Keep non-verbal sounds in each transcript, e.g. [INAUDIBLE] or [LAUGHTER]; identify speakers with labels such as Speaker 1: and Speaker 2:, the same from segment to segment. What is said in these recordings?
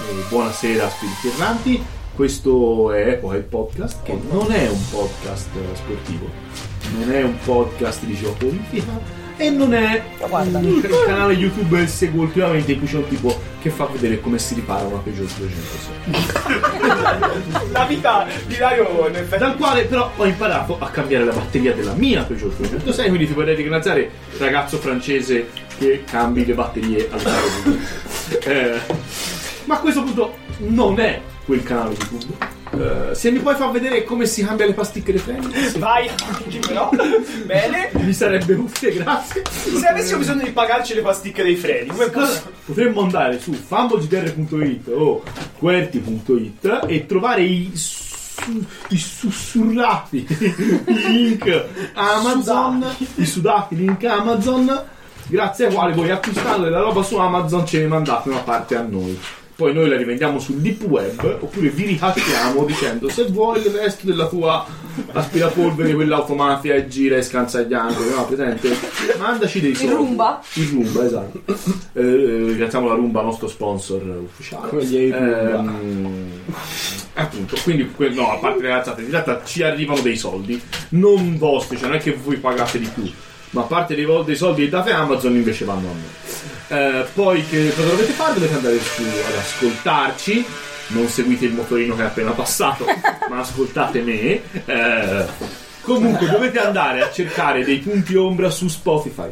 Speaker 1: E Eh, buonasera spiriti erranti, questo è poi il podcast che non è un podcast eh, sportivo, non è un podcast di geopolitica e non è
Speaker 2: Guarda.
Speaker 1: un canale YouTube che seguo ultimamente in cui c'è un tipo che fa vedere come si ripara una Peugeot 206
Speaker 3: La vita di Dario in effetti
Speaker 1: dal quale però ho imparato a cambiare la batteria della mia Peugeot 206 quindi ti vorrei ringraziare ragazzo francese che cambi le batterie al canale YouTube [LAUGHS] Eh, ma a questo punto non è quel canale YouTube Eh, se mi puoi far vedere come si cambia le pasticche dei [LAUGHS] freni
Speaker 3: vai avanti però bene
Speaker 1: mi sarebbe utile grazie
Speaker 3: se avessimo bisogno di pagarci le pasticche dei freni come
Speaker 1: Cosa-
Speaker 3: posso
Speaker 1: Potremmo andare su fumblegdr.it o querti.it e trovare i, su- i sussurrati link Amazon, i sudati link Amazon, grazie ai quali voi acquistando della roba su Amazon ce ne mandate una parte a noi. Poi noi la rivendiamo sul deep web oppure vi ricattiamo dicendo se vuoi il resto della tua aspirapolvere, quella automatica e gira e scansa gli angoli, no? Presente? Mandaci dei soldi.
Speaker 2: Roomba.
Speaker 1: Il Roomba, esatto. Eh, eh, ringraziamo la Roomba, nostro sponsor ufficiale.
Speaker 4: Come gli Ape Roomba.
Speaker 1: Ehm, appunto, quindi que- no, a parte le cazzate, in realtà ci arrivano dei soldi, non vostri, cioè non è che voi pagate di più, ma a parte dei, vol- dei soldi che date a Amazon invece vanno a me. Eh, poi che cosa dovete fare? Dovete andare su ad ascoltarci. Non seguite il motorino che è appena passato, ma ascoltate me. Eh, comunque dovete andare a cercare dei punti ombra su Spotify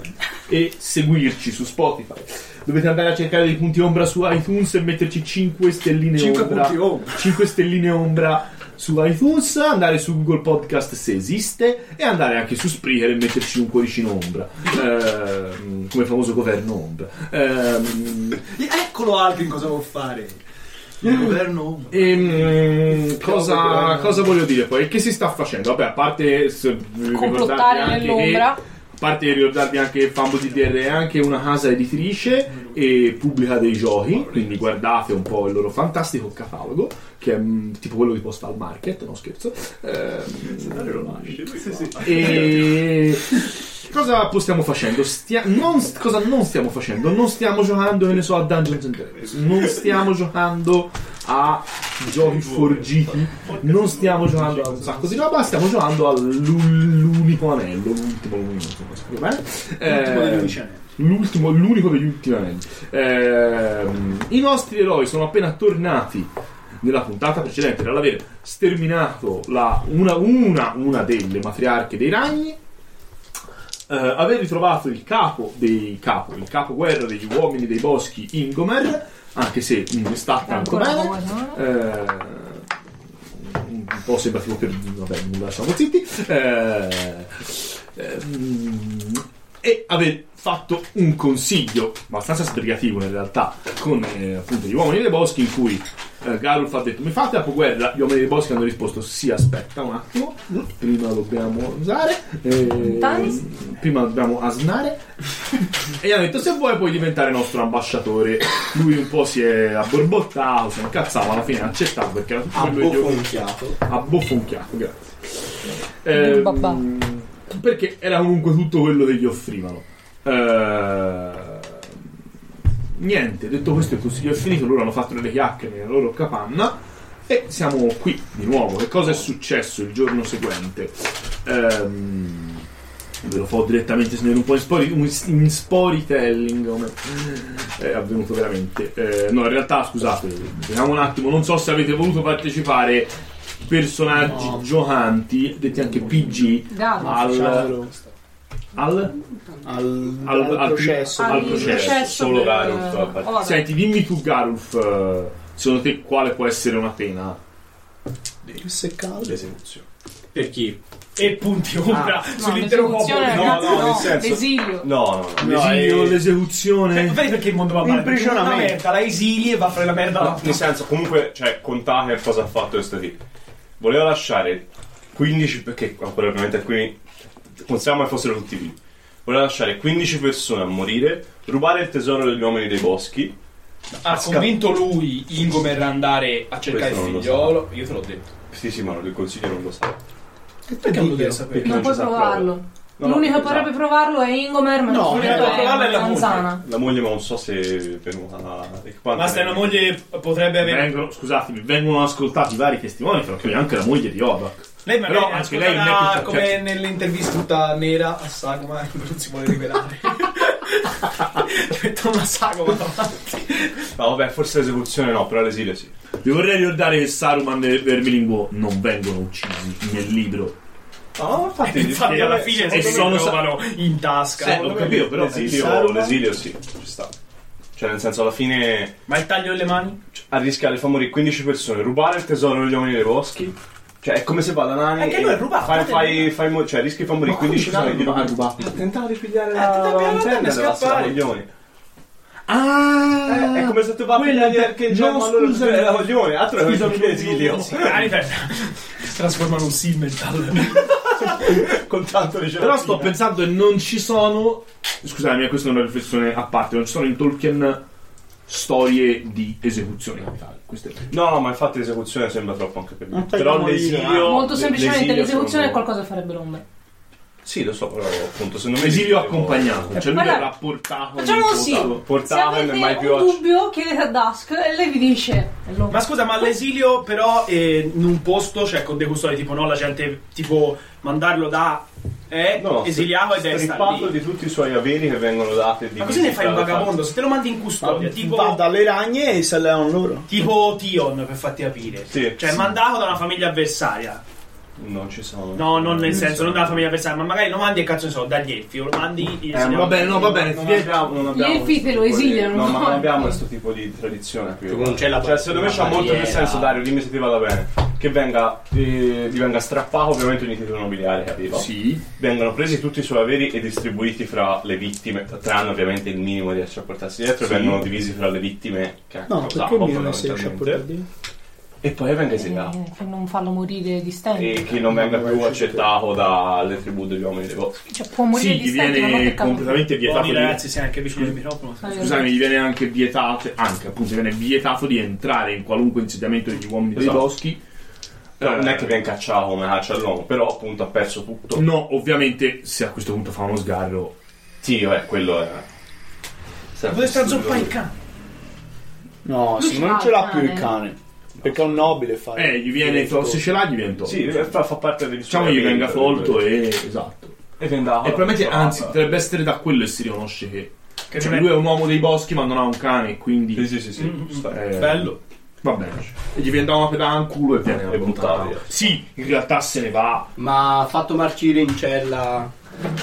Speaker 1: e seguirci su Spotify. Dovete andare a cercare dei punti ombra su iTunes e metterci 5 stelline
Speaker 4: 5
Speaker 1: ombra.
Speaker 4: punti ombra.
Speaker 1: 5 stelline ombra su iTunes, andare su Google Podcast se esiste e andare anche su Spreaker e metterci un cuoricino ombra, Ehm, come il famoso governo ombra. Ehm,
Speaker 4: Eccolo Alvin cosa vuol fare. Il governo ombra.
Speaker 1: ehm, cosa, cosa voglio dire poi? Che si sta facendo? Vabbè, a parte se- ricordarvi
Speaker 2: Complottare
Speaker 1: anche che-
Speaker 2: nell'ombra.
Speaker 1: A parte ricordarvi anche che Fumble DDR è anche una casa editrice e pubblica dei giochi, quindi guardate un po' il loro fantastico catalogo, che è mm, tipo quello di posta al market, no scherzo. Ehm,
Speaker 4: Eh.
Speaker 1: E [LAUGHS] cosa stiamo facendo? Stia- non- cosa non stiamo facendo? Non stiamo giocando, che ne so, a Dungeons and Dragons. Non stiamo giocando a giochi forgiti. Non stiamo giocando a un sacco di roba. Stiamo giocando all'unico anello. L'ultimo, l'unico, insomma, si può dire bene.
Speaker 4: L'ultimo degli
Speaker 1: Eh,
Speaker 4: unici anelli.
Speaker 1: l'ultimo, l'unico degli ultimi anelli. Ehm, I nostri eroi sono appena tornati nella puntata precedente dall'aver sterminato la- una, una, una delle matriarche dei ragni. eh, aver ritrovato il capo dei capo, il capoguerra degli uomini dei boschi Ingomer, anche se non è stata ancora
Speaker 2: Ancora
Speaker 1: bene.
Speaker 2: una cosa.
Speaker 1: Eh, un po' sembra tipo per vabbè non lasciamo zitti Eh, ehm, e aver fatto un consiglio abbastanza sbrigativo in realtà con eh, appunto gli uomini dei boschi in cui eh, Garulf ha detto mi fate la guerra gli uomini dei boschi hanno risposto sì aspetta un attimo prima dobbiamo usare eh,
Speaker 2: Tanis?
Speaker 1: prima dobbiamo asnare [LAUGHS] e hanno detto se vuoi puoi diventare nostro ambasciatore lui un po' si è abborbottato si è incazzato alla fine ha accettato perché era tutto
Speaker 4: Ha
Speaker 1: quello che gli-
Speaker 4: bofonchiato.
Speaker 1: Ah, abboffonchiato, grazie. Ehm,
Speaker 2: Babà.
Speaker 1: perché era comunque tutto quello che gli offrivano. Ehm, niente, detto questo il consiglio è finito, loro hanno fatto delle chiacchiere nella loro capanna e siamo qui di nuovo. Che cosa è successo il giorno seguente? Ehm, ve lo fo direttamente se non un po' in, spori- un- in storytelling come è avvenuto veramente. Eh, no, in realtà scusate, vediamo un attimo, non so se avete voluto partecipare personaggi
Speaker 4: No.
Speaker 1: giocanti, detti anche PG,
Speaker 2: Galo.
Speaker 1: al,
Speaker 4: Ciao.
Speaker 1: al,
Speaker 4: Al,
Speaker 1: al-
Speaker 4: al
Speaker 1: al-
Speaker 4: processo.
Speaker 5: Ah,
Speaker 1: al
Speaker 2: Al
Speaker 1: processo,
Speaker 6: solo
Speaker 2: del-
Speaker 6: Garulf, a parte.
Speaker 2: Oh, vabbè.
Speaker 1: Senti, dimmi tu Garulf, eh, secondo te quale può essere una pena?
Speaker 4: Seccato.
Speaker 6: L'esecuzione. Per chi?
Speaker 3: e punti ombra
Speaker 2: No,
Speaker 3: sull'intero popolo
Speaker 2: l'esecuzione,
Speaker 6: no,
Speaker 2: ragazzi,
Speaker 6: no,
Speaker 2: no,
Speaker 6: nel senso-
Speaker 2: l'esilio.
Speaker 6: No, no, no.
Speaker 1: L'esilio,
Speaker 5: cioè,
Speaker 1: l'esecuzione?
Speaker 3: Cioè, vedi perché il mondo va male perché una
Speaker 4: Imprigionamento. Ah,
Speaker 3: merda la esili e va a fare la merda
Speaker 6: No,
Speaker 3: alla
Speaker 6: nel senso, comunque, cioè, contate che cosa ha fatto questo tipo. Voleva lasciare 15, perché ah, quello ovviamente qui consideriamo che fossero tutti vivi. Voleva lasciare 15 persone a morire, rubare il tesoro degli uomini dei boschi.
Speaker 3: ha convinto lui Ingomer ad andare a cercare il
Speaker 6: Questo non lo
Speaker 3: figliolo io te l'ho detto
Speaker 6: Sì, sì, ma il consiglio non lo sa.
Speaker 4: E tu
Speaker 3: perché non lo
Speaker 4: diglielo.
Speaker 3: devi sapere
Speaker 6: Perché
Speaker 2: Non
Speaker 6: non
Speaker 2: puoi
Speaker 6: ci sa
Speaker 2: provarlo. L'unico
Speaker 6: esatto.
Speaker 2: che potrebbe provarlo è Ingomer, ma
Speaker 5: No,
Speaker 2: non
Speaker 5: l'unica
Speaker 2: è
Speaker 5: a provarla è la
Speaker 2: Tanzana.
Speaker 6: La moglie, ma non so se è venuta. e quanto
Speaker 5: Ma se
Speaker 6: ne-
Speaker 5: una moglie potrebbe avere...
Speaker 1: Vengono, scusatemi, vengono ascoltati vari testimoni, tra cui anche la moglie di Odak.
Speaker 5: Lei magari
Speaker 1: Però anche lei
Speaker 5: ascolterà
Speaker 1: non è più-
Speaker 5: come
Speaker 1: cioè-
Speaker 5: nell'intervista tutta nera a Sagoma che non si vuole rivelare. Metta una sagoma davanti.
Speaker 6: Ah, vabbè, forse l'esecuzione no, però l'esilio sì.
Speaker 1: Vi vorrei ricordare che Saruman e Vermilinguo non vengono uccisi nel libro.
Speaker 6: Ah,
Speaker 5: No, infatti, Ah, infatti
Speaker 1: perché-
Speaker 5: alla fine
Speaker 1: e
Speaker 5: se
Speaker 1: sono
Speaker 5: sono trovano in tasca.
Speaker 1: Eh, l'ho capito, però
Speaker 6: L'esilio,
Speaker 1: Saruman-
Speaker 6: l'esilio sì, ci sta. Cioè, nel senso, alla fine
Speaker 5: Ma il taglio delle mani?
Speaker 6: arrischiare di far morire 15 persone, rubare il tesoro degli uomini dei boschi. Cioè, è come se vada Nani.
Speaker 5: Anche
Speaker 6: e
Speaker 5: lui è rubato,
Speaker 6: Fai,
Speaker 5: te-
Speaker 6: fai, fai mo- cioè, rischi di far morire 15 persone. di rubare.
Speaker 1: rubato.
Speaker 6: Tentava di pigliare
Speaker 5: Eh,
Speaker 6: la
Speaker 5: tentava di pigliare la lanterna
Speaker 6: lanterna
Speaker 5: e
Speaker 6: e
Speaker 5: scappare.
Speaker 6: lavarsela coglioni.
Speaker 1: Ah!
Speaker 6: Eh, è come se tu vai a
Speaker 1: quella
Speaker 6: pigliare
Speaker 1: è-
Speaker 6: perché il gioco
Speaker 1: no,
Speaker 6: allora
Speaker 1: scusa.
Speaker 6: tu era coglione, altro era
Speaker 1: Scusa,
Speaker 6: perché
Speaker 1: non-
Speaker 6: [LAUGHS] esilio.
Speaker 5: [LAUGHS]
Speaker 1: non-
Speaker 5: Arriva. Si trasformano in sim metal.
Speaker 6: Con tanto di gelatina.
Speaker 1: Però sto pensando e non ci sono. Scusatemi, questa è una riflessione a parte. Non ci sono in Tolkien storie di esecuzione capitale. Questo è
Speaker 6: No, no, ma infatti l'esecuzione sembra troppo anche per me.
Speaker 5: fai
Speaker 6: Però
Speaker 5: morire.
Speaker 6: l'esilio.
Speaker 2: Molto semplicemente
Speaker 6: l'esilio
Speaker 2: l'esecuzione è
Speaker 6: sono-
Speaker 2: qualcosa che farebbe l'ombra.
Speaker 6: Sì, lo so, però appunto secondo me.
Speaker 1: esilio
Speaker 6: devo-
Speaker 1: accompagnato. Cioè lui
Speaker 2: Guarda,
Speaker 1: l'ha portato.
Speaker 2: facciamo
Speaker 1: in
Speaker 2: così.
Speaker 1: portato.
Speaker 2: Se
Speaker 6: Portava e
Speaker 2: avete
Speaker 6: non è mai più
Speaker 2: un dubbio, chiedete a Dusk e lei vi dice. è l'ombra.
Speaker 5: Ma scusa, ma l'esilio però eh, in un posto, cioè con dei custodi tipo no, la gente tipo mandarlo da eh,
Speaker 6: No,
Speaker 5: esiliato ed è
Speaker 6: strippato
Speaker 5: lì.
Speaker 6: di tutti i suoi averi che vengono date di
Speaker 5: Ma così ne fai un
Speaker 6: visita da
Speaker 5: vagabondo? Se te lo mandi in custodia, tipo
Speaker 4: Va dalle ragne e se levano loro.
Speaker 5: Tipo Tion per farti capire.
Speaker 6: Sì.
Speaker 5: Cioè,
Speaker 6: Sì.
Speaker 5: mandato da una famiglia avversaria.
Speaker 6: fare. Non ci sono.
Speaker 5: No, non nel senso, non dalla famiglia avversaria, ma magari lo mandi e cazzo ne so, dagli elfi, o lo mandi.
Speaker 6: Eh, ma
Speaker 1: Va bene, no, va bene.
Speaker 6: Non
Speaker 1: ti-
Speaker 6: abbiamo, non abbiamo
Speaker 2: Gli elfi te lo
Speaker 6: questo tipo di-
Speaker 2: esiliano.
Speaker 6: No, ma non abbiamo questo tipo di tradizione qui.
Speaker 7: Tipo, non c'è la-
Speaker 6: cioè, secondo me
Speaker 7: la
Speaker 6: c'ha molto più
Speaker 7: barriera.
Speaker 6: senso, Dario, dimmi se ti vada bene. Che venga, eh, gli venga strappato ovviamente ogni titolo nobiliare che aveva.
Speaker 1: Sì.
Speaker 6: Vengono presi tutti i suoi averi e distribuiti fra le vittime, tranne ovviamente il minimo di a portarsi dietro,
Speaker 1: Sì.
Speaker 6: vengono divisi fra le vittime che ha
Speaker 4: No, perché
Speaker 6: causato
Speaker 4: il mio non si riesce a portare
Speaker 6: fondamentalmente.
Speaker 4: dietro?
Speaker 6: E poi venga esiliato.
Speaker 2: Eh, che non farlo morire di
Speaker 6: e
Speaker 2: stenti.
Speaker 6: che non venga più accettato dalle tribù degli uomini dei boschi.
Speaker 2: Cioè, può morire
Speaker 1: Sì,
Speaker 2: di
Speaker 1: gli
Speaker 2: stenti, ma non
Speaker 1: viene
Speaker 2: peccato.
Speaker 1: completamente vietato
Speaker 5: Buoni
Speaker 1: di.
Speaker 5: ragazzi, sei anche vicino al microfono.
Speaker 1: Scusami, gli viene anche vietato. Anche appunto, gli viene vietato di entrare in qualunque insediamento degli uomini dei
Speaker 6: Esatto.
Speaker 1: boschi.
Speaker 6: Però non è
Speaker 1: Eh,
Speaker 6: che viene cacciato come caccia all'uomo, però appunto ha perso tutto.
Speaker 1: No, ovviamente, se a questo punto fa uno sgarro,
Speaker 6: Sì, eh, quello è. Sempre
Speaker 5: Potresti
Speaker 6: stupido.
Speaker 5: azzoppare il cane.
Speaker 7: No,
Speaker 2: Lui eh.
Speaker 7: sì,
Speaker 2: ce
Speaker 7: ma
Speaker 2: l'ha
Speaker 7: non ce
Speaker 2: il
Speaker 7: l'ha più il
Speaker 2: cane.
Speaker 7: cane. Perché è un nobile fare.
Speaker 1: eh, gli viene. Se ce l'ha, gli viene tolto.
Speaker 6: Sì, fa, fa parte del
Speaker 1: Diciamo gli venga folto e esatto.
Speaker 6: E venga.
Speaker 1: E probabilmente,
Speaker 6: Ah,
Speaker 1: anzi, dovrebbe essere da quello che si riconosce che
Speaker 5: Che
Speaker 1: cioè,
Speaker 5: non è-
Speaker 1: lui è un uomo dei boschi, ma non ha un cane,
Speaker 6: Sì,
Speaker 1: quindi
Speaker 6: sì, sì, sì.
Speaker 5: Mm,
Speaker 6: sta-
Speaker 1: eh,
Speaker 5: Bello.
Speaker 1: va bene. E gli viene da una pedana in culo e viene
Speaker 6: Ah, E buttato via.
Speaker 1: Sì, in realtà se ne va.
Speaker 7: Ma ha fatto marcire in cella.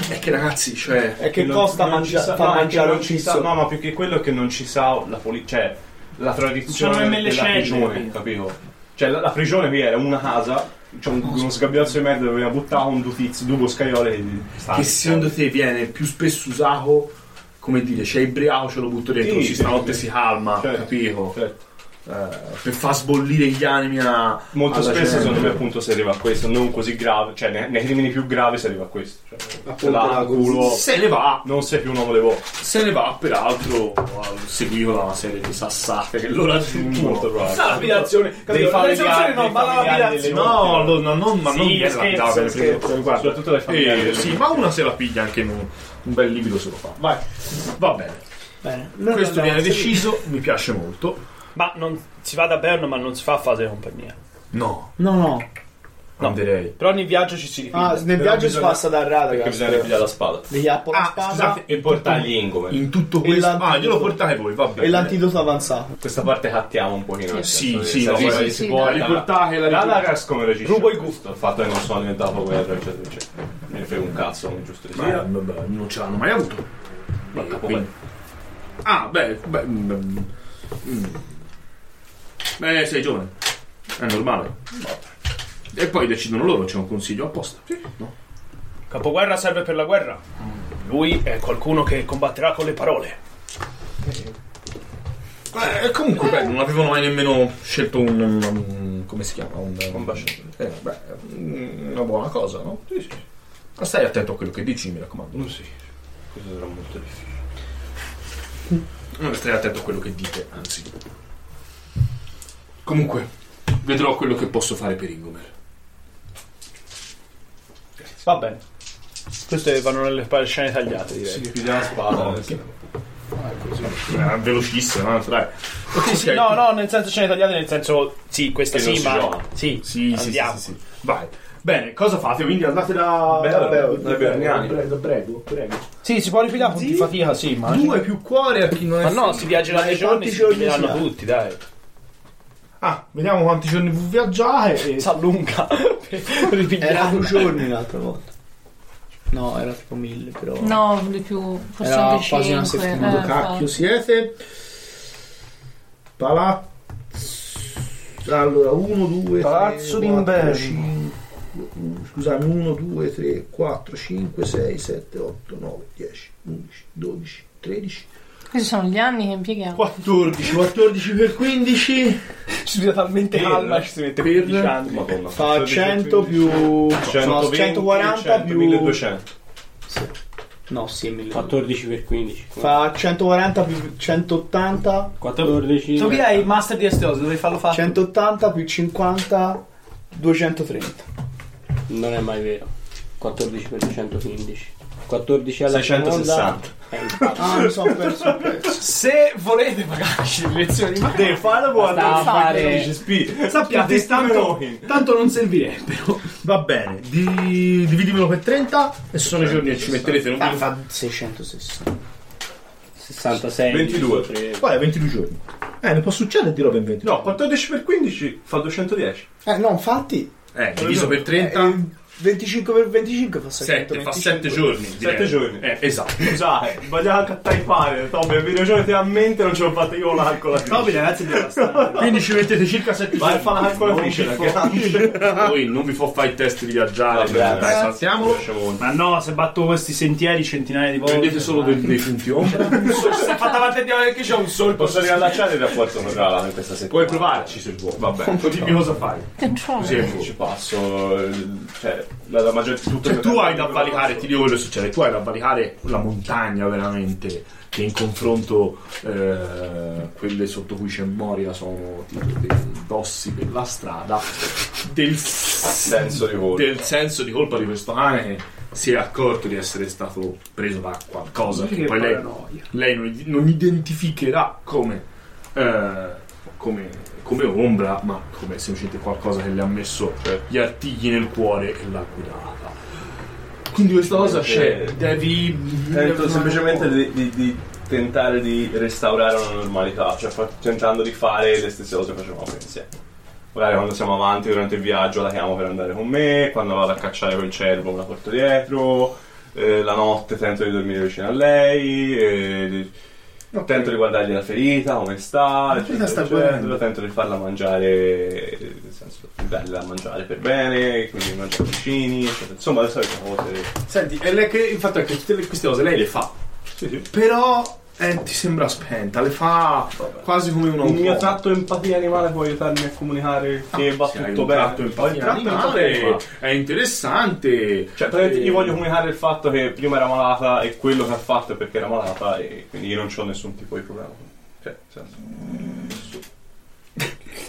Speaker 1: È che ragazzi, cioè,
Speaker 4: E che
Speaker 6: non-
Speaker 4: costa
Speaker 6: non ci
Speaker 4: mangia-
Speaker 6: sa-
Speaker 4: far
Speaker 6: no,
Speaker 4: mangiare
Speaker 6: non
Speaker 4: un
Speaker 6: ci sa-
Speaker 4: cisso?
Speaker 6: No, ma più che quello è che non ci sa la politica. Cioè, la
Speaker 5: Sono
Speaker 6: tradizione
Speaker 5: nelle
Speaker 6: della
Speaker 5: celle,
Speaker 6: prigione,
Speaker 5: capito?
Speaker 6: capito? Cioè, la, la prigione qui era una casa, c'è un- uno sgabbiazzo di merda dove aveva buttato un dutizio, due boscaiole di-
Speaker 1: che secondo te viene più spesso usato, come dire, c'è ibriaco, ce lo butto dentro,
Speaker 6: Sì,
Speaker 1: ci
Speaker 6: sì,
Speaker 1: stanotte
Speaker 6: sì.
Speaker 1: si calma,
Speaker 6: Certo.
Speaker 1: capito?
Speaker 6: Cioè,
Speaker 1: Eh, per far sbollire gli animi a...
Speaker 6: Molto
Speaker 1: alla
Speaker 6: spesso,
Speaker 1: gente.
Speaker 6: secondo me, appunto, si arriva a questo, non così grave, cioè nei, nei crimini più gravi si arriva a questo. Cioè,
Speaker 7: Appunto,
Speaker 6: là,
Speaker 7: la-
Speaker 6: culo,
Speaker 1: Se ne va,
Speaker 6: non sei più un uomo dei boschi.
Speaker 1: se ne va, peraltro, eh, seguiva una serie di sassate che loro aggiungono.
Speaker 6: Molto bravo.
Speaker 5: Sa la lapidazione.
Speaker 6: Dei
Speaker 5: capito? La
Speaker 6: familiari,
Speaker 5: risoluzione no,
Speaker 6: dei
Speaker 5: ma la
Speaker 6: familiari
Speaker 5: lapidazione.
Speaker 6: delle-
Speaker 1: No, no, no, non, ma
Speaker 5: Sì,
Speaker 1: non viene
Speaker 5: scherzo,
Speaker 1: la dava,
Speaker 5: scherzo,
Speaker 1: perché- guarda.
Speaker 6: Soprattutto le famiglie.
Speaker 1: Eh, sì, ma una se la piglia anche in un, un bel livido se lo fa. Vai, va bene.
Speaker 4: Bene.
Speaker 1: Questo viene deciso, [LAUGHS] mi piace molto.
Speaker 8: Ma non si va da Berno, ma non si fa a fase di compagnia.
Speaker 1: No,
Speaker 4: No, no.
Speaker 1: non direi.
Speaker 8: Però ogni viaggio ci si rifà.
Speaker 4: Ah, nel
Speaker 6: Però
Speaker 4: viaggio si
Speaker 6: bisogna-
Speaker 4: passa dal
Speaker 6: Perché
Speaker 4: Radagast.
Speaker 6: bisogna eh, ripigliare la spada.
Speaker 4: Gli appo la
Speaker 1: Ah,
Speaker 4: spada
Speaker 1: scusate,
Speaker 6: E portargli Ingomer.
Speaker 1: In tutto
Speaker 4: E
Speaker 1: questo...
Speaker 4: l'antidoto.
Speaker 1: Ah, glielo portate voi, va bene.
Speaker 4: e l'antidoto avanzato.
Speaker 6: Questa parte cattiamo un pochino. nel
Speaker 1: Sì,
Speaker 6: senso
Speaker 1: sì,
Speaker 6: che
Speaker 1: no,
Speaker 6: si arriva
Speaker 1: sì,
Speaker 6: lì,
Speaker 2: sì,
Speaker 6: si
Speaker 2: sì,
Speaker 6: può-
Speaker 2: no.
Speaker 1: La portate e la riportate.
Speaker 6: Radagast come regisce
Speaker 8: Rubo il
Speaker 6: gusto. Il fatto che non sono diventato dopoguerra, eccetera, eccetera. Me ne frega un cazzo, come giusto che
Speaker 1: Ma,
Speaker 6: sia.
Speaker 1: vabbè, non ce l'hanno mai avuto.
Speaker 6: Ma
Speaker 1: Eh,
Speaker 6: capo,
Speaker 1: quindi- Ah, beh, beh, mm, mm. Beh, sei giovane. È normale. E poi decidono loro, c'è un consiglio apposta. No.
Speaker 8: Capoguerra serve per la guerra. Lui è qualcuno che combatterà con le parole.
Speaker 1: Eh, comunque, beh, non avevano mai nemmeno scelto un. un- come si chiama? Un,
Speaker 6: Un bacio.
Speaker 1: Eh, beh, un- una buona cosa, no? Sì, sì. Ma stai attento a quello che dici, mi raccomando.
Speaker 6: sì. Questo sarà molto difficile.
Speaker 1: Eh, Stai attento a quello che dite, anzi. Comunque, vedrò quello che posso fare per Ingomer.
Speaker 8: Va bene. Queste vanno nelle scene tagliate, direi.
Speaker 6: Sì, più della spada. Era velocissimo, no? dai.
Speaker 8: Sì, sì, ecco. no, no, nel senso scene tagliate, nel senso sì, questa
Speaker 6: Che non
Speaker 8: sì,
Speaker 6: si
Speaker 8: ma
Speaker 6: gioca.
Speaker 8: sì,
Speaker 1: Sì, sì, sì,
Speaker 8: Andiamo.
Speaker 1: sì, sì. Vai. Bene, cosa fate? Quindi andate da...
Speaker 6: Bello, dai Berniani.
Speaker 7: prego, prego, prego.
Speaker 8: sì, si può ripilare punti fatica, sì, ma
Speaker 1: Due più cuore a chi non è...
Speaker 8: ma no, si viaggerà
Speaker 7: Ma
Speaker 8: nei
Speaker 7: quanti
Speaker 8: giorni, si
Speaker 7: giorni
Speaker 8: ripileranno
Speaker 7: si ha?
Speaker 8: tutti, dai.
Speaker 1: Ah, vediamo quanti giorni Eh, vi viaggiate e...
Speaker 8: Si allunga per [LAUGHS] ripigliare.
Speaker 7: Era un giorno l'altra volta. No, era tipo mille, però.
Speaker 2: No, di più, forse
Speaker 7: Era
Speaker 2: anche eh,
Speaker 7: quasi una
Speaker 2: 5.
Speaker 7: settimana.
Speaker 1: Cacchio siete? Palazzo... Allora, 1, 2,
Speaker 8: Palazzo d'inverno.
Speaker 1: Scusami, 1, 2, 3, 4, 5, 6, 7, 8, 9, 10, 11, 12, 13,
Speaker 2: Questi sono gli anni che impieghiamo.
Speaker 1: 14, 14 per 15
Speaker 8: Si vede talmente
Speaker 6: Per-
Speaker 8: calma ci si mette
Speaker 1: per-
Speaker 8: 15 anni.
Speaker 6: Madonna.
Speaker 7: Fa 100 più. no, 140 più.
Speaker 6: 1200.
Speaker 7: No, sì, 1000.
Speaker 9: 14 per 15.
Speaker 7: Fa 140 più 180.
Speaker 9: 14.
Speaker 5: Tu che hai il master di queste cose, dovevi farlo fare.
Speaker 7: Cioè- 180 più 50. 230.
Speaker 9: Non è mai vero. 14 per 215. 14 alla
Speaker 6: 660.
Speaker 9: seconda.
Speaker 7: Ah, mi sono perso un pezzo.
Speaker 5: Se volete pagarci le lezioni di matematica,
Speaker 6: Devi farlo
Speaker 9: Basta fare-
Speaker 6: 15 spi.
Speaker 1: Sappiate, tanto,
Speaker 6: Rohin.
Speaker 1: tanto non servirebbero. Va bene, di, dividimelo per 30 e sono i giorni che ci metterete. Non
Speaker 7: Ah,
Speaker 1: vi-
Speaker 7: fa 660.
Speaker 9: 66.
Speaker 6: 22.
Speaker 9: 23.
Speaker 1: Qual è 22 giorni? Eh, ne può succedere di roba in 22.
Speaker 6: No, 14 per 15 fa 210.
Speaker 7: Eh, no, infatti.
Speaker 1: Eh, diviso per
Speaker 7: eh,
Speaker 1: 30,
Speaker 7: 25 per 25 fa
Speaker 1: 7, fa 7
Speaker 7: 725.
Speaker 1: giorni.
Speaker 6: 7 giorni.
Speaker 1: Eh, esatto.
Speaker 6: Scusate, eh, vogliamo cattaipare. Tobi, il videogioco ti ha a mente non ce l'ho fatta io la calcola.
Speaker 5: Toby, ragazzi, è devastante.
Speaker 1: Quindi ci mettete circa
Speaker 7: [LAUGHS]
Speaker 1: 7
Speaker 6: Vai a
Speaker 1: giorni.
Speaker 6: fare la calcolatrice, ragazzi.
Speaker 1: Poi non vi fa fare il test di viaggiare. eh,
Speaker 6: Va bene,
Speaker 1: dai,
Speaker 6: grazie.
Speaker 1: saltiamolo.
Speaker 8: Ma no, se batto questi sentieri centinaia di volte.
Speaker 1: Prendete solo dei, dei punti ombra.
Speaker 5: Se fatta parte di che c'è un solco.
Speaker 6: Posso riallacciare il rapporto con Rala in questa settimana?
Speaker 1: Puoi provarci se vuoi.
Speaker 6: Vabbè,
Speaker 1: Dimmi cosa fai.
Speaker 2: Control.
Speaker 1: Così è
Speaker 6: Io
Speaker 1: buono.
Speaker 6: ci passo. il- Cioè, la, la maggior tutto.
Speaker 1: Cioè, tu hai da valicare, ti dico quello che succede, tu hai da valicare la montagna veramente, che in confronto eh, quelle sotto cui c'è Moria sono tipo dei dossi per la strada, del,
Speaker 6: Senso di colpa.
Speaker 1: del senso di colpa di questo cane che si è accorto di essere stato preso da qualcosa che poi lei, lei non, non identificherà come, eh, come, come ombra, ma come semplicemente qualcosa che le ha messo gli artigli nel cuore e l'ha guidata. Quindi questa cosa c'è,
Speaker 6: Eh,
Speaker 1: devi...
Speaker 6: Tento semplicemente di, di- di tentare di restaurare una normalità, cioè fa- tentando di fare le stesse cose che facevamo prima insieme. Magari quando siamo avanti durante il viaggio la chiamo per andare con me, quando vado a cacciare quel cervo me la porto dietro, eh, la notte tento di dormire vicino a lei, eh, di- tento di guardargli la ferita, come sta, eccetera,
Speaker 4: sta
Speaker 6: eccetera.
Speaker 4: guarendo.
Speaker 6: tento di farla mangiare, eh, nel senso di darle da mangiare per bene, quindi mangiare vicini, eccetera. insomma le solite cose.
Speaker 1: Senti, è lei che, il fatto è che tutte le- queste cose lei le fa, però eh, ti sembra spenta, le fa quasi come un
Speaker 6: Il mio
Speaker 1: automa.
Speaker 6: tratto empatia animale può aiutarmi a comunicare che va
Speaker 1: Se Ah, hai
Speaker 6: tutto
Speaker 1: un
Speaker 6: bene.
Speaker 1: tratto in
Speaker 6: Ho il
Speaker 1: pagina
Speaker 6: tratto
Speaker 1: animale,
Speaker 6: empatia.
Speaker 1: è interessante.
Speaker 6: Cioè, praticamente
Speaker 1: Eh,
Speaker 6: gli voglio comunicare il fatto che prima era malata e quello che ha fatto è perché era malata e quindi io non ho nessun tipo di problema. Cioè, nel senso. nessuno.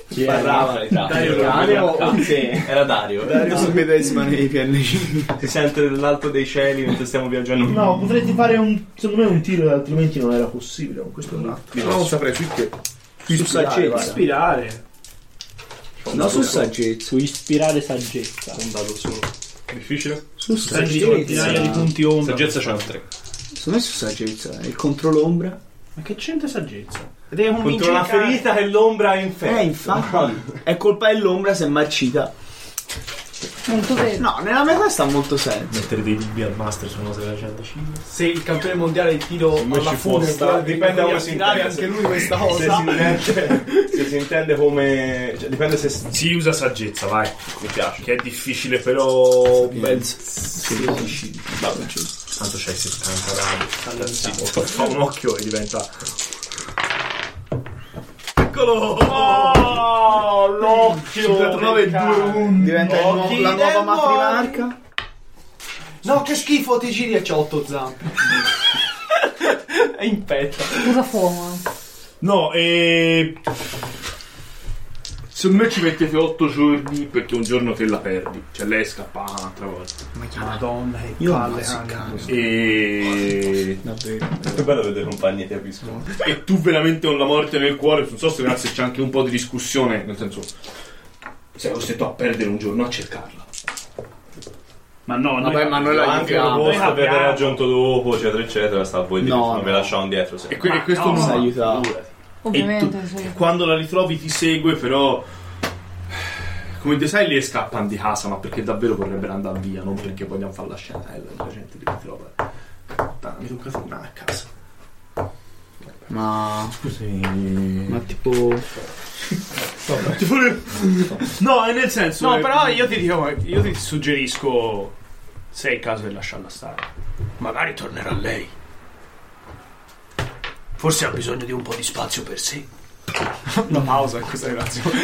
Speaker 7: Chi è?
Speaker 6: Parlava di tratti.
Speaker 7: Dario
Speaker 6: Era
Speaker 7: Dario
Speaker 6: Dario.
Speaker 7: o te?
Speaker 6: Era Dario.
Speaker 7: Dario Svedesma nei PNC.
Speaker 6: Si sente dall'alto dei cieli mentre stiamo viaggiando.
Speaker 1: No, potresti fare un. Secondo me un tiro, altrimenti non era possibile con questo tratto. Non saprei più che.
Speaker 7: Su saggezza.
Speaker 5: Ispirare.
Speaker 7: No, su saggezza.
Speaker 9: Su ispirare saggezza.
Speaker 6: Un dado solo. Difficile?
Speaker 7: Su
Speaker 8: Prendi centinaia di
Speaker 7: saggezza.
Speaker 8: punti ombra.
Speaker 6: Saggezza c'è un 3.
Speaker 7: Secondo me su saggezza. Il controlombra.
Speaker 8: Ma che c'entra saggezza? Devi
Speaker 6: Contro
Speaker 8: convincere
Speaker 6: la
Speaker 8: il cane.
Speaker 6: ferita e l'ombra è inferno.
Speaker 7: Eh, infatti. È colpa dell'ombra se è marcita.
Speaker 2: Molto vero.
Speaker 7: No, nella mia testa ha molto senso.
Speaker 9: Mettere dei dubbi al master su una serie da 105.
Speaker 5: Se il campione mondiale di tiro
Speaker 6: me
Speaker 5: alla
Speaker 6: ci può
Speaker 5: fune
Speaker 6: stare, dipende da come si
Speaker 5: tirare
Speaker 6: interessa.
Speaker 5: anche lui questa
Speaker 6: Se si
Speaker 5: cosa.
Speaker 6: intende, se si intende come. Cioè, dipende se.
Speaker 1: Si usa saggezza, vai.
Speaker 6: Mi piace.
Speaker 1: Che è difficile, però. Beh,
Speaker 6: Vabbè.
Speaker 1: tanto c'hai 70 radi. Sì, fa un occhio e diventa. Eccolo!
Speaker 6: Oh, l'occhio!
Speaker 1: 39 2
Speaker 7: Diventa il nuovo-
Speaker 5: Occhi
Speaker 7: la nuova
Speaker 5: del
Speaker 7: matriarca.
Speaker 5: No, che schifo, ti giri e c'ho otto zampe. È in
Speaker 2: eh.
Speaker 5: petto.
Speaker 2: Usa fuoco.
Speaker 1: No, e. Secondo me ci mettete 8 giorni perché un giorno te la perdi. Cioè lei è scappata un'altra volta.
Speaker 5: Madonna, che
Speaker 7: Io
Speaker 5: palle,
Speaker 7: ammazzo il
Speaker 5: raga.
Speaker 7: cane.
Speaker 1: E...
Speaker 7: Davvero.
Speaker 6: È bello vedere compagni che capiscono.
Speaker 1: e tu veramente con la morte nel cuore. Non so se grazie c'è anche un po' di discussione. Nel senso, sei costretto a perdere un giorno a cercarla.
Speaker 8: Ma no,
Speaker 7: Vabbè, ma noi la
Speaker 6: Anche
Speaker 7: aiutiamo.
Speaker 6: dopo, avete
Speaker 8: abbiamo-
Speaker 6: raggiunto dopo, eccetera, eccetera, sta a voi di
Speaker 7: No,
Speaker 6: non
Speaker 7: no.
Speaker 6: ve lasciamo dietro. Se...
Speaker 1: E, [LAUGHS] que- e questo
Speaker 8: no,
Speaker 1: non
Speaker 7: Ci aiuta.
Speaker 1: E
Speaker 2: Ovviamente,
Speaker 1: tu-
Speaker 2: sì.
Speaker 1: quando la ritrovi ti segue, però. Come te sai, lì scappano di casa, ma perché davvero vorrebbero andare via, non perché vogliamo fare la scena. Eh, la gente li ritrova. Puttana, mi tocca tornare a casa.
Speaker 7: Ma,
Speaker 1: Scusami.
Speaker 7: ma tipo.
Speaker 1: No, è nel senso.
Speaker 8: No,
Speaker 1: che-
Speaker 8: però io ti dico, io ti suggerisco, se è il caso di lasciarla stare, magari tornerà lei. Forse ha bisogno di un po' di spazio per sé.
Speaker 5: [LAUGHS] Una pausa in questa relazione.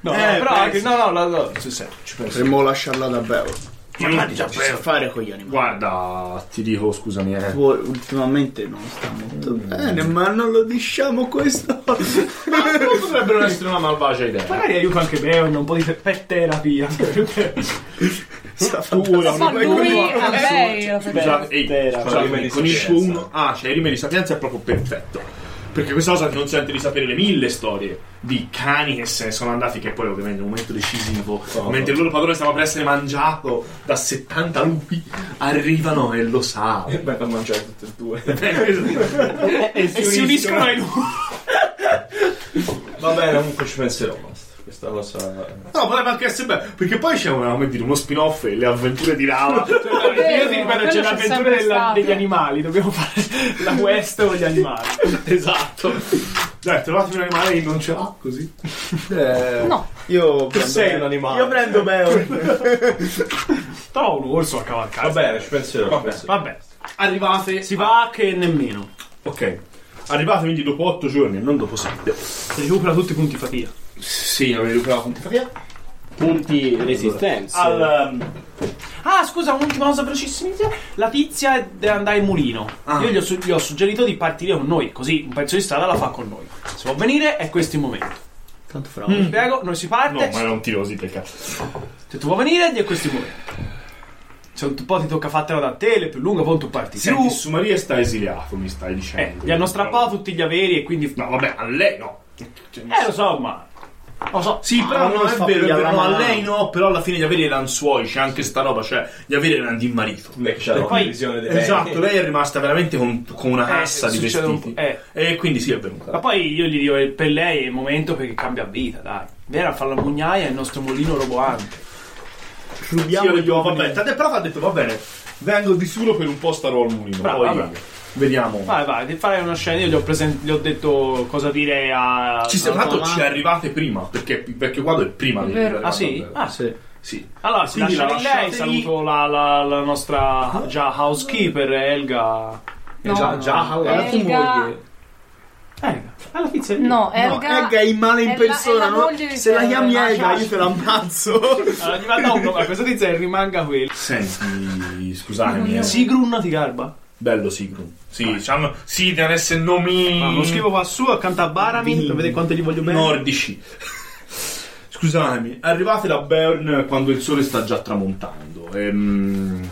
Speaker 8: No,
Speaker 1: Eh,
Speaker 8: no, però
Speaker 1: beh,
Speaker 8: anche, no, no, no, no, sul serio.
Speaker 7: Potremmo lasciarla davvero.
Speaker 8: Ma non dici
Speaker 7: Che
Speaker 8: davvero.
Speaker 7: fare con gli animali?
Speaker 1: Guarda, ti dico, scusami, eh.
Speaker 7: Voi ultimamente non sta molto bene, ma non lo diciamo questo. [LAUGHS]
Speaker 1: Potrebbero essere una malvagia idea.
Speaker 5: Magari aiuta anche Beon, un po' di te-
Speaker 8: [LAUGHS]
Speaker 5: pet terapia.
Speaker 7: Sta
Speaker 2: Ma lui a lei la
Speaker 1: Scusate, ehi,
Speaker 9: Terra.
Speaker 1: scusate,
Speaker 6: Rimedi
Speaker 1: con il tuo
Speaker 6: sapienza.
Speaker 1: 1 ah, cioè il rimedi sapienza è proprio perfetto. Perché questa cosa che non sente di sapere le mille storie di cani che se ne sono andati, che poi ovviamente è un momento decisivo, mentre il loro padrone stava per essere mangiato da 70 lupi, arrivano e lo sa.
Speaker 6: Beh, per mangiare tutte e due.
Speaker 1: e
Speaker 8: E si uniscono ai due.
Speaker 6: Va bene, comunque ci penserò. basta. Questa cosa.
Speaker 1: No, potrebbe anche essere bello, perché poi c'è una- come dire, uno spin-off, e le avventure di Lava.
Speaker 5: Io ti ripeto, c'è
Speaker 2: Quello c'è
Speaker 5: l'avventura
Speaker 2: sempre
Speaker 5: della-
Speaker 2: stato.
Speaker 5: degli animali. Dobbiamo fare la quest con gli [LAUGHS] animali.
Speaker 1: esatto. Dai, trovate un animale che non ce l'ha così.
Speaker 2: No,
Speaker 7: Io prendo
Speaker 6: sei
Speaker 7: Beo.
Speaker 6: un animale.
Speaker 7: Io prendo Beo.
Speaker 5: Trovo un orso a cavalcare.
Speaker 6: Va bene, ci penserò.
Speaker 1: Vabbè,
Speaker 6: penserò.
Speaker 5: Vabbè,
Speaker 1: Arrivate
Speaker 5: si va che nemmeno.
Speaker 1: Ok. Arrivate quindi dopo 8 giorni, non dopo 7.
Speaker 5: Recupera tutti i punti fatica.
Speaker 1: Sì, avete recuperato punti fatica.
Speaker 9: Punti resistenza.
Speaker 1: Al, um,
Speaker 5: Ah, scusa, un'ultima cosa velocissima. La tizia deve andare in mulino. Io gli ho, su- gli ho suggerito di partire con noi, così un pezzo di strada la fa con noi. Se può venire, è questo il momento.
Speaker 7: Tanto fra.
Speaker 5: Ti Spiego, noi si parte.
Speaker 1: no, ma era un tiro così per caso.
Speaker 5: Se tu vuoi venire, di è questo il momento. Se un po' ti tocca fartela da te, le più lunga, poi tu parti
Speaker 1: Senti,
Speaker 5: giù.
Speaker 1: su Maria sta esiliato, mi stai
Speaker 5: Eh,
Speaker 1: dicendo.
Speaker 5: gli hanno strappato tutti gli averi e quindi.
Speaker 1: No, vabbè, a lei no. Cioè,
Speaker 5: Eh, lo so, ma. Lo so.
Speaker 1: Sì, però
Speaker 7: ma non
Speaker 1: non è
Speaker 7: fa
Speaker 1: vero, è
Speaker 7: pigliare
Speaker 1: vero,
Speaker 7: la
Speaker 1: no, a
Speaker 7: mano.
Speaker 1: lei no, però alla fine gli averi erano suoi, c'è anche sta roba, cioè gli averi erano di marito.
Speaker 6: Non è che c'è
Speaker 5: E
Speaker 6: la
Speaker 5: poi-
Speaker 6: condivisione dei
Speaker 1: Esatto, lei è rimasta veramente con, con una cassa di
Speaker 5: Eh. succede un po'-
Speaker 1: vestiti.
Speaker 5: eh.
Speaker 1: E quindi sì, è venuta.
Speaker 5: Ma poi io gli dico, eh, per lei è il momento perché cambia vita, dai. Vera fa la mugnaia e il nostro mulino roboante.
Speaker 1: Io
Speaker 7: Rubiamo
Speaker 1: le
Speaker 7: gli
Speaker 1: dico,
Speaker 7: uomini.
Speaker 1: vabbè, tante- però ha detto, va bene, vengo di solo per un po' starò al mulino.
Speaker 5: Brava,
Speaker 1: poi
Speaker 5: brava.
Speaker 1: vediamo.
Speaker 5: Vai, vai, ti farei una scena, io gli ho, presen- gli ho detto cosa dire a...
Speaker 1: Ci siamo
Speaker 7: Alla
Speaker 1: fatto,
Speaker 7: domanda.
Speaker 1: ci arrivate prima, perché il vecchio quadro è prima
Speaker 2: È
Speaker 1: di
Speaker 2: vero.
Speaker 1: arrivare
Speaker 5: Ah sì?
Speaker 1: al-
Speaker 5: Ah,
Speaker 7: Sì.
Speaker 1: sì.
Speaker 5: Allora, si
Speaker 1: Quindi
Speaker 5: lascia
Speaker 1: la
Speaker 5: lì lei,
Speaker 1: lasciate lì.
Speaker 5: saluto la, la- la nostra già housekeeper Elga.
Speaker 2: no,
Speaker 6: già-
Speaker 1: Ah,
Speaker 6: già-
Speaker 7: Guarda tua
Speaker 2: Elga-
Speaker 7: moglie.
Speaker 5: Elga, alla tizia lì.
Speaker 2: no,
Speaker 7: No,
Speaker 2: Elga...
Speaker 7: Elga è in male
Speaker 2: è
Speaker 7: in
Speaker 2: la-
Speaker 7: persona.
Speaker 2: è la
Speaker 7: no?
Speaker 2: moglie di
Speaker 7: Se la chiami
Speaker 2: Ferro.
Speaker 7: Elga, io te l'ammazzo.
Speaker 5: Allora, gli manda un nome, a questa tizia e rimanga quella.
Speaker 1: Senti, scusatemi. eh.
Speaker 5: Sigrun ti garba.
Speaker 1: Bello Sigrun. Sì, c'hanno, sì, devono essere nomi
Speaker 5: Ma Ah, lo scrivo qua su accanto a Barami, per vedere quanto gli voglio bene.
Speaker 1: nordici. [LAUGHS] Scusatemi, arrivate da Bern quando il sole sta già tramontando. Ehm...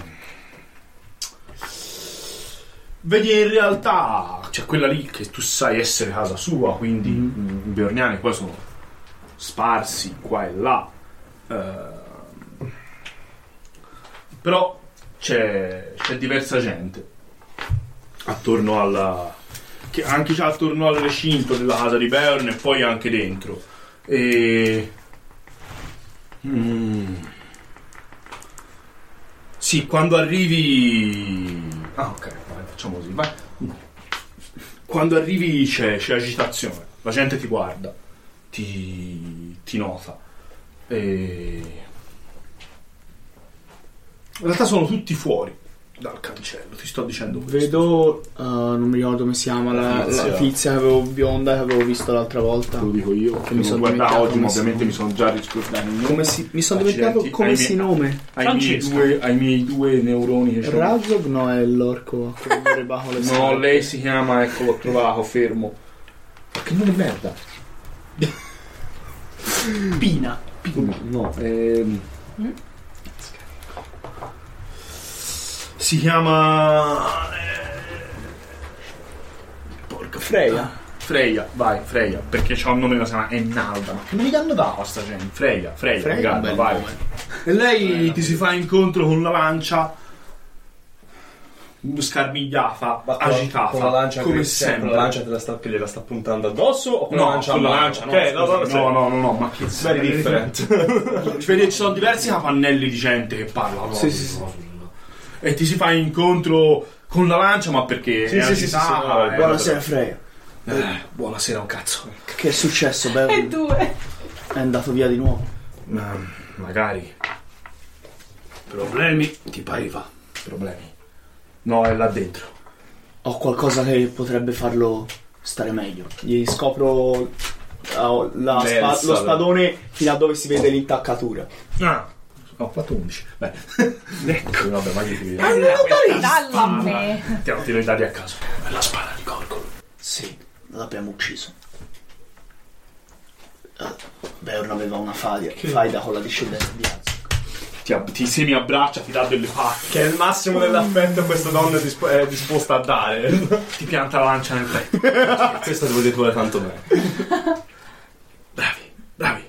Speaker 1: Vedi in realtà, cioè quella lì che tu sai essere casa sua, quindi mm, i Berniani qua sono sparsi qua e là. Ehm, Però c'è, c'è diversa gente attorno alla, che anche già attorno al recinto della casa di Bern e poi anche dentro. E... Mm. Sì, quando arrivi... Ah ok, vai, facciamo così. Vai. Quando arrivi c'è, c'è agitazione, la gente ti guarda, ti, ti nota. E... In realtà sono tutti fuori dal cancello, ti sto dicendo questo.
Speaker 7: Vedo, eh, non mi ricordo come si chiama, la,
Speaker 1: Tizia.
Speaker 7: la tizia che avevo bionda che avevo visto l'altra volta.
Speaker 1: Te lo dico io, che mi
Speaker 7: sono
Speaker 1: sono guardato oggi,
Speaker 7: dimenticato
Speaker 1: ma
Speaker 7: come si-
Speaker 1: ovviamente mi sono già riscordato il nome.
Speaker 7: Come si, mi sono
Speaker 1: Accidenti,
Speaker 7: dimenticato come
Speaker 1: ahimè.
Speaker 7: si nome.
Speaker 1: Ai miei,
Speaker 5: Francesca.
Speaker 1: due, ai miei due neuroni che c'ho.
Speaker 7: Razog no è l'orco con le bacole
Speaker 1: No,
Speaker 7: sale.
Speaker 1: lei si chiama, ecco, l'ho trovato, fermo. Ma Che nome di merda.
Speaker 5: Pina.
Speaker 1: No, ehm. Si chiama. eh, Porca Freya. Freya, vai, Freya. Perché c'ha un nome che si chiama Ennalda. Ma che me li hanno dato a sta gente? Freya, Freya,
Speaker 7: Freya è un
Speaker 1: Ennalda,
Speaker 7: bel
Speaker 1: vai.
Speaker 7: nome.
Speaker 1: E lei ti si fa incontro con la lancia. Scarmigliata,
Speaker 6: con la
Speaker 1: agitata,
Speaker 6: lancia
Speaker 1: come
Speaker 6: che- cioè, con
Speaker 1: sempre.
Speaker 6: la lancia te la sta, che gliela sta puntando addosso o con
Speaker 1: No,
Speaker 6: la lancia
Speaker 1: con la
Speaker 6: a mano?
Speaker 1: lancia, no,
Speaker 6: ok, no, no,
Speaker 1: scusa, no, no, no, no, ma che
Speaker 6: Very different.
Speaker 1: Cioè, vedi, ci sono diversi capannelli di gente che parlano. no? E ti si fa incontro con la lancia, ma perché?
Speaker 6: Sì,
Speaker 1: è
Speaker 6: sì, sì, sì,
Speaker 1: agitata,
Speaker 6: sì, no,
Speaker 1: eh.
Speaker 7: Buonasera Freya.
Speaker 1: Eh, buonasera, un cazzo.
Speaker 7: Che è successo,
Speaker 2: E
Speaker 7: Beverly?
Speaker 2: due.
Speaker 7: È andato via di nuovo.
Speaker 1: Ma, magari,
Speaker 8: Problemi?
Speaker 7: Ti pareva?
Speaker 1: problemi. No, è là dentro.
Speaker 7: Ho qualcosa che potrebbe farlo stare meglio. Gli scopro ah, la
Speaker 6: Beh,
Speaker 7: spa-
Speaker 6: il
Speaker 7: lo
Speaker 6: sale.
Speaker 7: spadone fino a dove si vede l'intaccatura.
Speaker 1: Ah, ho fatto 11. Beh, ecco. Vabbè, ma che ti
Speaker 2: È Dalla a me.
Speaker 1: Ti tiro i dadi a caso.
Speaker 5: La spada di Gorgon.
Speaker 7: Sì, l'abbiamo ucciso. Ah, Beorn aveva una faida, faida con la discendenza di Azog.
Speaker 1: Ti, ab- ti semi abbraccia, ti dà delle pacche.
Speaker 6: che è il massimo dell'affetto che questa donna è, disp- è disposta a dare.
Speaker 1: Ti pianta la lancia nel petto.
Speaker 6: Questa devo dire pure tanto bene.
Speaker 1: Bravi, bravi.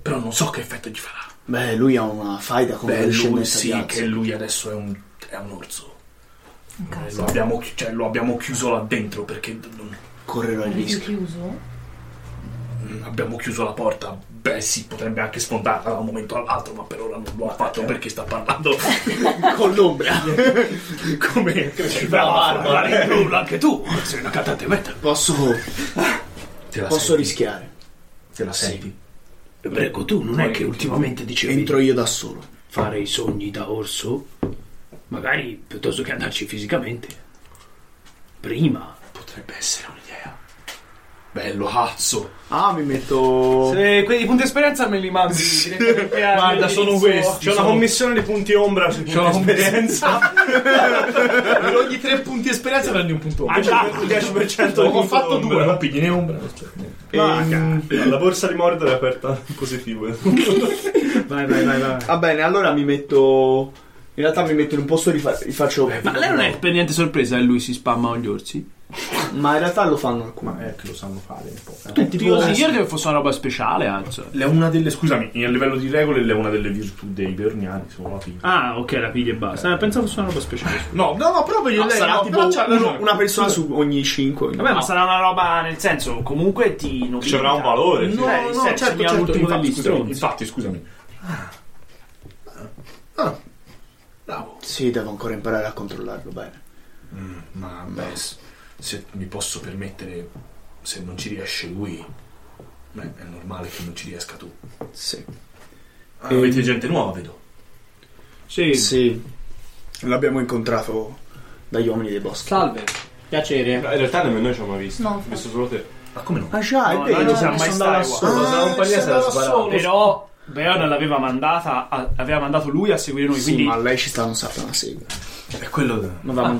Speaker 1: Però non so che effetto gli farà.
Speaker 7: Beh, lui ha una faida con la
Speaker 1: Beh, lui
Speaker 7: discendenza
Speaker 1: sì,
Speaker 7: di
Speaker 1: che
Speaker 7: Azog.
Speaker 1: lui adesso è un, è un orso. Eh, Lo abbiamo, chi- cioè, lo abbiamo chiuso là dentro perché d- non-
Speaker 7: Correrò il
Speaker 2: Rischio
Speaker 7: rischio.
Speaker 2: chiuso?
Speaker 1: non abbiamo chiuso la porta. Beh, sì, potrebbe anche sfondarla da un momento all'altro, ma per ora non lo ha fatto perché sta parlando [LAUGHS]
Speaker 7: Con l'ombra.
Speaker 1: come [LAUGHS] la barba. eh. Nulla, anche tu sei una cantante metal.
Speaker 7: Posso,
Speaker 1: Te la
Speaker 7: posso
Speaker 1: senti?
Speaker 7: rischiare.
Speaker 1: Te la senti? ecco,
Speaker 8: Prego, tu non è che ultimamente dicevi
Speaker 7: Entro io da solo.
Speaker 8: fare i sogni da orso? Magari piuttosto che andarci fisicamente. Prima.
Speaker 1: Potrebbe essere un'idea. Bello, cazzo.
Speaker 7: Ah, mi metto...
Speaker 5: Se quei punti esperienza me li mandi
Speaker 1: [LAUGHS]
Speaker 5: direttamente a-
Speaker 1: Guarda, sono questi.
Speaker 6: C'è una
Speaker 1: sono-
Speaker 6: commissione di punti ombra su
Speaker 1: C'è una
Speaker 6: punti
Speaker 1: competenza.
Speaker 6: [LAUGHS]
Speaker 1: per ogni tre punti esperienza prendi un punto. Cioè,
Speaker 5: Ah, già.
Speaker 6: il 10%
Speaker 1: Ho fatto due, non
Speaker 6: no?
Speaker 1: pigli né ombra.
Speaker 6: E, mm, la borsa di Mordor è aperta [LAUGHS] in positivo.
Speaker 4: Vai, vai, vai, vai.
Speaker 7: Va bene, allora mi metto... In realtà mi metto in un posto e rifa- rifaccio...
Speaker 5: Ma lei non è Eh, per niente sorpresa che lui si spamma con gli orsi?
Speaker 7: Ma in realtà lo fanno alcuni.
Speaker 1: Eh, che lo sanno fare un po'.
Speaker 5: Tutti io credo che fosse una roba speciale, anzi.
Speaker 1: Le una delle, scusami, a livello di regole, le una delle virtù dei berniani sono la figlia.
Speaker 8: Ah, ok, la piglia e basta. Ah, pensavo fosse una roba speciale.
Speaker 1: No, no, no, proprio
Speaker 7: No,
Speaker 1: lei,
Speaker 7: sarà
Speaker 1: no,
Speaker 7: tipo
Speaker 1: però c'ha
Speaker 7: uno-
Speaker 1: ragione.
Speaker 7: una persona su ogni
Speaker 5: [LAUGHS]
Speaker 7: 5.
Speaker 5: Vabbè, ma sarà una roba nel senso, comunque ti nobilita.
Speaker 6: Ci avrà un valore. sì.
Speaker 1: No,
Speaker 5: Eh,
Speaker 1: no,
Speaker 5: sì,
Speaker 1: certo,
Speaker 5: sembra
Speaker 1: certo,
Speaker 5: l'ultimo
Speaker 1: infatti,
Speaker 5: degli
Speaker 1: scusami,
Speaker 5: stronzi.
Speaker 1: infatti, scusami. Ah. Ah. Bravo.
Speaker 7: Sì, devo ancora imparare a controllarlo bene.
Speaker 1: Mm, Ma beh, s- se mi posso permettere, se non ci riesce lui, beh, è normale che non ci riesca tu.
Speaker 7: Sì.
Speaker 1: Ah, avete gente nuova, vedo.
Speaker 8: Sì.
Speaker 7: Sì. L'abbiamo incontrato dagli uomini dei boschi.
Speaker 9: Salve, piacere.
Speaker 6: No, In realtà nemmeno noi ci abbiamo visto.
Speaker 2: No.
Speaker 6: Ho visto solo te.
Speaker 1: Ma come no?
Speaker 7: Ah già,
Speaker 5: No,
Speaker 7: è vero.
Speaker 5: noi non siamo
Speaker 7: mi
Speaker 5: mai
Speaker 7: sono andato
Speaker 5: stati,
Speaker 7: a solo.
Speaker 6: guarda. Ah, se
Speaker 7: se l'era
Speaker 6: andava
Speaker 7: sparata.
Speaker 6: solo.
Speaker 5: Però Beon l'aveva mandata, a- aveva mandato lui a seguire noi,
Speaker 7: Sì,
Speaker 5: quindi
Speaker 7: ma lei ci sta non sapeva una sega.
Speaker 1: È quello da...
Speaker 7: Ma va-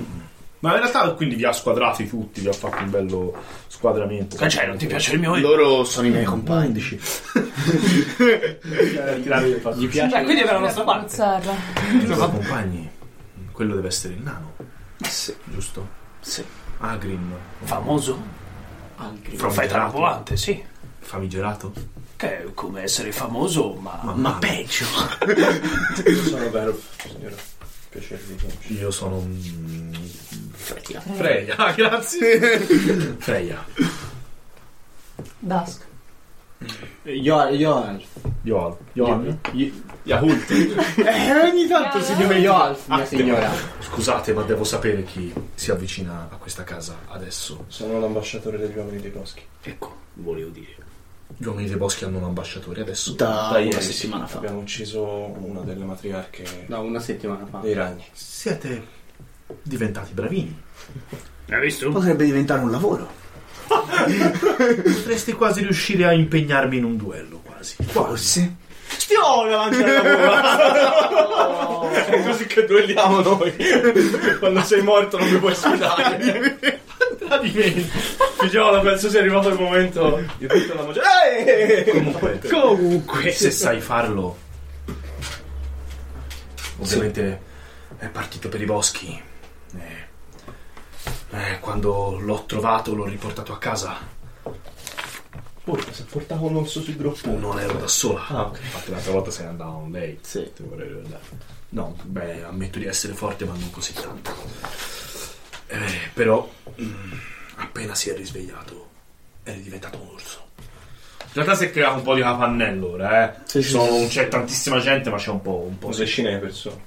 Speaker 1: Ma in realtà quindi vi ha squadrati tutti, vi ha fatto un bello squadramento.
Speaker 5: Che c'è, Ah, cioè, non ti piace il mio
Speaker 7: Loro sono i miei compagni.
Speaker 1: 11. Eh, [LAUGHS]
Speaker 9: Gli piace?
Speaker 5: Beh, quindi è la nostra parte.
Speaker 2: Bizzarra.
Speaker 1: I tuoi compagni. Quello deve essere il nano,
Speaker 7: Sì,
Speaker 1: giusto?
Speaker 7: sì.
Speaker 1: Agrim.
Speaker 5: Famoso profeta volante, sì.
Speaker 1: Famigerato.
Speaker 5: Che è come essere famoso, ma
Speaker 7: Ma peggio.
Speaker 6: Sono vero, signora. Piacere di conoscere.
Speaker 1: Io sono un...
Speaker 7: Eh.
Speaker 2: Tre.
Speaker 1: Freya, Ah,
Speaker 7: [LAUGHS]
Speaker 1: grazie. Freya.
Speaker 2: Dusk.
Speaker 9: Io, io,
Speaker 1: Johan. Johan.
Speaker 7: Eh, ogni tanto si
Speaker 9: io, io, Alf, mia signora.
Speaker 1: Scusate, ma devo sapere chi si avvicina a questa casa adesso.
Speaker 6: Sono l'ambasciatore degli uomini dei boschi.
Speaker 8: Ecco, volevo dire.
Speaker 1: Gli uomini dei boschi hanno un ambasciatore adesso.
Speaker 7: da
Speaker 6: Da
Speaker 5: eh,
Speaker 6: ieri,
Speaker 7: una
Speaker 6: sì.
Speaker 7: settimana fa.
Speaker 6: Abbiamo ucciso una delle matriarche
Speaker 9: No, una settimana fa.
Speaker 6: dei ragni.
Speaker 1: Siete diventati bravini.
Speaker 8: Hai visto?
Speaker 7: Potrebbe diventare un lavoro.
Speaker 1: Potreste quasi riuscire a impegnarmi in un duello, quasi.
Speaker 7: Forse.
Speaker 6: Stiamo la lancia alla gola! È così che duelliamo noi. Quando sei morto non mi puoi sfidare. Tradimento. Figliola, penso sia arrivato il momento. Io tutta la magia. Ehi!
Speaker 1: Comunque,
Speaker 6: Comunque.
Speaker 5: ovunque.
Speaker 1: se sai farlo. Ovviamente è partito per i boschi. Eh, eh, quando l'ho trovato l'ho riportato a casa.
Speaker 6: Porca, se portavo un orso sui gruppo.
Speaker 1: Non ero da sola.
Speaker 6: Ah, ok.
Speaker 1: Infatti l'altra volta se ne andava con lei.
Speaker 6: Sì.
Speaker 1: Ti vorrei ricordare. No, beh, ammetto di essere forte, ma non così tanto. Eh, però, mm, appena si è risvegliato, è diventato un orso. In realtà si è creato un po' di capannello ora, eh.
Speaker 7: Sì, sì,
Speaker 1: Sono-
Speaker 7: sì.
Speaker 1: C'è tantissima gente, ma c'è un po'. Un po'
Speaker 6: Cose scene le persone.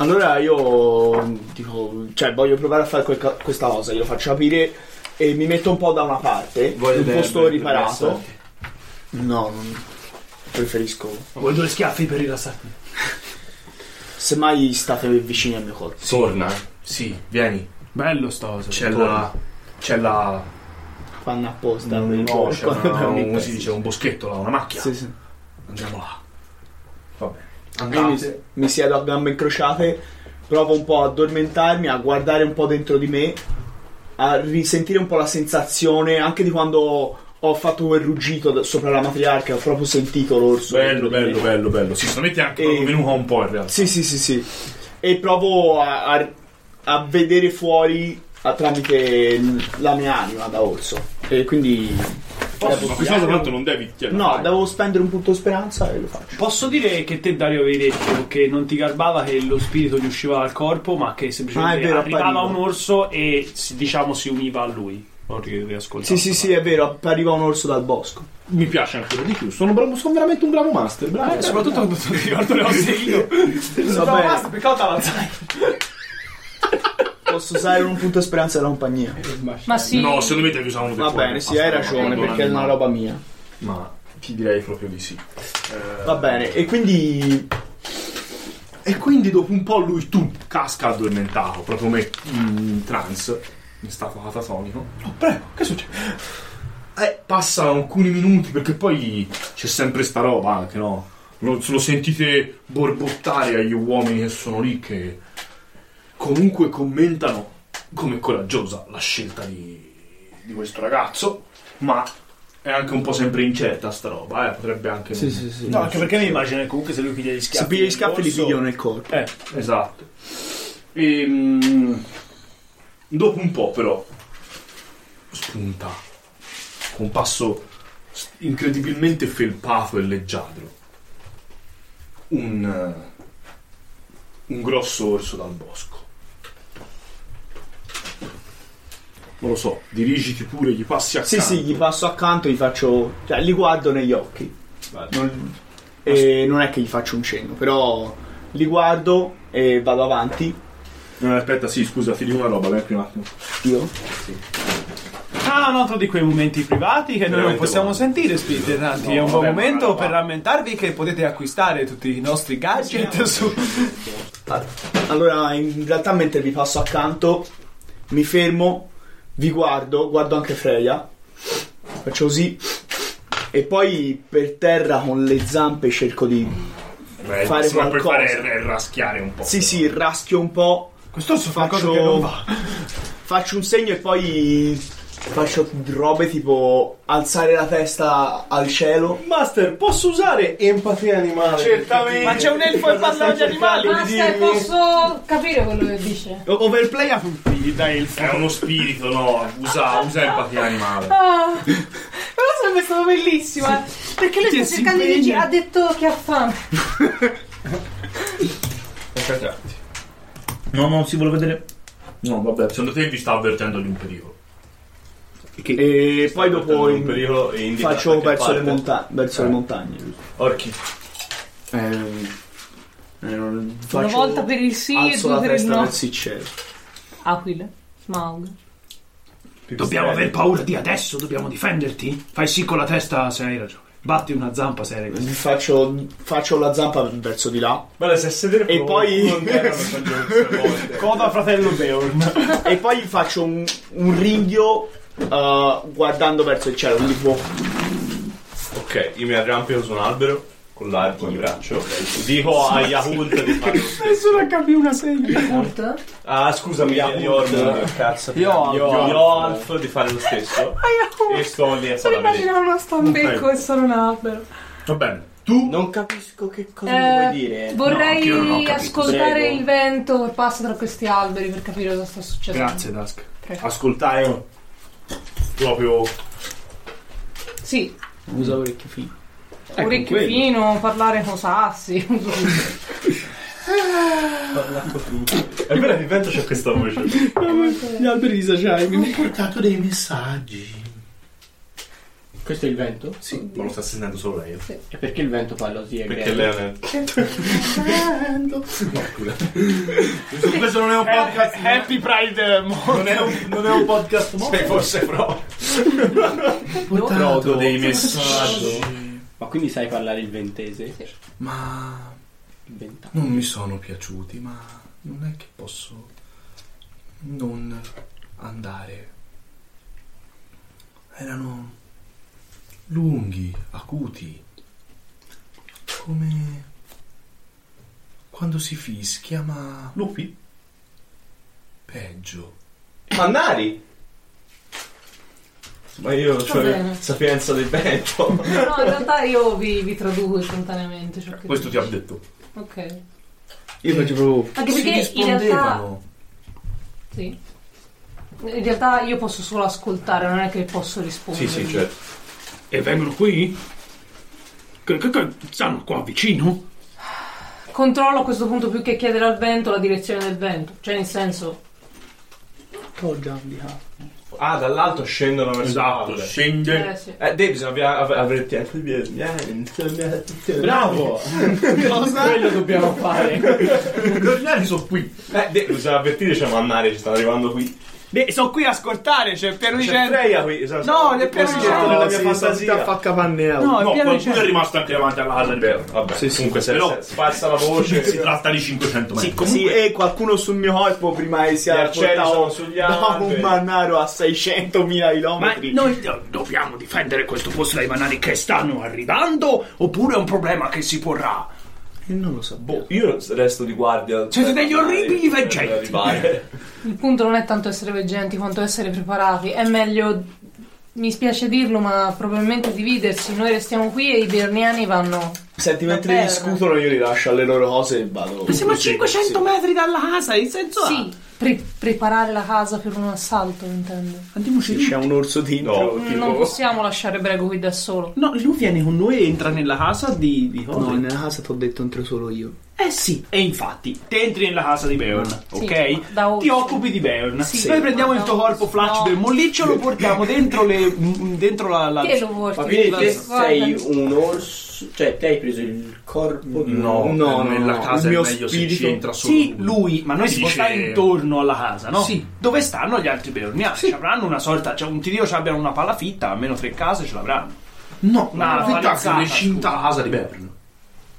Speaker 7: Allora io mm, dico, cioè voglio provare a fare quel ca- questa cosa, glielo faccio aprire e mi metto un po' da una parte,
Speaker 6: Vuoi
Speaker 7: in un
Speaker 6: vedere-
Speaker 7: posto
Speaker 6: per-
Speaker 7: riparato.
Speaker 6: per
Speaker 7: No, non preferisco.
Speaker 5: Vuoi due schiaffi per rilassarti?
Speaker 7: Semmai state vicini al mio corpo.
Speaker 1: Torna. Sì, vieni.
Speaker 5: Bello sta cosa.
Speaker 1: C'è la. C'è la.
Speaker 7: Fanno apposta. per-
Speaker 1: Mm, No,
Speaker 7: [LAUGHS]
Speaker 1: c'è
Speaker 7: quando
Speaker 1: una,
Speaker 7: prendi il
Speaker 1: un,
Speaker 7: pezzo.
Speaker 1: si dice, un boschetto là, una macchia.
Speaker 7: Sì, sì.
Speaker 1: Andiamo là. Va bene.
Speaker 7: Io mi, mi siedo a gambe incrociate, provo un po' a addormentarmi, a guardare un po' dentro di me, a risentire un po' la sensazione anche di quando ho fatto quel ruggito da- sopra la matriarca, ho proprio sentito l'orso.
Speaker 1: Bello,
Speaker 7: dentro di me.
Speaker 1: bello, bello, bello. Sì, solamente anche
Speaker 7: E-
Speaker 1: proprio venuto un po' in realtà.
Speaker 7: Sì, sì, sì, sì. E provo a, a- a vedere fuori a- tramite l- la mia anima da orso. E quindi...
Speaker 1: Posso,
Speaker 7: devo-
Speaker 1: ma questa tanto non devi chiedere.
Speaker 7: No, devo spendere un punto speranza e lo faccio.
Speaker 5: Posso dire che te Dario avevi detto che non ti garbava che lo spirito gli usciva dal corpo, ma che
Speaker 7: Ah,
Speaker 5: semplicemente
Speaker 7: è vero,
Speaker 5: arrivava
Speaker 7: appariva.
Speaker 5: un orso e si- diciamo si univa a lui. Ho ri- riascoltato.
Speaker 7: Sì, sì, sì, è vero, arriva un orso dal bosco.
Speaker 1: Mi piace ancora di più. Sono, bravo- sono veramente un bravo master. Bravo.
Speaker 5: Eh, soprattutto quando ti ricordo le cose io.
Speaker 7: Va
Speaker 5: No,
Speaker 7: bene.
Speaker 5: basta, peccato all'Alzheimer.
Speaker 7: Posso usare un punto speranza della compagnia.
Speaker 2: Ma sì.
Speaker 1: No, secondo me devi usare uno per
Speaker 7: Va
Speaker 1: fuori,
Speaker 7: bene, sì,
Speaker 1: basta,
Speaker 7: hai
Speaker 1: no,
Speaker 7: ragione,
Speaker 1: non
Speaker 7: perché è una
Speaker 1: animale.
Speaker 7: roba mia.
Speaker 1: Ma ti direi proprio di sì.
Speaker 7: Va bene, e quindi.
Speaker 1: E quindi dopo un po' lui tu casca addormentato, proprio come in trance, in stato catatonico.
Speaker 5: Oh, prego, che succede?
Speaker 1: Eh, passano alcuni minuti perché poi c'è sempre sta roba anche, no? Lo, lo sentite borbottare agli uomini che sono lì che comunque commentano come coraggiosa la scelta di, di questo ragazzo, ma è anche un po' sempre incerta sta roba, eh, potrebbe anche... non-
Speaker 7: sì.
Speaker 8: No, anche perché mi immagino che comunque se lui piglia gli schiaffi.
Speaker 7: Se piglia gli scaffi li
Speaker 8: nel
Speaker 7: piglio
Speaker 8: polso-
Speaker 7: nel corpo.
Speaker 8: Eh,
Speaker 1: Esatto. Ehm, dopo un po', però, spunta con un passo s- incredibilmente felpato e leggiadro un, eh, un grosso orso dal bosco. Non lo so, dirigiti pure, gli passi
Speaker 7: Sì,
Speaker 1: accanto.
Speaker 7: sì, gli passo accanto, gli faccio. cioè, li guardo negli occhi.
Speaker 6: Vale.
Speaker 7: Non, e non è che gli faccio un cenno, però li guardo e vado avanti.
Speaker 1: No, Eh, aspetta, sì, scusa, ti dico una roba, vai qui un attimo.
Speaker 7: Io.
Speaker 5: Ah, un altro di quei momenti privati che noi non
Speaker 1: Veramente
Speaker 5: possiamo
Speaker 1: buono.
Speaker 5: sentire, spiriti erranti. È un buon momento per rammentarvi che potete acquistare tutti i nostri gadget su...
Speaker 7: Allora, in realtà, mentre vi passo accanto, mi fermo, vi guardo, guardo anche Freya. Faccio così. E poi per terra con le zampe cerco di.
Speaker 1: Beh,
Speaker 7: Fare
Speaker 1: se non puoi
Speaker 7: qualcosa.
Speaker 1: fare è- è raschiare un po'.
Speaker 7: Sì, sì, raschio un po'.
Speaker 5: Quest'orso fa
Speaker 7: Faccio-
Speaker 5: cose che non va.
Speaker 7: Faccio un segno e poi faccio robe tipo alzare la testa al cielo.
Speaker 9: Master, posso usare empatia animale?
Speaker 6: Certamente.
Speaker 5: Ma c'è un elfo e parlano gli animali.
Speaker 2: Master, posso capire quello che dice?
Speaker 5: O- Overplay a tutti, dai, elfo.
Speaker 1: È uno spirito, no, usa, usa empatia animale.
Speaker 2: Ah, la cosa mi è stata bellissima. Perché lui
Speaker 5: Che
Speaker 2: sta
Speaker 5: si
Speaker 2: cercando di
Speaker 5: impegna.
Speaker 2: dire, ha detto che ha fame.
Speaker 8: no, non si vuole vedere.
Speaker 1: No, vabbè. Secondo te vi sta avvertendo di un pericolo?
Speaker 7: E poi dopo
Speaker 6: in
Speaker 7: in-
Speaker 6: pericolo e indica da
Speaker 7: faccio
Speaker 6: che
Speaker 7: verso le,
Speaker 6: parte. Eh.
Speaker 7: monta- verso le montagne.
Speaker 6: Orchi.
Speaker 5: Ehm,
Speaker 7: Eh, non-
Speaker 2: Una
Speaker 7: faccio-
Speaker 2: volta per il sì e
Speaker 7: alzo
Speaker 2: due
Speaker 7: la
Speaker 2: per il
Speaker 7: testa
Speaker 2: no.
Speaker 7: verso il cielo.
Speaker 2: Aquila, Smaug.
Speaker 5: Dobbiamo aver paura di adesso, dobbiamo difenderti? Fai sì con la testa se hai ragione. Batti una zampa se hai ragione.
Speaker 7: Faccio, faccio la zampa verso di là.
Speaker 6: Guarda, se sedere Eh,
Speaker 7: E poi-
Speaker 5: Coda fratello Beorn.
Speaker 7: [LAUGHS] e poi faccio un, un ringhio uh, eh, guardando verso il cielo. Quindi tipo,
Speaker 6: Ok, io mi arrampio su un albero con l'arco in braccio. Dico a Yahult di fare lo stesso.
Speaker 5: Nessuno capì una serie.
Speaker 6: Ah, scusami, Yahult. Cazzo.
Speaker 9: Io-
Speaker 6: Yolf di fare lo stesso. E sto lì a
Speaker 2: Solo
Speaker 6: salvare.
Speaker 2: immaginare oh, uno stambecco e solo un albero.
Speaker 1: Va bene. Tu
Speaker 9: Non capisco che cosa
Speaker 2: Eh,
Speaker 9: vuoi dire.
Speaker 1: No, io non ho
Speaker 2: Vorrei
Speaker 1: capito.
Speaker 2: ascoltare
Speaker 9: Prego.
Speaker 2: il vento che passa tra questi alberi per capire cosa sta succedendo.
Speaker 1: Grazie, Dusk.
Speaker 2: Prego.
Speaker 1: Ascoltai un-
Speaker 6: oh.
Speaker 1: proprio
Speaker 2: Sì,
Speaker 5: Usa orecchio fino.
Speaker 2: orecchio fino, parlare con sassi.
Speaker 6: È vero, mi vento c'è questa voce.
Speaker 1: [LAUGHS]
Speaker 7: Gli alberi di Saciai.
Speaker 4: Ho portato dei messaggi.
Speaker 9: Questo è il vento?
Speaker 4: Sì.
Speaker 1: ma lo sta sentendo solo lei.
Speaker 9: E perché il vento parla così? è
Speaker 6: Perché
Speaker 9: greco?
Speaker 6: lei
Speaker 1: Questo, questo non è un
Speaker 7: Eh.
Speaker 1: podcast.
Speaker 5: Happy Pride eh, Month.
Speaker 1: Non è un, non è un podcast
Speaker 6: Se
Speaker 1: morto.
Speaker 6: fosse però.
Speaker 4: Ho portato
Speaker 1: dei
Speaker 9: Ma quindi sai parlare il ventese?
Speaker 2: Sì.
Speaker 1: Ma
Speaker 9: Il ventano.
Speaker 1: non mi sono piaciuti, ma non è che posso non andare. Erano lunghi, acuti, come quando si fischia, ma
Speaker 6: Lupi?
Speaker 1: peggio.
Speaker 6: Mannari! Ma io ho
Speaker 2: Va bene.
Speaker 6: sapienza
Speaker 2: [LAUGHS]
Speaker 6: del vento.
Speaker 2: No, in realtà io vi, vi traduco spontaneamente. ciò che
Speaker 1: Questo ti
Speaker 2: dice.
Speaker 1: ho detto.
Speaker 2: Ok.
Speaker 7: Io non ci provo.
Speaker 2: Anche
Speaker 1: Si
Speaker 2: perché in realtà.
Speaker 1: rispondevano.
Speaker 2: Sì. In realtà io posso solo ascoltare, non è che posso rispondere.
Speaker 6: Sì, sì, certo.
Speaker 8: E vengono qui? Che- che- che- Stanno qua vicino?
Speaker 2: Controllo a questo punto più che chiedere al vento la direzione del vento. Cioè, nel senso,
Speaker 6: Ah, dall'alto scendono verso
Speaker 1: Esatto,
Speaker 6: valle.
Speaker 1: scende.
Speaker 2: eh, sì.
Speaker 6: Eh, dei bisogna avvia- av- avverti anche eh.
Speaker 9: Bravo! Quello dobbiamo fare.
Speaker 2: Eh.
Speaker 1: I cardinali sono qui.
Speaker 6: Eh, dei bisogna avvertire, cioè, mannari, ci stanno arrivando qui.
Speaker 5: Beh, sono qui a ascoltare, c'è il piano di
Speaker 6: C'è
Speaker 5: gente.
Speaker 6: Freya qui. esatto.
Speaker 5: No, le piano di
Speaker 6: scherzo
Speaker 5: gente.
Speaker 6: della mia fantasia.
Speaker 5: No,
Speaker 1: No,
Speaker 5: il piano di
Speaker 1: qualcuno è
Speaker 5: gente.
Speaker 1: rimasto anche davanti alla casa di
Speaker 6: Beh,
Speaker 1: Beh,
Speaker 6: vabbè,
Speaker 1: Sì, sì,
Speaker 6: comunque se
Speaker 1: però-
Speaker 6: se spazza la voce.
Speaker 1: Si tratta di 500 metri.
Speaker 7: Sì, e qualcuno sul mio corpo prima che
Speaker 6: Gli
Speaker 7: sia
Speaker 6: arcieri sono
Speaker 7: portato [LAUGHS]
Speaker 6: sugli
Speaker 7: da un
Speaker 6: alberi.
Speaker 7: mannaro a 600.000
Speaker 8: Ma
Speaker 7: km.
Speaker 8: noi do- dobbiamo difendere questo posto dai manari che stanno arrivando? Oppure è un problema che si porrà?
Speaker 7: non lo so.
Speaker 6: Boh, io resto di guardia.
Speaker 8: Siete degli orribili
Speaker 6: Per
Speaker 8: veggenti.
Speaker 6: arrivare.
Speaker 2: Il punto non è tanto essere veggenti quanto essere preparati. È meglio, mi spiace dirlo, ma probabilmente dividersi. Noi restiamo qui e i berniani vanno.
Speaker 7: Senti, mentre
Speaker 2: Davvero?
Speaker 7: discutono io li lascio alle loro cose e vado.
Speaker 5: Ma siamo a
Speaker 7: Sì,
Speaker 5: 500
Speaker 7: sì.
Speaker 5: metri dalla casa, in senso...
Speaker 2: Sì, pre- preparare la casa per un assalto, intendo.
Speaker 5: Andiamoci
Speaker 7: C'è un orso dentro.
Speaker 6: No,
Speaker 2: Mm, Non
Speaker 6: tipo...
Speaker 2: possiamo lasciare Brego qui da solo.
Speaker 5: No, lui viene con noi e entra nella casa di... di
Speaker 7: No, nella casa ti ho detto entro solo io.
Speaker 5: Eh sì, e infatti, te entri nella casa di Beorn,
Speaker 2: Sì,
Speaker 5: ok?
Speaker 2: da
Speaker 5: Ti
Speaker 2: orso.
Speaker 5: occupi di Beorn.
Speaker 2: Sì.
Speaker 5: Noi prendiamo il tuo
Speaker 2: Da
Speaker 5: corpo
Speaker 2: orso.
Speaker 5: flash
Speaker 2: No.
Speaker 5: del molliccio, lo portiamo dentro le... mm, dentro la... la-
Speaker 2: Che lo vuoi?
Speaker 9: Ma quindi
Speaker 2: Guarda,
Speaker 9: te sei
Speaker 2: guarda.
Speaker 9: un orso. Cioè, te hai preso il corpo di
Speaker 1: No,
Speaker 7: No, no,
Speaker 1: nella
Speaker 7: no,
Speaker 1: casa
Speaker 7: il
Speaker 1: è
Speaker 7: mio
Speaker 1: meglio se ci
Speaker 7: spirito-
Speaker 1: entra solo
Speaker 5: Sì, lui, ma noi si può
Speaker 1: Dice-
Speaker 5: stare intorno alla casa, no?
Speaker 1: Sì.
Speaker 5: Dove stanno gli altri beorniani? Ci avranno una sorta, cioè un tirio ci abbiano una palafitta, almeno tre case ce l'avranno.
Speaker 1: No,
Speaker 5: Una
Speaker 1: una vita che
Speaker 5: palazzata,
Speaker 1: recinta la casa di Bern.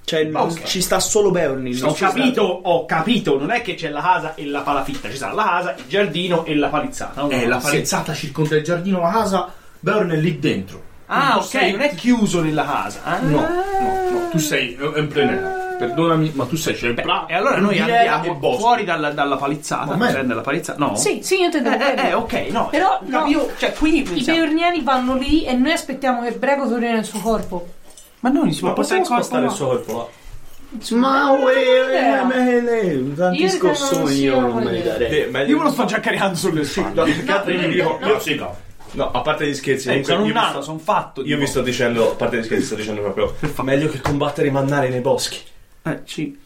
Speaker 7: Cioè, non-
Speaker 5: Ok.
Speaker 7: ci sta solo Beorn lì.
Speaker 5: Ho capito, ho capito, non è che c'è la casa e la palafitta, ci sarà la casa, il giardino e Eh, la palizzata. no?
Speaker 1: È Eh, la palizzata circonda il giardino, la casa, Bern è lì dentro.
Speaker 5: Ah,
Speaker 1: Tu
Speaker 5: ok,
Speaker 1: sei-
Speaker 5: non è chiuso nella casa. Ah.
Speaker 1: No, no, no, tu sei eh, in plein air. Perdonami, ma tu sei sempre.
Speaker 5: E allora noi
Speaker 1: Riviera
Speaker 5: andiamo
Speaker 1: e bosco.
Speaker 5: fuori dalla, dalla palizzata,
Speaker 1: Ma me-
Speaker 5: prende la palizzata. No?
Speaker 2: Sì, sì, io te
Speaker 5: Eh,
Speaker 2: devo.
Speaker 5: eh, eh, ok, no.
Speaker 2: Però,
Speaker 5: No,
Speaker 2: no.
Speaker 5: io, cioè, qui
Speaker 2: I
Speaker 5: pensiamo-
Speaker 2: beorniani vanno lì e noi aspettiamo che Brego torni nel suo corpo.
Speaker 5: Ma noi non si può
Speaker 6: Ma
Speaker 5: portare
Speaker 6: possiamo
Speaker 5: il corpo.
Speaker 6: spostare
Speaker 5: no?
Speaker 6: il suo corpo là?
Speaker 7: Ma
Speaker 2: idea.
Speaker 7: uè, tanti
Speaker 2: Io ritengo non
Speaker 7: scossoni
Speaker 2: sia
Speaker 7: io
Speaker 2: una
Speaker 7: non me li
Speaker 2: idea.
Speaker 7: darei.
Speaker 6: Beh, Eh, meglio-
Speaker 5: Io me lo sto già caricando sulle spalle. Cioè,
Speaker 6: No, più che altro io vi dico-
Speaker 1: No, sì, no.
Speaker 6: No, a parte gli scherzi,
Speaker 5: Eh,
Speaker 6: comunque,
Speaker 5: sono un
Speaker 6: io vi
Speaker 5: nano,
Speaker 6: sto-
Speaker 5: sono fatto. di
Speaker 6: Io vi
Speaker 5: nuovo.
Speaker 6: sto dicendo, a parte gli scherzi, sto dicendo proprio. Fa meglio che combattere i mannari nei boschi.
Speaker 5: Eh, sì.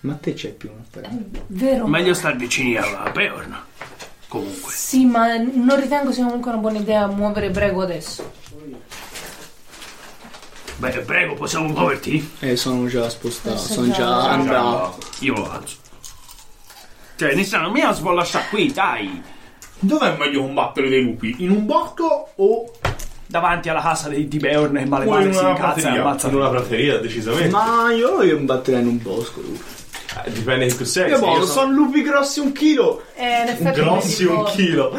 Speaker 7: Ma te c'è più una speranza.
Speaker 2: Vero?
Speaker 8: Meglio star vicini alla Beorn. Comunque.
Speaker 2: Sì, ma non ritengo sia comunque una buona idea muovere Brego adesso.
Speaker 8: Beh, prego, possiamo muoverti?
Speaker 7: Eh, sono già spostato,
Speaker 2: Adesso
Speaker 7: sono
Speaker 2: già-
Speaker 7: già andato.
Speaker 8: Io lo alzo.
Speaker 5: Cioè, Nissan, non mi la si può lasciare qui, dai.
Speaker 1: Dov'è meglio combattere dei lupi? In un bosco o.
Speaker 5: Davanti alla casa di, di Beorn e male
Speaker 1: Poi
Speaker 5: male
Speaker 1: in
Speaker 5: si
Speaker 1: una
Speaker 5: incazza e
Speaker 1: prateria,
Speaker 5: ammazza.
Speaker 6: In una prateria, decisamente.
Speaker 7: Ma io lo imbatterei in un bosco.
Speaker 6: Eh, Dipende che tu sei.
Speaker 7: Io
Speaker 6: se io
Speaker 7: boh, sono lupi grossi un chilo.
Speaker 2: Eh, in effetti
Speaker 6: Grossi un
Speaker 2: tipo-
Speaker 6: chilo.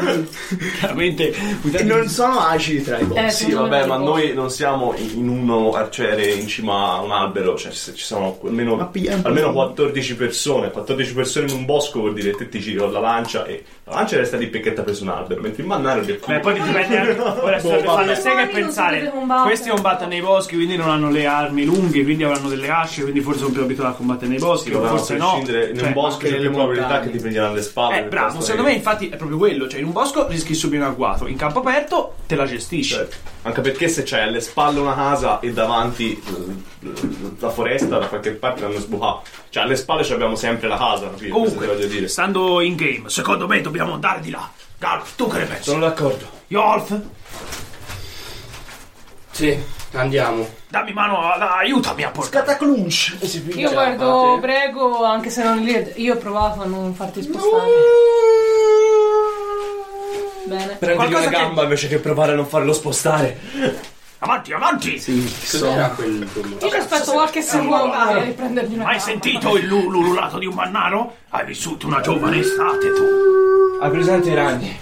Speaker 5: Chiaramente,
Speaker 7: E non sono agili tra i boss.
Speaker 2: Eh,
Speaker 6: Sì,
Speaker 2: sono
Speaker 6: vabbè,
Speaker 2: tipo-
Speaker 6: ma noi non siamo in uno arciere in cima a un albero, cioè se ci sono
Speaker 7: Ma
Speaker 6: almeno,
Speaker 7: piglia un po'
Speaker 6: almeno
Speaker 7: di-
Speaker 6: 14 persone. 14 persone in un bosco vuol dire te ti giri con la lancia e la lancia resta lì picchetta preso un albero, mentre il mannario è
Speaker 8: Beh, poi dipende anche. Ora sto
Speaker 6: Boh, vabbè.
Speaker 8: fanno sega e
Speaker 2: Poi non
Speaker 8: pensare.
Speaker 2: potete combattere.
Speaker 8: Questi combattono nei boschi, quindi non hanno le armi lunghe, quindi avranno delle asce, quindi forse sono più abituati a combattere nei boschi,
Speaker 6: No,
Speaker 8: forse no.
Speaker 6: prescindere, in
Speaker 8: Cioè,
Speaker 6: un bosco
Speaker 4: anche
Speaker 6: c'è
Speaker 4: nelle
Speaker 6: più probabilità
Speaker 4: montagne.
Speaker 6: che ti prendieranno le spalle.
Speaker 5: Eh, bravo,
Speaker 6: piuttosto
Speaker 5: secondo
Speaker 6: che-
Speaker 5: me infatti è proprio quello, cioè in un bosco rischi di subire un agguato, in campo aperto te la gestisci.
Speaker 6: Cioè, anche perché se c'è alle spalle una casa e davanti eh, la foresta, da qualche parte l'hanno sbucata. Cioè, alle spalle ci abbiamo sempre la casa, capito?
Speaker 8: Comunque,
Speaker 6: Questo ti voglio dire.
Speaker 8: stando in game, secondo me dobbiamo andare di là. Garf, tu che ne pensi?
Speaker 6: Sono d'accordo.
Speaker 8: Yolf,
Speaker 1: Eh,
Speaker 9: Sì, andiamo.
Speaker 8: dammi mano, a- aiutami a portare.
Speaker 7: Cataclunch!
Speaker 2: Io guardo Prego, anche se non lì, io ho provato a non farti spostare. Bene.
Speaker 6: Prenditi
Speaker 8: Qualcosa
Speaker 6: una
Speaker 8: che-
Speaker 6: gamba invece che provare a non farlo spostare.
Speaker 8: Avanti, avanti!
Speaker 9: Cos'era quel rumore?
Speaker 2: Io ci aspetto qualche secondo per riprendermi una
Speaker 8: Mai
Speaker 2: gamba.
Speaker 8: sentito il lu- l'ululato di un mannaro? Hai vissuto una giovane estate tu.
Speaker 6: Hai presente i ragni?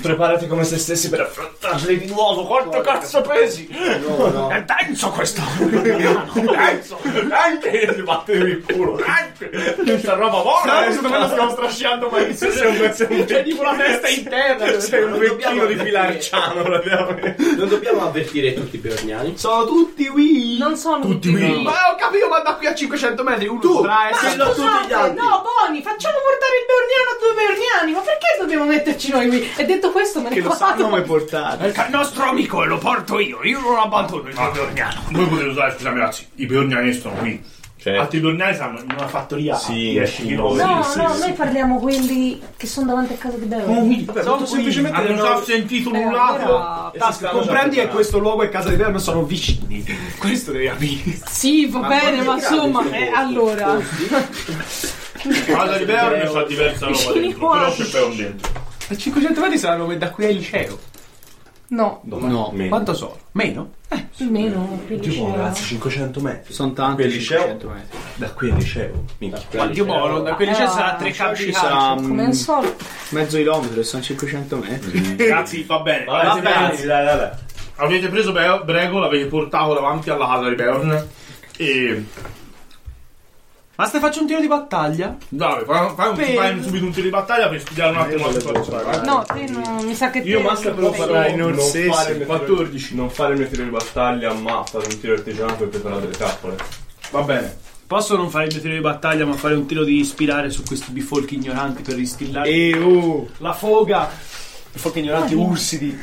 Speaker 6: Preparati come se stessi per affrontarli di nuovo. Quanto cazzo pesi?
Speaker 8: È denso questo!
Speaker 6: [LAUGHS]
Speaker 8: denso!
Speaker 6: Anche battevi il culo. Anche questa roba buona. Adesso me la stiamo strasciando, ma se sei un pezzo tipo la testa interna. Sei un vecchino di Pilarciano, praticamente.
Speaker 9: Non dobbiamo avvertire tutti i berniani.
Speaker 4: Sono tutti Wii!
Speaker 2: Non sono tutti qui.
Speaker 4: Ma ho capito, ma da qui a 500 metri uno potrà
Speaker 2: Ma
Speaker 4: essere...
Speaker 2: scusate, no, Boni, facciamo portare il Berniano a due Berniani, ma perché dobbiamo metterci noi qui? E detto questo me ne
Speaker 7: Che lo
Speaker 2: vado.
Speaker 7: sanno come portare.
Speaker 8: Il nostro amico lo porto io, io non abbandono il mio berniano.
Speaker 1: Ah. Voi potete usare, scusami ragazzi, i peorniani sono qui.
Speaker 6: Cioè,
Speaker 1: Altri peorniani stanno in una fattoria
Speaker 6: Eh. Sì,
Speaker 1: a 10
Speaker 6: sì,
Speaker 1: km.
Speaker 2: No,
Speaker 6: Sì, sì,
Speaker 2: no,
Speaker 6: sì.
Speaker 2: noi parliamo quelli che sono davanti a casa di Beo.
Speaker 6: Vabbè, molto semplicemente
Speaker 1: Hanno già sentito un lato.
Speaker 4: Tasca, comprendi che questo luogo e casa di Verme sono vicini. Questo devi capire.
Speaker 2: Sì, va bene, ma insomma, eh,
Speaker 6: oh,
Speaker 2: allora.
Speaker 1: Casa di Berne c'ha diversa roba
Speaker 2: Vicini
Speaker 1: dentro,
Speaker 2: qua.
Speaker 1: però c'è Beorn dentro.
Speaker 5: A 500 metri saranno da qui al liceo.
Speaker 2: No,
Speaker 7: No,
Speaker 5: Quanto sono? Meno?
Speaker 2: più o meno. più di
Speaker 6: Tipo,
Speaker 2: cento.
Speaker 6: ragazzi, 500 metri.
Speaker 7: sono tanti.
Speaker 6: Per il liceo?
Speaker 7: 500 metri.
Speaker 6: Da qui al liceo. Minchia.
Speaker 5: Ma Dio buono, da qui al liceo
Speaker 2: Eh,
Speaker 5: sarà tre
Speaker 7: Ciao,
Speaker 5: campi
Speaker 7: ci
Speaker 5: di
Speaker 7: sarà
Speaker 5: calcio.
Speaker 2: Come al
Speaker 7: mezzo
Speaker 2: solito.
Speaker 7: chilometro e sono 500 metri.
Speaker 1: Ragazzi, va bene.
Speaker 6: Vabbè,
Speaker 1: Avete,
Speaker 6: ragazzi, dai, dai, dai.
Speaker 1: avete preso Be- Brego, l'avete portato davanti alla casa di Beorn. E.
Speaker 5: Ma se faccio un tiro di battaglia?
Speaker 1: Dai, fai, fai un-
Speaker 5: Per-
Speaker 1: fai subito un tiro di battaglia per studiare un attimo la situazione.
Speaker 2: No, te no, mi sa che te
Speaker 6: Io master
Speaker 2: non
Speaker 6: però
Speaker 2: sei.
Speaker 6: farò
Speaker 7: in
Speaker 6: non
Speaker 7: Orsese,
Speaker 6: fare il mio tiro-
Speaker 1: 14.
Speaker 6: non fare il mio tiro di battaglia, ma fare un tiro artigiano per preparare delle trappole.
Speaker 1: Va bene.
Speaker 8: Posso non fare il mio tiro di battaglia, ma fare un tiro di ispirare su questi bifolchi ignoranti per instillare
Speaker 7: E
Speaker 6: uh.
Speaker 7: oh,
Speaker 8: la foga?
Speaker 5: Forche ignoranti
Speaker 6: [LAUGHS]
Speaker 5: ursidi.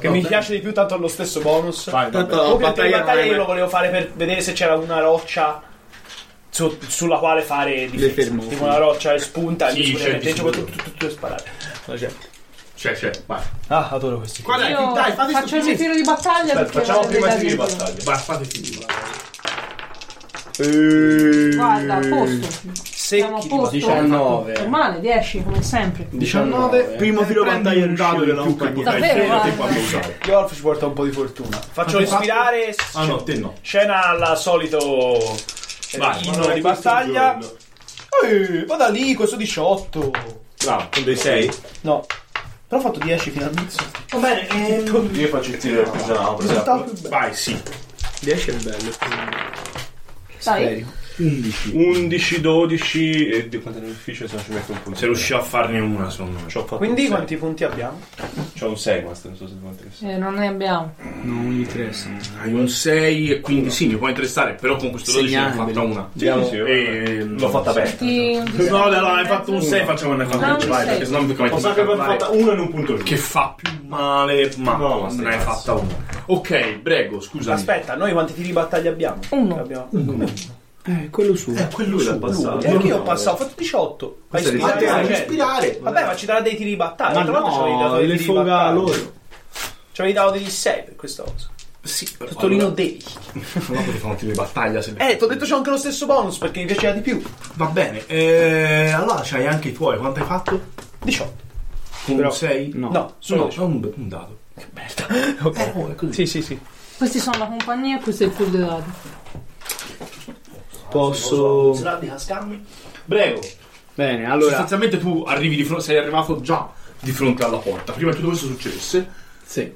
Speaker 5: che mi piace di più, tanto hanno lo stesso bonus.
Speaker 1: Vai, va
Speaker 7: tanto
Speaker 1: bene.
Speaker 7: la
Speaker 5: Comunque il tiro di
Speaker 7: battaglia
Speaker 5: battaglia io lo
Speaker 7: non è
Speaker 5: volevo fare per vedere se c'era una roccia su- sulla quale fare
Speaker 7: le
Speaker 5: difesa.
Speaker 7: fermo.
Speaker 5: Tipo una roccia e spunta,
Speaker 1: Sì,
Speaker 5: lì
Speaker 1: c'è
Speaker 5: sicuramente
Speaker 1: di
Speaker 5: gioco
Speaker 1: sicuro.
Speaker 5: tutto, tutto, tutto e sparare. La gente.
Speaker 1: C'è, c'è, vai.
Speaker 5: Ah, adoro questi.
Speaker 4: Qual è?
Speaker 2: Io
Speaker 4: Dai, fate
Speaker 2: faccio il mio
Speaker 4: sto
Speaker 2: tiro di battaglia
Speaker 6: Aspetta,
Speaker 2: perché
Speaker 6: facciamo
Speaker 2: voglio
Speaker 6: prima il
Speaker 2: vedere
Speaker 6: tiro di
Speaker 2: più.
Speaker 6: battaglia.
Speaker 1: Vai, fate finire.
Speaker 2: Guarda, a posto. Siamo a posto.
Speaker 9: 19.
Speaker 2: Normale, 10 come sempre.
Speaker 9: 19.
Speaker 7: Primo tiro battaglia
Speaker 1: un dado del
Speaker 7: riuscito, no?
Speaker 1: più che
Speaker 7: Niente.
Speaker 1: potrai
Speaker 2: Davvero,
Speaker 1: scegliere
Speaker 2: guarda.
Speaker 1: quando usare.
Speaker 5: Golf ci porta un po' di fortuna. Faccio
Speaker 1: Avete fatto?
Speaker 5: ispirare.
Speaker 1: Ah no, te no.
Speaker 5: Scena alla solito. eh,
Speaker 1: Vai,
Speaker 5: inno di battaglia. Ehi, vada lì, questo 18.
Speaker 6: Bravo, con dei 6?
Speaker 5: No. Però ho fatto 10 finalmente.
Speaker 7: Va bene, ehm,
Speaker 6: Io faccio il tiro artigiano, per esempio.
Speaker 1: Vai, sì.
Speaker 7: 10 è bello.
Speaker 2: Dai.
Speaker 6: 11, 12 e eh, di quanto è difficile se non ci metto un punto.
Speaker 1: Se riuscivo a farne una, secondo me.
Speaker 6: C'ho fatto
Speaker 5: Quindi
Speaker 6: un
Speaker 5: quanti punti abbiamo?
Speaker 7: Ah,
Speaker 6: sei. C'ho un 6 questo, non so se quanti
Speaker 2: Eh, non ne abbiamo.
Speaker 7: Non gli interessa.
Speaker 1: Hai un 6 e quindi sì, mi può interessare, però con questo 12 ne ho
Speaker 7: Segnale,
Speaker 1: fatta una.
Speaker 6: Sì, sì, vabbè.
Speaker 1: Ehm,
Speaker 6: L'ho fatta bene.
Speaker 2: Ti-
Speaker 1: No, allora hai fatto un 6, facciamo ne hai fatto
Speaker 2: No,
Speaker 1: un
Speaker 2: un
Speaker 1: 6,
Speaker 2: sei.
Speaker 1: perché sennò mi tocca
Speaker 6: Lo so che
Speaker 1: mettere
Speaker 6: avevo
Speaker 1: una
Speaker 6: fatta una in un punto giù.
Speaker 1: che fa più male, ma
Speaker 6: No, ma
Speaker 1: non
Speaker 6: stai
Speaker 1: ne hai
Speaker 6: cazzo.
Speaker 1: fatta una. Ok, prego, scusa.
Speaker 5: Aspetta, noi quanti tiri di battaglia abbiamo?
Speaker 2: Uno.
Speaker 5: Abbiamo-
Speaker 7: Eh, quello suo.
Speaker 6: Quello l'ha passato.
Speaker 5: E anche io ho passato, ho fatto 18. Ma
Speaker 7: Questo è
Speaker 5: ispirare
Speaker 7: rispetto.
Speaker 5: la
Speaker 7: Ah,
Speaker 4: Devi
Speaker 5: gente.
Speaker 4: ispirare.
Speaker 5: Vabbè, ma ci darà dei tiri di battaglia.
Speaker 7: Ma
Speaker 5: L'altra volta ci avevi dato
Speaker 7: no,
Speaker 5: dei
Speaker 7: le
Speaker 5: tiri di
Speaker 7: foga
Speaker 5: battaglia.
Speaker 7: loro.
Speaker 5: Ci avevi dato degli 6 per questa cosa.
Speaker 1: Eh, Sì, però
Speaker 5: Sottolineo
Speaker 1: allora,
Speaker 5: dei.
Speaker 1: allora potevi fare un tiro di battaglia se
Speaker 5: Eh, ti ho detto c'ho anche lo stesso bonus perché mi piaceva di più.
Speaker 1: Va bene, eh, allora c'hai anche i tuoi, quanto hai fatto?
Speaker 5: 18.
Speaker 1: Con 6?
Speaker 7: No.
Speaker 5: No, sono
Speaker 1: sono un, un dato.
Speaker 5: Ok. Sì, sì, sì.
Speaker 2: Questi sono la compagnia e questo è il pool dei dati.
Speaker 7: Posso.
Speaker 1: Prego.
Speaker 7: Bene, allora.
Speaker 1: Sostanzialmente tu arrivi di fronte, sei arrivato già di fronte alla porta. Prima che tutto questo succedesse,
Speaker 7: Sì.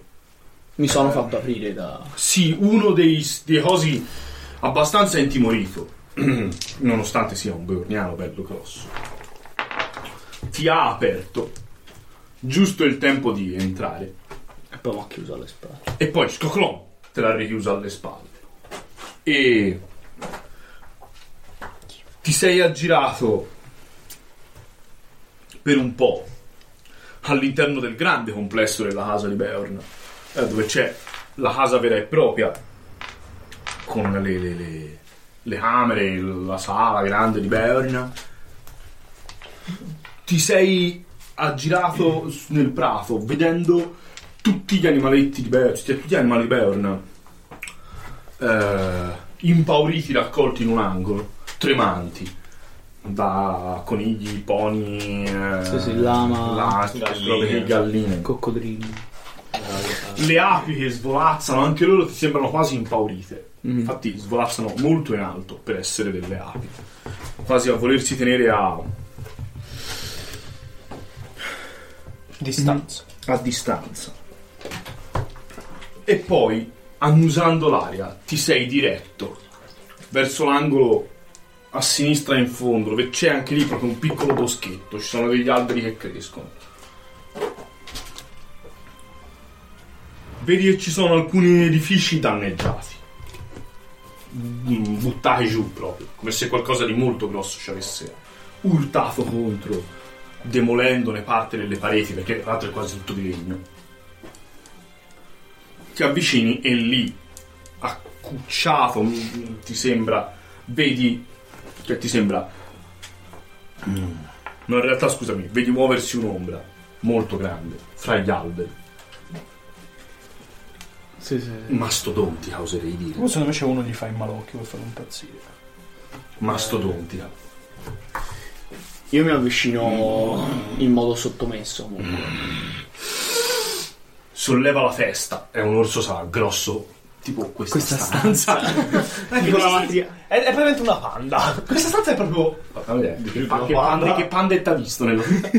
Speaker 7: Mi sono fatto aprire da.
Speaker 1: sì, uno dei, dei cosi abbastanza intimorito, [CLEARS THROAT] nonostante sia un beorniano bello grosso, ti ha aperto giusto il tempo di entrare
Speaker 7: E poi mi ho chiuso alle spalle.
Speaker 1: e poi scoclon te l'ha richiusa alle spalle e ti sei aggirato per un po' all'interno del grande complesso della casa di Beorn eh, dove c'è la casa vera e propria con le, le- le- le camere la sala grande di Beorn ti sei aggirato s- nel prato vedendo tutti gli animaletti di Beorn, cioè tutti tutti gli animali di Beorn eh, impauriti raccolti in un angolo, tremanti da conigli, pony, eh,
Speaker 7: Sì, sì, lama,
Speaker 1: lastre,
Speaker 6: galline.
Speaker 1: galline.
Speaker 7: Coccodrillo.
Speaker 1: Le api che svolazzano, anche loro ti sembrano quasi impaurite.
Speaker 7: Mm.
Speaker 1: Infatti svolazzano molto in alto per essere delle api. Quasi a volersi tenere a,
Speaker 5: Distanza.
Speaker 1: a distanza. E poi, annusando l'aria, ti sei diretto verso l'angolo a sinistra in fondo, dove c'è anche lì proprio un piccolo boschetto, ci sono degli alberi che crescono. Vedi che ci sono alcuni edifici danneggiati, Mm, buttati giù proprio, come se qualcosa di molto grosso ci avesse urtato contro demolendone parte delle pareti, perché tra l'altro è quasi tutto di legno. Ti avvicini e lì, accucciato, mm, mm, ti sembra, vedi, cioè ti sembra... Mm. No, in realtà scusami, vedi muoversi un'ombra molto grande fra gli alberi,
Speaker 7: Sì, sì. Eh.
Speaker 1: mastodontica oserei dire,
Speaker 5: Questo invece uno gli fa il malocchio per farlo impazzire.
Speaker 1: mastodontica.
Speaker 7: Io mi avvicino in modo sottomesso. comunque.
Speaker 1: Solleva la testa, è un orso sarà grosso, tipo questa,
Speaker 7: Questa
Speaker 1: [LAUGHS] stanza.
Speaker 7: Tipo la mattina.
Speaker 5: È, è praticamente una panda.
Speaker 1: questa stanza è proprio... Fammi vedere,
Speaker 6: una
Speaker 1: che panda, che panda t'ha visto nella vita?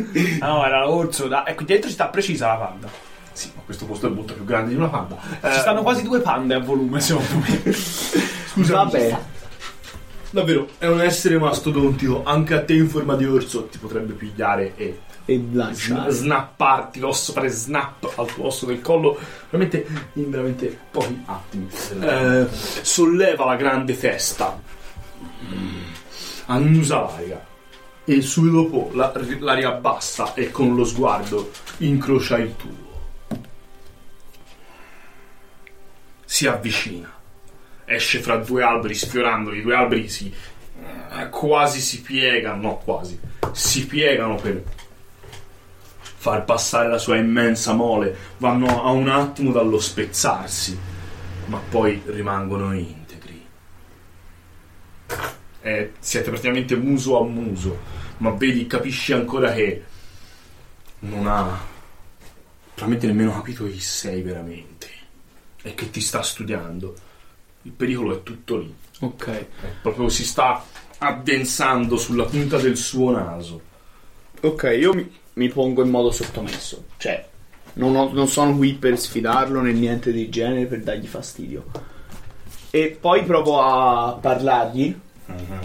Speaker 5: [LAUGHS] Ah, no, era orso. Da... Ecco, dentro ci sta precisa la panda.
Speaker 1: Sì, ma questo posto è molto più grande di una panda. Eh,
Speaker 5: Ci
Speaker 7: Eh.
Speaker 5: stanno quasi due pande a volume, secondo me.
Speaker 1: Scusa,
Speaker 7: Vabbè,
Speaker 1: Davvero, è un essere mastodontico. Anche a te in forma di orso ti potrebbe pigliare e
Speaker 7: e
Speaker 1: sna-
Speaker 7: lanciare.
Speaker 1: snapparti l'osso, fare snap al tuo osso del collo. Veramente in veramente pochi attimi. Eh, solleva la grande testa, mm, annusa l'aria e sul dopo la, la riabbassa e con lo sguardo incrocia il tuo. Si avvicina, esce fra due alberi, sfiorandoli. I due alberi si eh, quasi si piegano, no, quasi si piegano per far passare la sua immensa mole, vanno a un attimo dallo spezzarsi, ma poi rimangono integri. Eh, siete praticamente muso a muso, ma vedi, capisci ancora che non ha probabilmente nemmeno capito chi sei veramente e che ti sta studiando. Il pericolo è tutto lì,
Speaker 7: Ok.
Speaker 1: proprio si sta addensando sulla punta del suo naso.
Speaker 7: Ok, io mi, mi pongo in modo sottomesso. Cioè, non, ho- non sono qui per sfidarlo né niente del genere, per dargli fastidio. E poi provo a parlargli nel
Speaker 1: Mhm.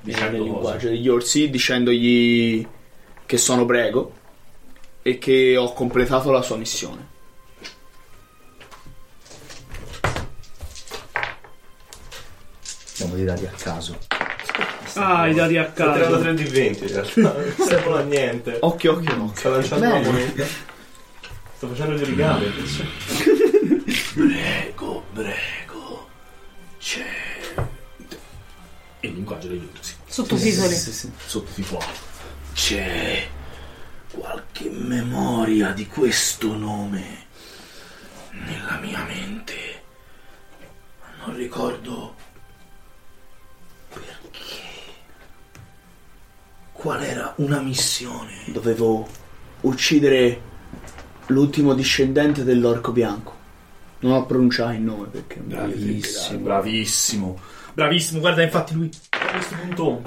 Speaker 1: Dicendo cose.
Speaker 7: linguaggio degli orsi, dicendogli che sono prego e che ho completato la sua missione.
Speaker 1: Siamo dei dati a caso.
Speaker 9: Ah, i dati a
Speaker 6: Sta tirando
Speaker 9: caso.
Speaker 6: 3 di 20 in realtà. Non [LAUGHS] servono a niente.
Speaker 7: Occhio, occhio, no.
Speaker 6: Sta lanciando
Speaker 7: Bene.
Speaker 6: una moneta. Sto facendo gli origami.
Speaker 1: Prego, prego. C'è. Il linguaggio degli orsi.
Speaker 2: Sottotitoli.
Speaker 1: Sottotitolato. C'è. qualche memoria di questo nome nella mia mente. ma Non ricordo. perché. Qual era una missione?
Speaker 7: Dovevo uccidere l'ultimo discendente dell'orco bianco. Non ho pronunciato il nome perché non voglio
Speaker 1: Bravissimo,
Speaker 7: trippare.
Speaker 1: bravissimo, bravissimo. Guarda, infatti lui a questo punto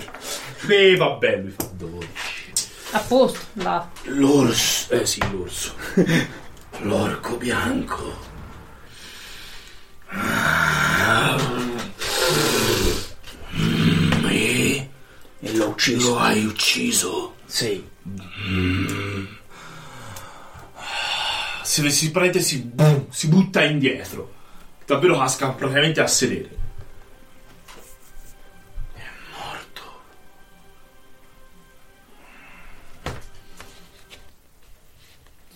Speaker 1: beh, vabbè, lui fa dolore.
Speaker 2: A posto, là.
Speaker 10: L'orso, eh sì, l'orso. [LAUGHS] L'orco bianco.
Speaker 7: Ah.
Speaker 10: E
Speaker 9: E l'ho ucciso.
Speaker 10: lo hai ucciso.
Speaker 9: Sì.
Speaker 1: Ah, Se si prende si, boom, si butta indietro. Davvero casca praticamente a sedere.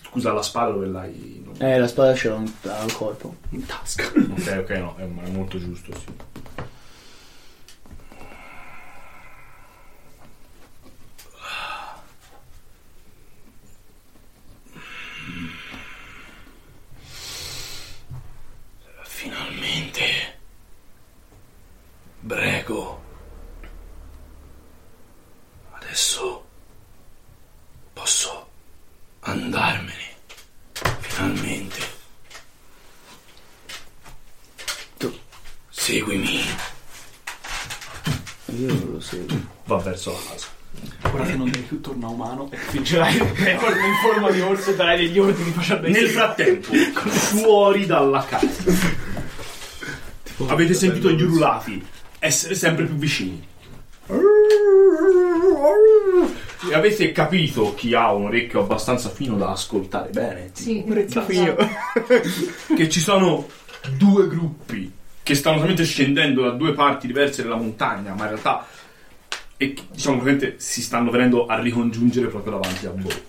Speaker 1: Scusa, la spada dove l'hai? Non-
Speaker 7: Eh, la spada ce l'ho in- al corpo.
Speaker 1: In tasca. ok, ok, no, è, è molto giusto, sì.
Speaker 10: Finalmente. Prego. Adesso posso andarmene. Finalmente. Tu seguimi.
Speaker 7: Io non lo seguo.
Speaker 1: Va verso la casa.
Speaker 5: Ora che non devi più tornare umano e fingerai in forma- in forma di orso e darai degli ordini facendo
Speaker 1: Nel frattempo, fuori dalla casa, avete sentito gli urlati essere sempre più vicini. E avete capito chi ha un orecchio abbastanza fino da ascoltare bene
Speaker 2: Sì.
Speaker 1: [LAUGHS] che ci sono due gruppi che stanno solamente scendendo da due parti diverse della montagna, ma in realtà e, che, diciamo praticamente si stanno venendo a ricongiungere proprio davanti a voi.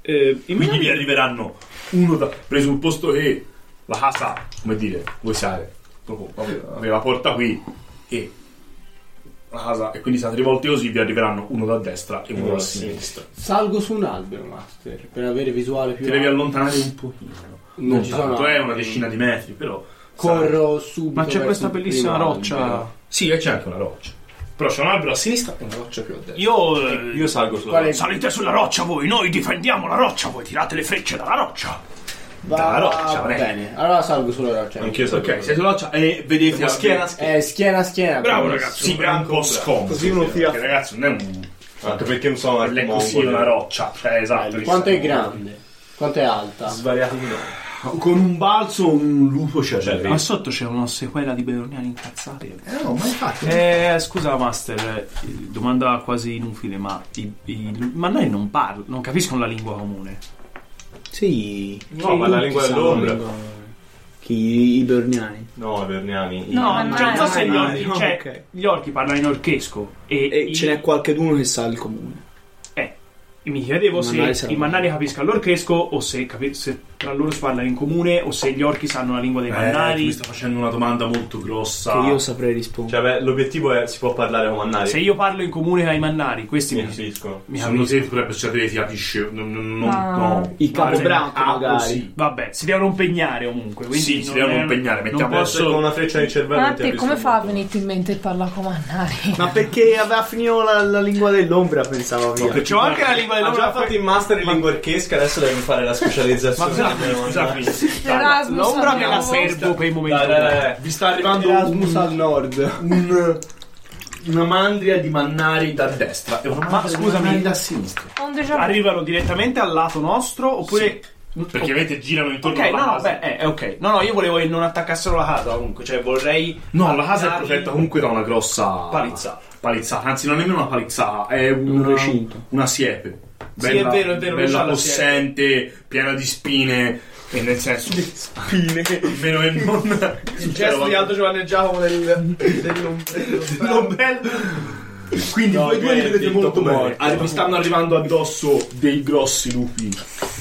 Speaker 1: Eh, Quindi vi arriveranno uno da presupposto che la casa, come dire, voi siete proprio proprio aveva la porta qui e la casa e quindi siete rivolti così vi arriveranno uno da destra e uno da sinistra.
Speaker 9: Salgo su un albero, Master, per avere visuale più
Speaker 1: Ti devi
Speaker 9: ampia.
Speaker 1: allontanare un pochino. Non,
Speaker 9: ci
Speaker 1: tanto,
Speaker 9: sono-
Speaker 1: è una decina di metri, però
Speaker 9: Corro subito.
Speaker 5: Ma c'è
Speaker 9: verso
Speaker 5: questa
Speaker 9: il primo
Speaker 5: bellissima
Speaker 9: albero.
Speaker 5: roccia.
Speaker 1: Sì, e c'è anche una roccia. Però c'è un albero a sinistra e una roccia più a destra.
Speaker 5: Io. eh,
Speaker 6: Io salgo sulla
Speaker 9: Qual è?
Speaker 5: Salite sulla roccia voi, noi difendiamo la roccia, voi tirate le frecce dalla roccia.
Speaker 9: Va
Speaker 1: La roccia,
Speaker 9: va
Speaker 1: vabbè.
Speaker 9: bene. Allora salgo sulla roccia.
Speaker 6: Anch'io salgo.
Speaker 1: Ok, siete sulla roccia e vedete la
Speaker 6: schiena a
Speaker 9: Eh, schiena a schiena.
Speaker 1: Bravo
Speaker 9: Come-
Speaker 1: ragazzi, sì, è un po' scomodo.
Speaker 7: Così uno
Speaker 1: perché,
Speaker 7: tira-
Speaker 1: perché, ragazzi, non è un
Speaker 6: Anche perché non sono eh.
Speaker 1: non è così una roccia, cioè esatto.
Speaker 9: Quanto è
Speaker 1: chissà.
Speaker 9: grande? Quanto è alta?
Speaker 6: Svariati di nome.
Speaker 1: Con un balzo un lupo c'è.
Speaker 6: Cioè,
Speaker 5: Ma sotto c'è una sequela di Beroniani incazzati.
Speaker 1: Eh no, ma infatti.
Speaker 5: Eh, scusa Master, eh, domanda quasi inutile, ma i, i- ma noi non parlo, non capiscono la lingua comune.
Speaker 7: Sì.
Speaker 6: No, ma la lingua dell'ombra.
Speaker 7: Chi? I berniani.
Speaker 6: No, Verniani.
Speaker 2: No,
Speaker 5: cioè, non so
Speaker 2: no,
Speaker 5: se gli
Speaker 7: no,
Speaker 5: orchi,
Speaker 7: no,
Speaker 5: cioè,
Speaker 7: ok.
Speaker 5: gli orchi parlano in orchesco e,
Speaker 1: Eh,
Speaker 7: E
Speaker 5: i- eh,
Speaker 7: ce n'è qualcheduno che sa il comune.
Speaker 5: mi chiedevo
Speaker 7: i mannari
Speaker 5: se
Speaker 7: saranno-
Speaker 5: i mannari capiscano l'orchesco o se, capi- se tra loro si parlano in comune o se gli orchi sanno la lingua dei mannari.
Speaker 1: Eh, ecco, mi sta facendo una domanda molto grossa.
Speaker 7: Che io saprei rispondere.
Speaker 6: Cioè, beh, l'obiettivo è si può parlare con Mannari.
Speaker 5: se io parlo in comune ai mannari, questi
Speaker 6: mi
Speaker 5: mi,
Speaker 6: capiscono.
Speaker 5: mi
Speaker 1: Secondo
Speaker 5: capiscono.
Speaker 1: te potrebbe sapere ti capisce? Non, non, non-
Speaker 2: Ah.
Speaker 1: no.
Speaker 7: Il capobranco,
Speaker 1: Ah,
Speaker 7: magari.
Speaker 1: sì.
Speaker 5: Vabbè, si devono impegnare comunque. Quindi
Speaker 1: Sì, si
Speaker 5: non
Speaker 1: devono
Speaker 5: è-
Speaker 1: impegnare,
Speaker 5: non
Speaker 1: mettiamo
Speaker 5: posso-
Speaker 6: Adesso con una freccia nel cervello. non ti
Speaker 2: Matte,
Speaker 6: capisco
Speaker 2: come fa a
Speaker 6: molto.
Speaker 2: venirti in mente il parlare con Mannari?
Speaker 7: Ma
Speaker 1: [LAUGHS]
Speaker 7: perché aveva finito la, la lingua dell'ombra, pensavo via.
Speaker 5: C'ho anche la lingua
Speaker 6: Ha
Speaker 5: dell'ombra.
Speaker 6: già fatto il master in lingua orchesca, adesso devi fare la specializzazione.
Speaker 1: Scusate,
Speaker 6: Devo andare.
Speaker 1: scusate,
Speaker 2: Erasmus,
Speaker 5: L'ombra me la
Speaker 2: abbiamo-
Speaker 5: servo per i momenti.
Speaker 6: Dai, dai, dai.
Speaker 1: vi sta arrivando
Speaker 9: Erasmus
Speaker 1: un-
Speaker 9: al nord.
Speaker 1: un- una mandria di mannari da destra e una mandria
Speaker 5: scusami.
Speaker 1: di mannari da sinistra.
Speaker 2: Ho un déjà vu.
Speaker 5: Arrivano direttamente al lato nostro oppure...
Speaker 1: Perché avete girano
Speaker 5: Ok,
Speaker 1: intorno alla
Speaker 5: no, no,
Speaker 1: casa.
Speaker 5: beh, eh, eh, ok. No, no, io volevo che non attaccassero la casa comunque, cioè vorrei...
Speaker 1: No, la casa è
Speaker 5: Dargli-
Speaker 1: protetta comunque da una grossa
Speaker 5: Palizzata.
Speaker 1: palizzata. Anzi, non è nemmeno una palizzata, è una,
Speaker 7: recinto.
Speaker 1: una siepe.
Speaker 5: Sì,
Speaker 1: Bella,
Speaker 5: è vero, è vero, lo so,
Speaker 1: Bella
Speaker 5: la
Speaker 1: possente, piena di spine. E nel senso,
Speaker 7: Spine.
Speaker 1: almeno che non. Il
Speaker 5: Cioè,
Speaker 1: gesto di [LAUGHS] Aldo Giovanni Giacomo del, Quindi voi due li vedete molto bene. Ah, Vi stanno arrivando addosso dei grossi lupi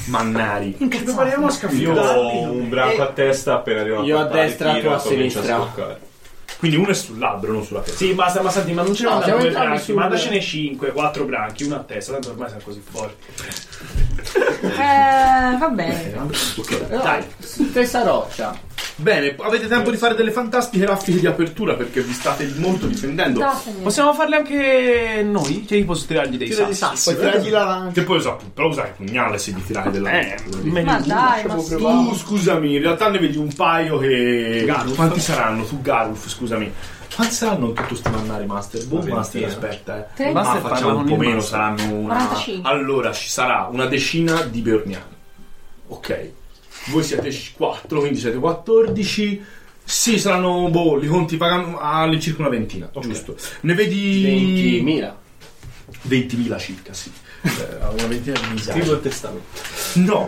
Speaker 1: mannari.
Speaker 2: Incazzato.
Speaker 6: Io ho Oh, un branco a testa appena arrivato.
Speaker 9: Io a destra, tu a sinistra.
Speaker 1: Quindi uno è sull'albero, non sulla testa.
Speaker 5: Sì, basta, ma senti, ma non ce ne
Speaker 9: No,
Speaker 5: vanno
Speaker 9: siamo
Speaker 5: due
Speaker 9: entrati
Speaker 5: branchi,
Speaker 9: sul-
Speaker 5: ma ce ne 5, 4 branchi, uno a testa, tanto ormai siamo così forti.
Speaker 2: Eh, va bene.
Speaker 1: Ok,
Speaker 9: No,
Speaker 1: dai.
Speaker 9: Stessa roccia.
Speaker 1: Bene, avete tempo di fare delle fantastiche raffiche di apertura perché vi state molto difendendo.
Speaker 2: Datemi.
Speaker 5: Possiamo farle anche noi? Cioè, io posso tirargli dei
Speaker 1: Tiro di
Speaker 5: sassi.
Speaker 1: sassi.
Speaker 7: Poi tragli
Speaker 1: vero?
Speaker 7: la lancia.
Speaker 1: Che poi usa, però usare il pugnale se ti tirai della
Speaker 5: Eh,
Speaker 1: lancia.
Speaker 5: meglio
Speaker 2: Ma
Speaker 5: di-
Speaker 2: dai, ma
Speaker 7: lasciamo
Speaker 2: sì.
Speaker 7: provare.
Speaker 1: Tu, scusami, in realtà ne vedi un paio che.
Speaker 5: Garulf.
Speaker 1: Quanti saranno? Tu, Garulf, scusami. Quanti saranno in tutto sti mannari, Master? Boh, Master, aspetta, eh.
Speaker 2: Tre.
Speaker 1: Ma
Speaker 5: Master
Speaker 1: facciamo un po'
Speaker 5: parla con il
Speaker 1: meno,
Speaker 5: Master.
Speaker 1: saranno una.
Speaker 2: 45.
Speaker 1: Allora, ci sarà una decina di Beorniani. Ok. Voi siete 4, quindi siete 14. Sì, saranno, boh, li conti pagano all'incirca una ventina, giusto. Ne vedi
Speaker 9: 20.000.
Speaker 1: 20.000 circa, sì. Eh, una ventina di migliaia.
Speaker 9: Scrivo il testamento.
Speaker 1: No,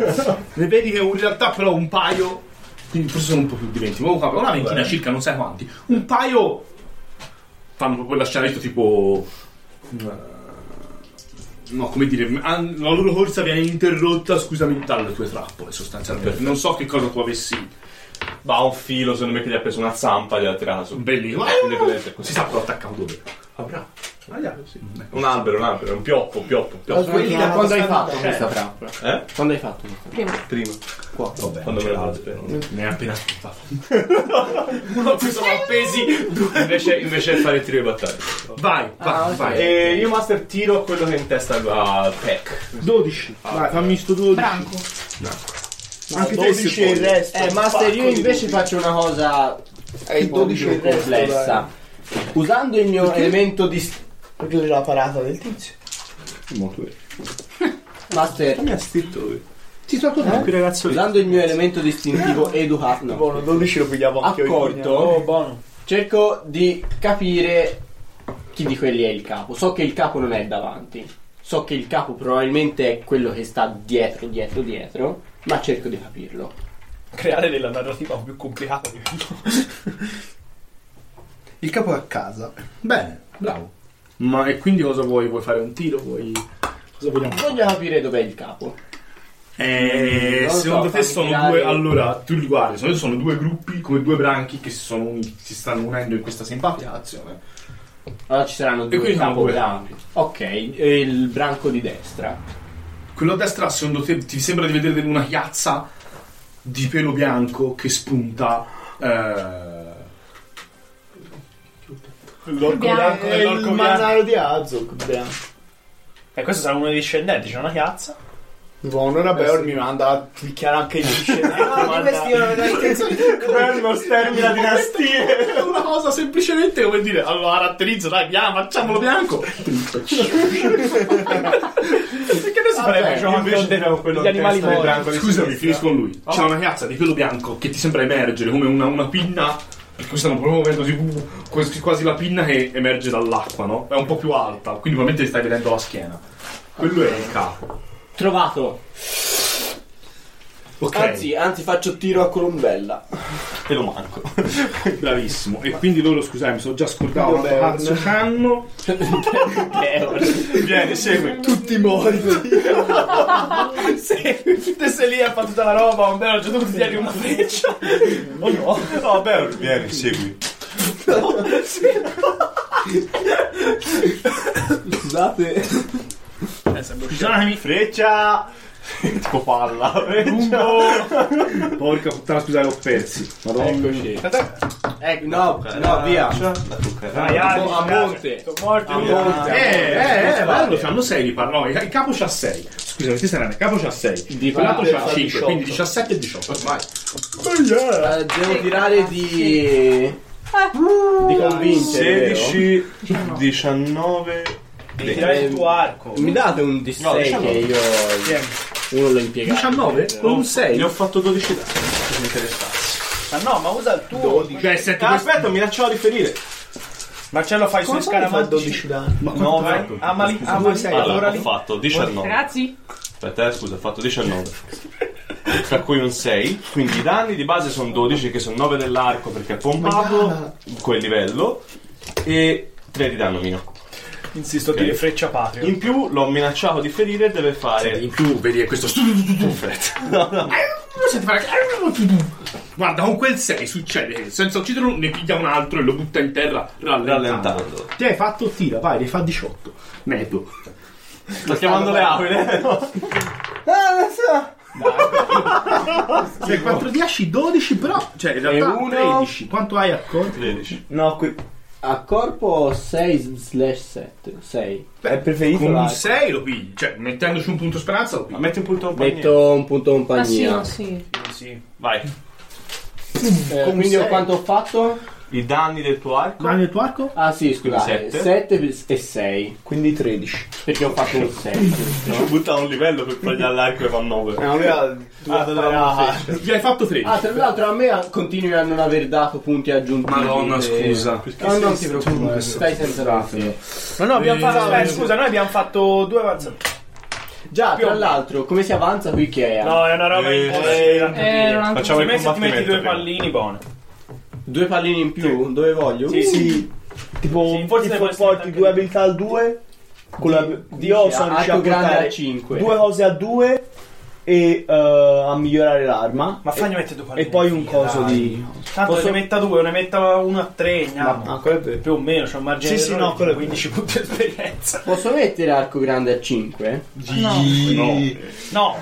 Speaker 1: ne vedi che in realtà però un paio, quindi forse sono un po' più di 20, ma comunque una ventina circa, non sai quanti, un paio fanno proprio quella scenetta tipo... eh, No, come dire, han- la loro corsa viene interrotta, scusami, dalle tue trappole sostanzialmente. Non so che cosa tu avessi
Speaker 6: Va un filo, secondo me, che gli ha preso una zampa e gli ha tirato su.
Speaker 1: bellissimo.
Speaker 6: Quindi vedete così.
Speaker 1: Si sa però attaccato dove?
Speaker 6: Ah, bravo. Un albero, un albero, un pioppo, un pioppo, un pioppo.
Speaker 9: Quindi da quando hai fatto questa trappola?
Speaker 6: Eh?
Speaker 9: Quando hai fatto questa
Speaker 2: Prima.
Speaker 6: Prima.
Speaker 9: Qua.
Speaker 1: Vabbè,
Speaker 6: Quando me
Speaker 1: non
Speaker 6: la
Speaker 1: c'era
Speaker 6: fate,
Speaker 1: altro.
Speaker 6: no?
Speaker 1: Ne ha appena spuntato. Uno qui sono appesi.
Speaker 6: Invece, invece è fare il tiro di battaglia.
Speaker 1: Vai, vai, vai.
Speaker 6: E io, Master, tiro quello che è in testa a Peck.
Speaker 1: 12. Vai, fammi sto 12.
Speaker 2: Branco.
Speaker 7: Anche te si può. il resto.
Speaker 9: Eh, Master, io invece faccio una cosa
Speaker 7: il
Speaker 9: un po'
Speaker 7: 12
Speaker 9: più
Speaker 7: del resto,
Speaker 9: complessa. Usando il mio elemento di... s-
Speaker 7: Proprio della parata del tizio.
Speaker 9: Master,
Speaker 6: Mi ha stitto
Speaker 7: Ti sto accordando.
Speaker 5: ragazzo
Speaker 9: usando il mio elemento distintivo educato, no,
Speaker 7: Eh. Buono, 12 lo pigliavo anche io.
Speaker 9: accolto,
Speaker 5: buono.
Speaker 9: cerco di capire chi di quelli è il capo. So che il capo non è davanti, so che il capo probabilmente è quello che sta dietro, dietro, dietro, ma cerco di capirlo.
Speaker 5: Creare della narrativa più complicata di
Speaker 7: Il capo è a casa.
Speaker 1: Bene, bravo. Ma e quindi cosa vuoi? Vuoi fare un tiro? Vuoi. Cosa vogliamo?
Speaker 9: Voglio capire dov'è il capo.
Speaker 1: Eh,
Speaker 9: Non lo so,
Speaker 1: secondo te
Speaker 9: fammi
Speaker 1: sono
Speaker 9: tirare-
Speaker 1: due. Allora, tu li guardi, secondo te sono due gruppi come due branchi che si, sono uni- si stanno unendo in questa simpatica azione.
Speaker 9: Allora ci saranno due
Speaker 1: quindi sono due.
Speaker 9: capodanni. Ok, e il branco di destra.
Speaker 1: Quello a destra, secondo te, ti sembra di vedere una chiazza di pelo bianco che spunta. Eh,
Speaker 2: Il bianco.
Speaker 7: È il mannaro di Azog. bianco.
Speaker 5: E Eh, questo sarà uno dei discendenti, c'è una piazza.
Speaker 7: Buono, ora Beor mi manda a clicchiare anche il discendente.
Speaker 6: Bello, stermi la dinastia.
Speaker 1: È una cosa semplicemente come dire, allora caratterizza, dai, bianco, facciamolo bianco.
Speaker 5: Perché noi si farebbe
Speaker 6: Io invece tiravo quello
Speaker 5: gli
Speaker 6: in
Speaker 5: animali
Speaker 6: testa del
Speaker 5: morti.
Speaker 6: branco di
Speaker 1: Scusami,
Speaker 6: sinistra.
Speaker 1: finisco con lui. C'è una piazza di pelo bianco che ti sembra emergere come una, una pinna. Perché questa stanno proprio muovendo così, uh, quasi, quasi la pinna che emerge dall'acqua, no? È un po' più alta, quindi ovviamente ti stai vedendo la schiena. Quello è il capo.
Speaker 9: Trovato!
Speaker 1: Ok.
Speaker 9: Anzi, anzi, faccio tiro a Columbella.
Speaker 6: Te lo manco.
Speaker 1: [LAUGHS] bravissimo. E quindi loro, scusate, mi sono già scordato
Speaker 7: Quindi
Speaker 1: quanto
Speaker 7: Bern.
Speaker 1: cazzo hanno.
Speaker 6: Vieni, segui.
Speaker 7: Tutti morti.
Speaker 1: [LAUGHS]
Speaker 5: Te sei lì a fare tutta la roba, un bello, a un certo punto ti arriva una freccia. Oh no.
Speaker 6: No, bello, vieni, segui.
Speaker 9: Scusate.
Speaker 1: Scusami.
Speaker 6: Freccia! tipo palla. Lungo.
Speaker 1: Porca puttana, scusate, ho persi.
Speaker 9: Eccoci. Ecco, no, no, via.
Speaker 6: La cucca.
Speaker 9: Cioè, A monte.
Speaker 5: Sono morti.
Speaker 9: A
Speaker 5: via.
Speaker 9: monte.
Speaker 1: Eh, eh, eh, bello, c'hanno 6 di parlo. Il capo c'ha 6. Scusami, ti saranno, il capo c'ha 6.
Speaker 9: Di
Speaker 1: Quell'altro
Speaker 9: parte
Speaker 1: c'ha
Speaker 9: fa
Speaker 1: 5,
Speaker 9: 18.
Speaker 1: quindi 17 e 18. Vai.
Speaker 9: Eh, devo tirare di. di convincere.
Speaker 6: 16, 19.
Speaker 5: Devi tirare il tuo arco.
Speaker 9: vero? Mi date un D6
Speaker 6: No, diciamo-
Speaker 9: che io. Uno l'ho impiegato.
Speaker 1: 19? Con un 6.
Speaker 6: Ne ho fatto 12 dati, se mi interessasse.
Speaker 5: Ma no, ma usa il tuo.
Speaker 1: Cioè, se ti
Speaker 6: Ah, aspetta, mi lasciavo riferire.
Speaker 5: Marcello fai i suoi scaramantici.
Speaker 7: 12 danni?
Speaker 6: 9.
Speaker 5: Amali,
Speaker 7: Due,
Speaker 5: amali,
Speaker 7: sei.
Speaker 6: Allora,
Speaker 5: allora
Speaker 6: ho fatto 19.
Speaker 2: Ragazzi,
Speaker 6: Aspetta, eh, scusa, ho fatto 19. Tra cui un 6, quindi i danni di base sono 12, che sono 9 dell'arco perché è
Speaker 9: Oh
Speaker 6: pompato, quel livello, e 3 di danno mio.
Speaker 5: Insisto a dire freccia patria.
Speaker 6: Eh. In più l'ho minacciato di ferire e deve fare.
Speaker 1: In più, vedi che questo. Perfetto. Senti fare. Guarda, con quel 6 succede che senza ucciderlo ne piglia un altro e lo butta in terra rallentando.
Speaker 6: Rallentando.
Speaker 1: Ti hai fatto tira, vai, ne fa 18. Neto.
Speaker 6: Sto chiamando le aule.
Speaker 9: Ah, non so.
Speaker 11: Se 4 di asci 12 però, cioè in realtà
Speaker 9: uno.
Speaker 11: 13. Quanto hai a corpo?
Speaker 6: 13.
Speaker 7: No, qui
Speaker 9: A corpo 6 slash 7. 6.
Speaker 7: è preferito
Speaker 1: Con un
Speaker 7: la...
Speaker 1: 6 lo pigli, cioè mettendoci un punto speranza lo pigli.
Speaker 6: Ma metti un punto
Speaker 9: Metto un punto
Speaker 2: Ah sì,
Speaker 9: compagnia.
Speaker 2: no, sì.
Speaker 6: Sì. Vai.
Speaker 9: Eh, quindi
Speaker 7: sei.
Speaker 9: quanto ho fatto?
Speaker 6: I danni del tuo arco.
Speaker 11: Danni del tuo arco?
Speaker 9: Ah sì,
Speaker 6: Quindi
Speaker 9: scusate.
Speaker 6: sette.
Speaker 9: 7 e 6.
Speaker 7: Quindi 13.
Speaker 9: Perché ho fatto un 6.
Speaker 6: Ci butta un livello per fargli all'arco e fa 9.
Speaker 7: No, Eh, lui ha-
Speaker 6: Ah,
Speaker 7: Ah,
Speaker 11: Gli hai fatto 13.
Speaker 9: Ah, tra l'altro a me a- continui a non aver dato punti aggiuntivi.
Speaker 1: Madonna,
Speaker 9: Eh,
Speaker 1: scusa.
Speaker 9: No, non ti preoccupare, stai senza raffio.
Speaker 5: No, no, abbiamo fatto.
Speaker 1: Eh,
Speaker 5: beh, scusa, noi abbiamo fatto due avanzamenti.
Speaker 9: Già, tra l'altro, come si avanza qui che è?
Speaker 5: No, è una roba
Speaker 6: Eh,
Speaker 5: impossibile. da capire.
Speaker 2: Eh, non altro
Speaker 6: Facciamo il
Speaker 5: Per me se ti metti
Speaker 6: combattimento.
Speaker 5: due
Speaker 6: prima.
Speaker 5: pallini, buono.
Speaker 9: Due pallini in più, dove voglio?
Speaker 5: Sì,
Speaker 7: Sì. Tipo,
Speaker 5: Sì, forse
Speaker 7: tipo
Speaker 5: può essere
Speaker 7: porti
Speaker 5: anche
Speaker 7: due
Speaker 5: lì.
Speaker 7: abilità al 2. Con la di Osa riesci a
Speaker 9: arco grande a
Speaker 7: portare
Speaker 9: 5.
Speaker 7: due cose a 2 e eh, a migliorare l'arma.
Speaker 5: Ma
Speaker 6: eh,
Speaker 5: fagli mettere due pallini.
Speaker 7: E poi un
Speaker 5: via,
Speaker 7: coso
Speaker 5: dai.
Speaker 7: di.
Speaker 5: Tanto
Speaker 9: Posso-
Speaker 5: ne metta due, ne metta uno a tre. andiamo.
Speaker 7: Ah, quello è vero.
Speaker 5: Più o meno, c'è un margine
Speaker 7: Sì,
Speaker 5: di
Speaker 7: sì,
Speaker 5: errore
Speaker 7: no,
Speaker 5: di
Speaker 7: quello è
Speaker 5: 15 punti di
Speaker 9: [LAUGHS]
Speaker 5: esperienza.
Speaker 9: Posso mettere arco grande a 5?
Speaker 2: No.
Speaker 5: No,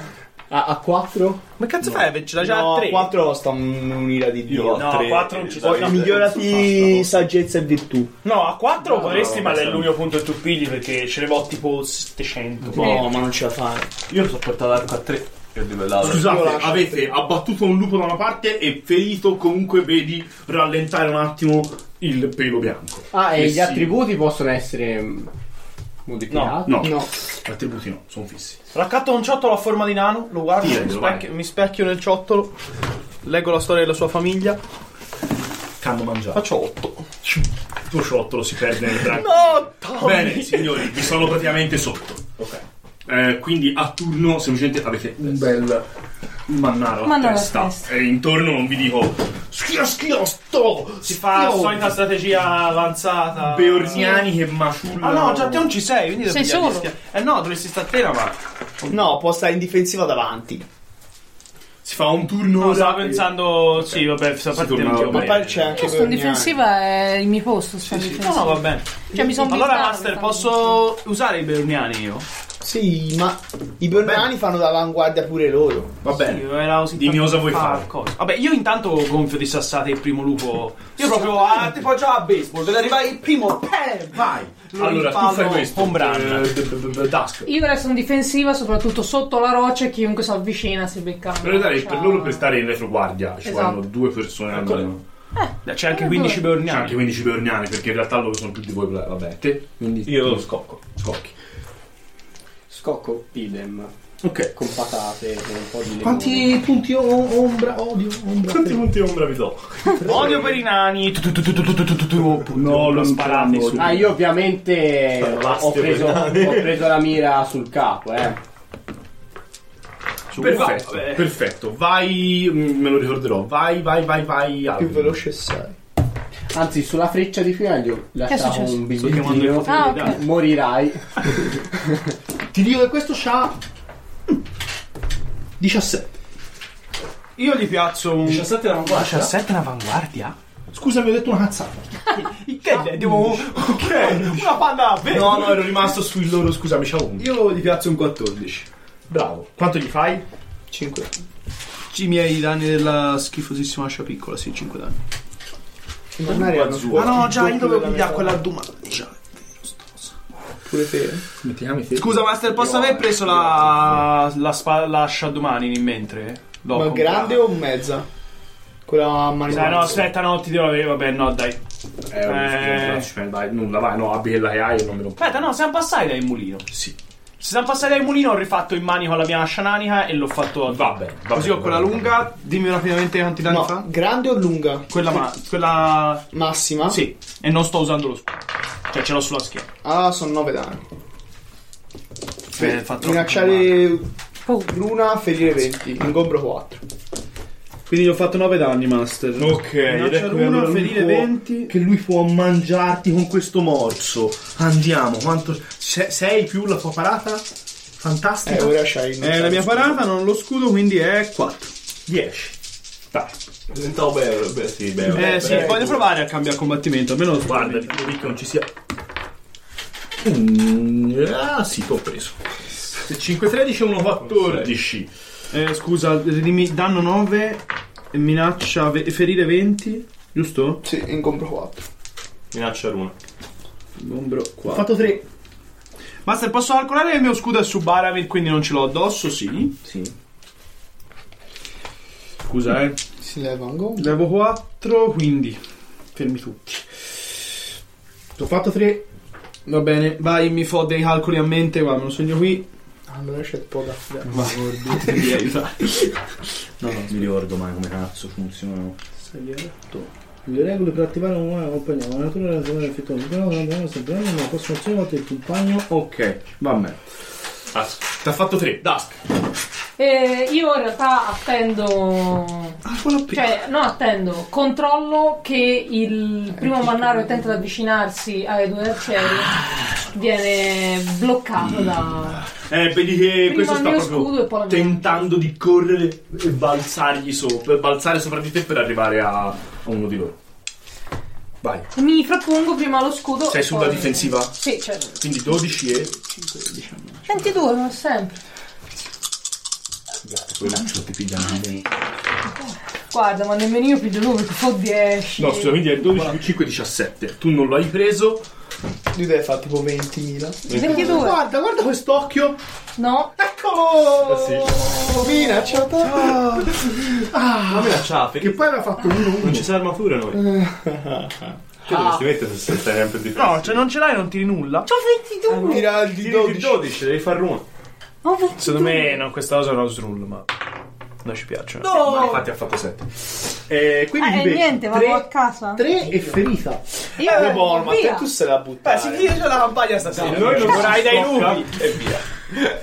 Speaker 9: A, a 4?
Speaker 4: Ma cazzo fai? Ce l'ha già
Speaker 7: No,
Speaker 4: a 3.
Speaker 7: 4 costa un- un'ira di Dio.
Speaker 5: no, a 4 non ci sono.
Speaker 7: Poi migliorati saggezza e virtù.
Speaker 5: No, a 4 potresti, ma è l'unico punto che tu pigli perché ce ne ho tipo 700.
Speaker 7: No, ma non ce la fai.
Speaker 6: Io sono portato l'arco a 3. Io ho livellato.
Speaker 1: Scusate, avete abbattuto un lupo da una parte e ferito comunque vedi rallentare un attimo il pelo bianco.
Speaker 9: Ah, e
Speaker 1: Eh
Speaker 9: gli
Speaker 1: sì.
Speaker 9: attributi possono essere mm, modificati?
Speaker 1: No, Attributi no, sono fissi.
Speaker 4: Raccatto un ciottolo a forma di nano, lo guardo,
Speaker 1: Tienilo,
Speaker 4: mi specchio, mi specchio nel ciottolo, leggo la storia della sua famiglia,
Speaker 1: Canno mangiato.
Speaker 4: faccio 8.
Speaker 1: Il tuo ciottolo si perde
Speaker 4: [LAUGHS]
Speaker 1: nel branco.
Speaker 4: No,
Speaker 1: Bene, signori, vi sono praticamente sotto. Ok. quindi a turno semplicemente avete un bel mannaro,
Speaker 2: Mannaro
Speaker 1: a
Speaker 2: alla
Speaker 1: testa.
Speaker 2: testa.
Speaker 1: E intorno non vi dico schia schia sto.
Speaker 5: Si fa la
Speaker 1: sto-
Speaker 5: solita strategia avanzata.
Speaker 11: Ah.
Speaker 1: Beorniani che maciullano.
Speaker 5: Ah no, già te non ci sei, quindi
Speaker 2: Sei
Speaker 5: devi dargli
Speaker 2: solo.
Speaker 5: schia- Eh no, dovresti stare a te, ma.
Speaker 7: No, può stare in difensiva davanti.
Speaker 1: Si fa un turno.
Speaker 5: No, stavo pensando. Sì, vabbè, sta
Speaker 1: tornava
Speaker 5: partendo.
Speaker 7: Ma
Speaker 1: Eh,
Speaker 7: poi c'è anche
Speaker 2: Io sto in
Speaker 7: Bergnani.
Speaker 2: difensiva è il mio posto, sto in
Speaker 5: No,
Speaker 2: difensiva.
Speaker 5: no, va bene.
Speaker 2: Cioè, mi sono
Speaker 5: Allora,
Speaker 2: blindata,
Speaker 5: Master,
Speaker 2: stavo
Speaker 5: posso usare i Berniani io?
Speaker 7: Sì, ma i Bergnani fanno d'avanguardia pure loro.
Speaker 1: Va bene.
Speaker 5: Io era così
Speaker 1: Dimmi
Speaker 5: tanto
Speaker 1: cosa vuoi
Speaker 5: fa
Speaker 1: fare.
Speaker 5: cosa. Vabbè, io intanto gonfio di sassate il primo lupo. Io proprio ah, tipo già a baseball, deve arrivare il primo. Pam!
Speaker 1: Vai. allora, tu
Speaker 5: impallo
Speaker 1: fai questo.
Speaker 5: con Bran.
Speaker 1: Eh, d- d- d- Dusk.
Speaker 2: Io resto in difensiva, soprattutto sotto la roccia, e chiunque si avvicina si becca.
Speaker 1: Per, dare- per loro per
Speaker 2: prestare
Speaker 1: stare in retroguardia ci
Speaker 2: Esatto.
Speaker 1: vogliono due persone almeno.
Speaker 5: eh, C'è
Speaker 2: Eh,
Speaker 5: anche 15
Speaker 1: C'è
Speaker 5: Berniani.
Speaker 1: anche 15 beorniani perché in realtà loro sono più di voi. Vabbè, te. Quindi
Speaker 6: Io lo scocco.
Speaker 1: scocchi.
Speaker 9: Scocco idem,
Speaker 1: Ok.
Speaker 9: con patate, con un po' di limone.
Speaker 11: Quanti punti o- ombra? Odio, ombra.
Speaker 1: Quanti punti ombra vi do?
Speaker 5: Odio per i nani. Tu, tu, tu, tu, tu, tu, tu, tu, tu, tu.
Speaker 1: No, lo sparate su.
Speaker 9: Ah, io ovviamente ho preso, ho preso la mira sul capo, eh.
Speaker 1: Perfetto, perfetto. Vai, mm, me lo ricorderò. Vai, vai, vai, vai.
Speaker 7: Più
Speaker 1: Alvin.
Speaker 7: veloce sei.
Speaker 9: Anzi, sulla freccia di prima gli ho lasciato
Speaker 2: successo?
Speaker 9: un bigliettino. Eh,
Speaker 2: Ah, ok.
Speaker 9: Morirai.
Speaker 11: Ti dico che questo c'ha 17.
Speaker 5: Io gli piazzo un
Speaker 11: 17 era un guancia?
Speaker 5: 17 in avanguardia.
Speaker 11: Scusami, ho detto una cazzata.
Speaker 5: [LAUGHS] Che devo [LAUGHS] una panda a
Speaker 1: No, no, ero rimasto sui loro. Scusami, c'ha uno.
Speaker 4: Io gli piazzo un 14.
Speaker 1: Bravo. Quanto gli fai?
Speaker 4: 5. I miei danni della schifosissima ascia piccola, sì, 5 danni.
Speaker 7: I Bergnani hanno
Speaker 4: Ma
Speaker 1: azzurro.
Speaker 4: no, già, io dovevo
Speaker 7: Doppio della
Speaker 4: pigliare
Speaker 7: metà.
Speaker 4: quella dumaneggia.
Speaker 7: Pure te.
Speaker 1: Come ti chiami te?
Speaker 5: Scusa, Master, posso aver preso la la spada lascia domani in mentre? L'ho
Speaker 7: Ma
Speaker 5: comprata.
Speaker 7: grande o mezza? Quella
Speaker 5: Ah, no,
Speaker 7: manuale.
Speaker 5: aspetta, no, ti devo avere, vabbè, no, dai.
Speaker 1: Eh,
Speaker 5: Eh.
Speaker 1: non ci fai- dai, nulla, vai, no, abbi quella che hai e non me lo
Speaker 5: Aspetta, no, siamo passati dal mulino.
Speaker 1: Sì.
Speaker 5: Se siamo passati dal mulino, ho rifatto in manico la mia ascia nanica e l'ho fatto a
Speaker 1: Va bene, va
Speaker 4: Così
Speaker 1: bene,
Speaker 4: ho quella
Speaker 1: va bene.
Speaker 4: lunga, dimmi rapidamente quanti danni
Speaker 7: No,
Speaker 4: fa.
Speaker 7: grande o lunga?
Speaker 5: Quella, ma, quella.
Speaker 7: Massima?
Speaker 5: Sì, e non sto usando lo scudo. Cioè, ce l'ho sulla schiena.
Speaker 7: Ah, sono 9 danni.
Speaker 5: Eh, fa troppo
Speaker 7: Minacciare
Speaker 2: Oh.
Speaker 7: Bruna, ferire 20. Ingombro 4.
Speaker 4: Quindi gli ho fatto 9 danni, Master.
Speaker 1: Ok, ed
Speaker 4: Minacciare
Speaker 1: ecco
Speaker 4: uno,
Speaker 1: allora lui
Speaker 4: ferire
Speaker 1: può-
Speaker 4: 20.
Speaker 1: Che lui può mangiarti con questo morso. Andiamo, quanto. se- sei più la tua parata? Fantastica.
Speaker 7: Eh, ora c'hai. non
Speaker 4: È la
Speaker 7: c'hai
Speaker 4: mia
Speaker 7: scudo.
Speaker 4: parata, non lo scudo, quindi è 4.
Speaker 1: 10. Dai,
Speaker 6: Presentavo bene, beh, sì, beh.
Speaker 4: Eh sì, voglio provare a cambiare combattimento, almeno
Speaker 1: guarda, il primo che non ci sia. Mm, ah, sì, t'ho preso. 5, 13 1, 14.
Speaker 12: Eh, scusa, ridimi- danno 9, minaccia, ve- ferire 20, giusto?
Speaker 7: Sì, ingombro 4.
Speaker 6: Minaccia l'una.
Speaker 12: Ingombro 4.
Speaker 7: Ho fatto 3.
Speaker 12: Master, posso calcolare il mio scudo è su Baramir, quindi non ce l'ho addosso? Sì. Sì. Scusa, eh.
Speaker 7: Si leva un gombo.
Speaker 12: Levo 4, quindi fermi tutti. Ho fatto 3. Va bene, vai, mi fo dei calcoli a mente, guarda, me lo sogno qui.
Speaker 7: Allora c'è poco da fare.
Speaker 12: Ma mi
Speaker 13: [LAUGHS]
Speaker 12: aiuta.
Speaker 11: No, non mi ricordo mai come cazzo funzionano.
Speaker 14: Le regole per attivare un nuovo compagno, la natura della zona effettuata, però non abbiamo sempre una possono azione il compagno.
Speaker 11: Ok, va bene.
Speaker 1: Ti ha fatto 3, Dusk.
Speaker 2: Eh, io in realtà attendo. Cioè, no, attendo. Controllo che il primo mannaro che tenta di avvicinarsi alle due arcieri viene bloccato da.
Speaker 13: Eh, vedi che
Speaker 2: Prima
Speaker 13: questo
Speaker 2: il
Speaker 13: sta
Speaker 2: mio
Speaker 13: proprio
Speaker 2: scudo e poi la mia-
Speaker 13: tentando di correre e balzargli sopra, balzare sopra di te per arrivare a, a uno di loro.
Speaker 1: Vai.
Speaker 2: Mi frappongo prima allo scudo.
Speaker 1: Sei
Speaker 2: e
Speaker 1: sulla
Speaker 2: poi-
Speaker 1: difensiva?
Speaker 2: Sì, certo.
Speaker 1: Quindi 12 e
Speaker 2: 22, come sempre.
Speaker 11: Poi lancio ti piglia male.
Speaker 2: Guarda, ma nemmeno io piglio lui perché ho 10.
Speaker 1: No, scusa, quindi è 12 più 5 17. Tu non lo hai preso.
Speaker 7: Lui deve fare tipo 20.000.
Speaker 2: 22.
Speaker 7: Guarda, guarda quest'occhio.
Speaker 2: No.
Speaker 7: Eccolo! Minacciata.
Speaker 6: Ah, la minacciata. Che
Speaker 11: poi aveva fatto uno
Speaker 6: Non ci sa armatura noi.
Speaker 7: Ah.
Speaker 6: Che dovresti mettere Cioè, se stai sempre di
Speaker 12: No, cioè non ce l'hai, non tiri nulla.
Speaker 2: C'ho 22!
Speaker 7: Tira il
Speaker 6: di 12. 12, devi fare uno.
Speaker 2: Ho 22.
Speaker 5: Secondo me no, questa cosa è un house rule, ma non ci piace.
Speaker 2: No!
Speaker 5: Ma
Speaker 6: infatti ha fatto 7.
Speaker 11: Eh,
Speaker 2: Ah,
Speaker 11: quindi
Speaker 2: e
Speaker 11: ti becchi
Speaker 2: niente, vado a casa.
Speaker 14: 3 e ferita.
Speaker 2: Io
Speaker 7: Eh, boh, ma
Speaker 2: via.
Speaker 7: te tu se la buttare.
Speaker 5: si finisce la campagna stasera. Noi non vorrai dai nubi. E via.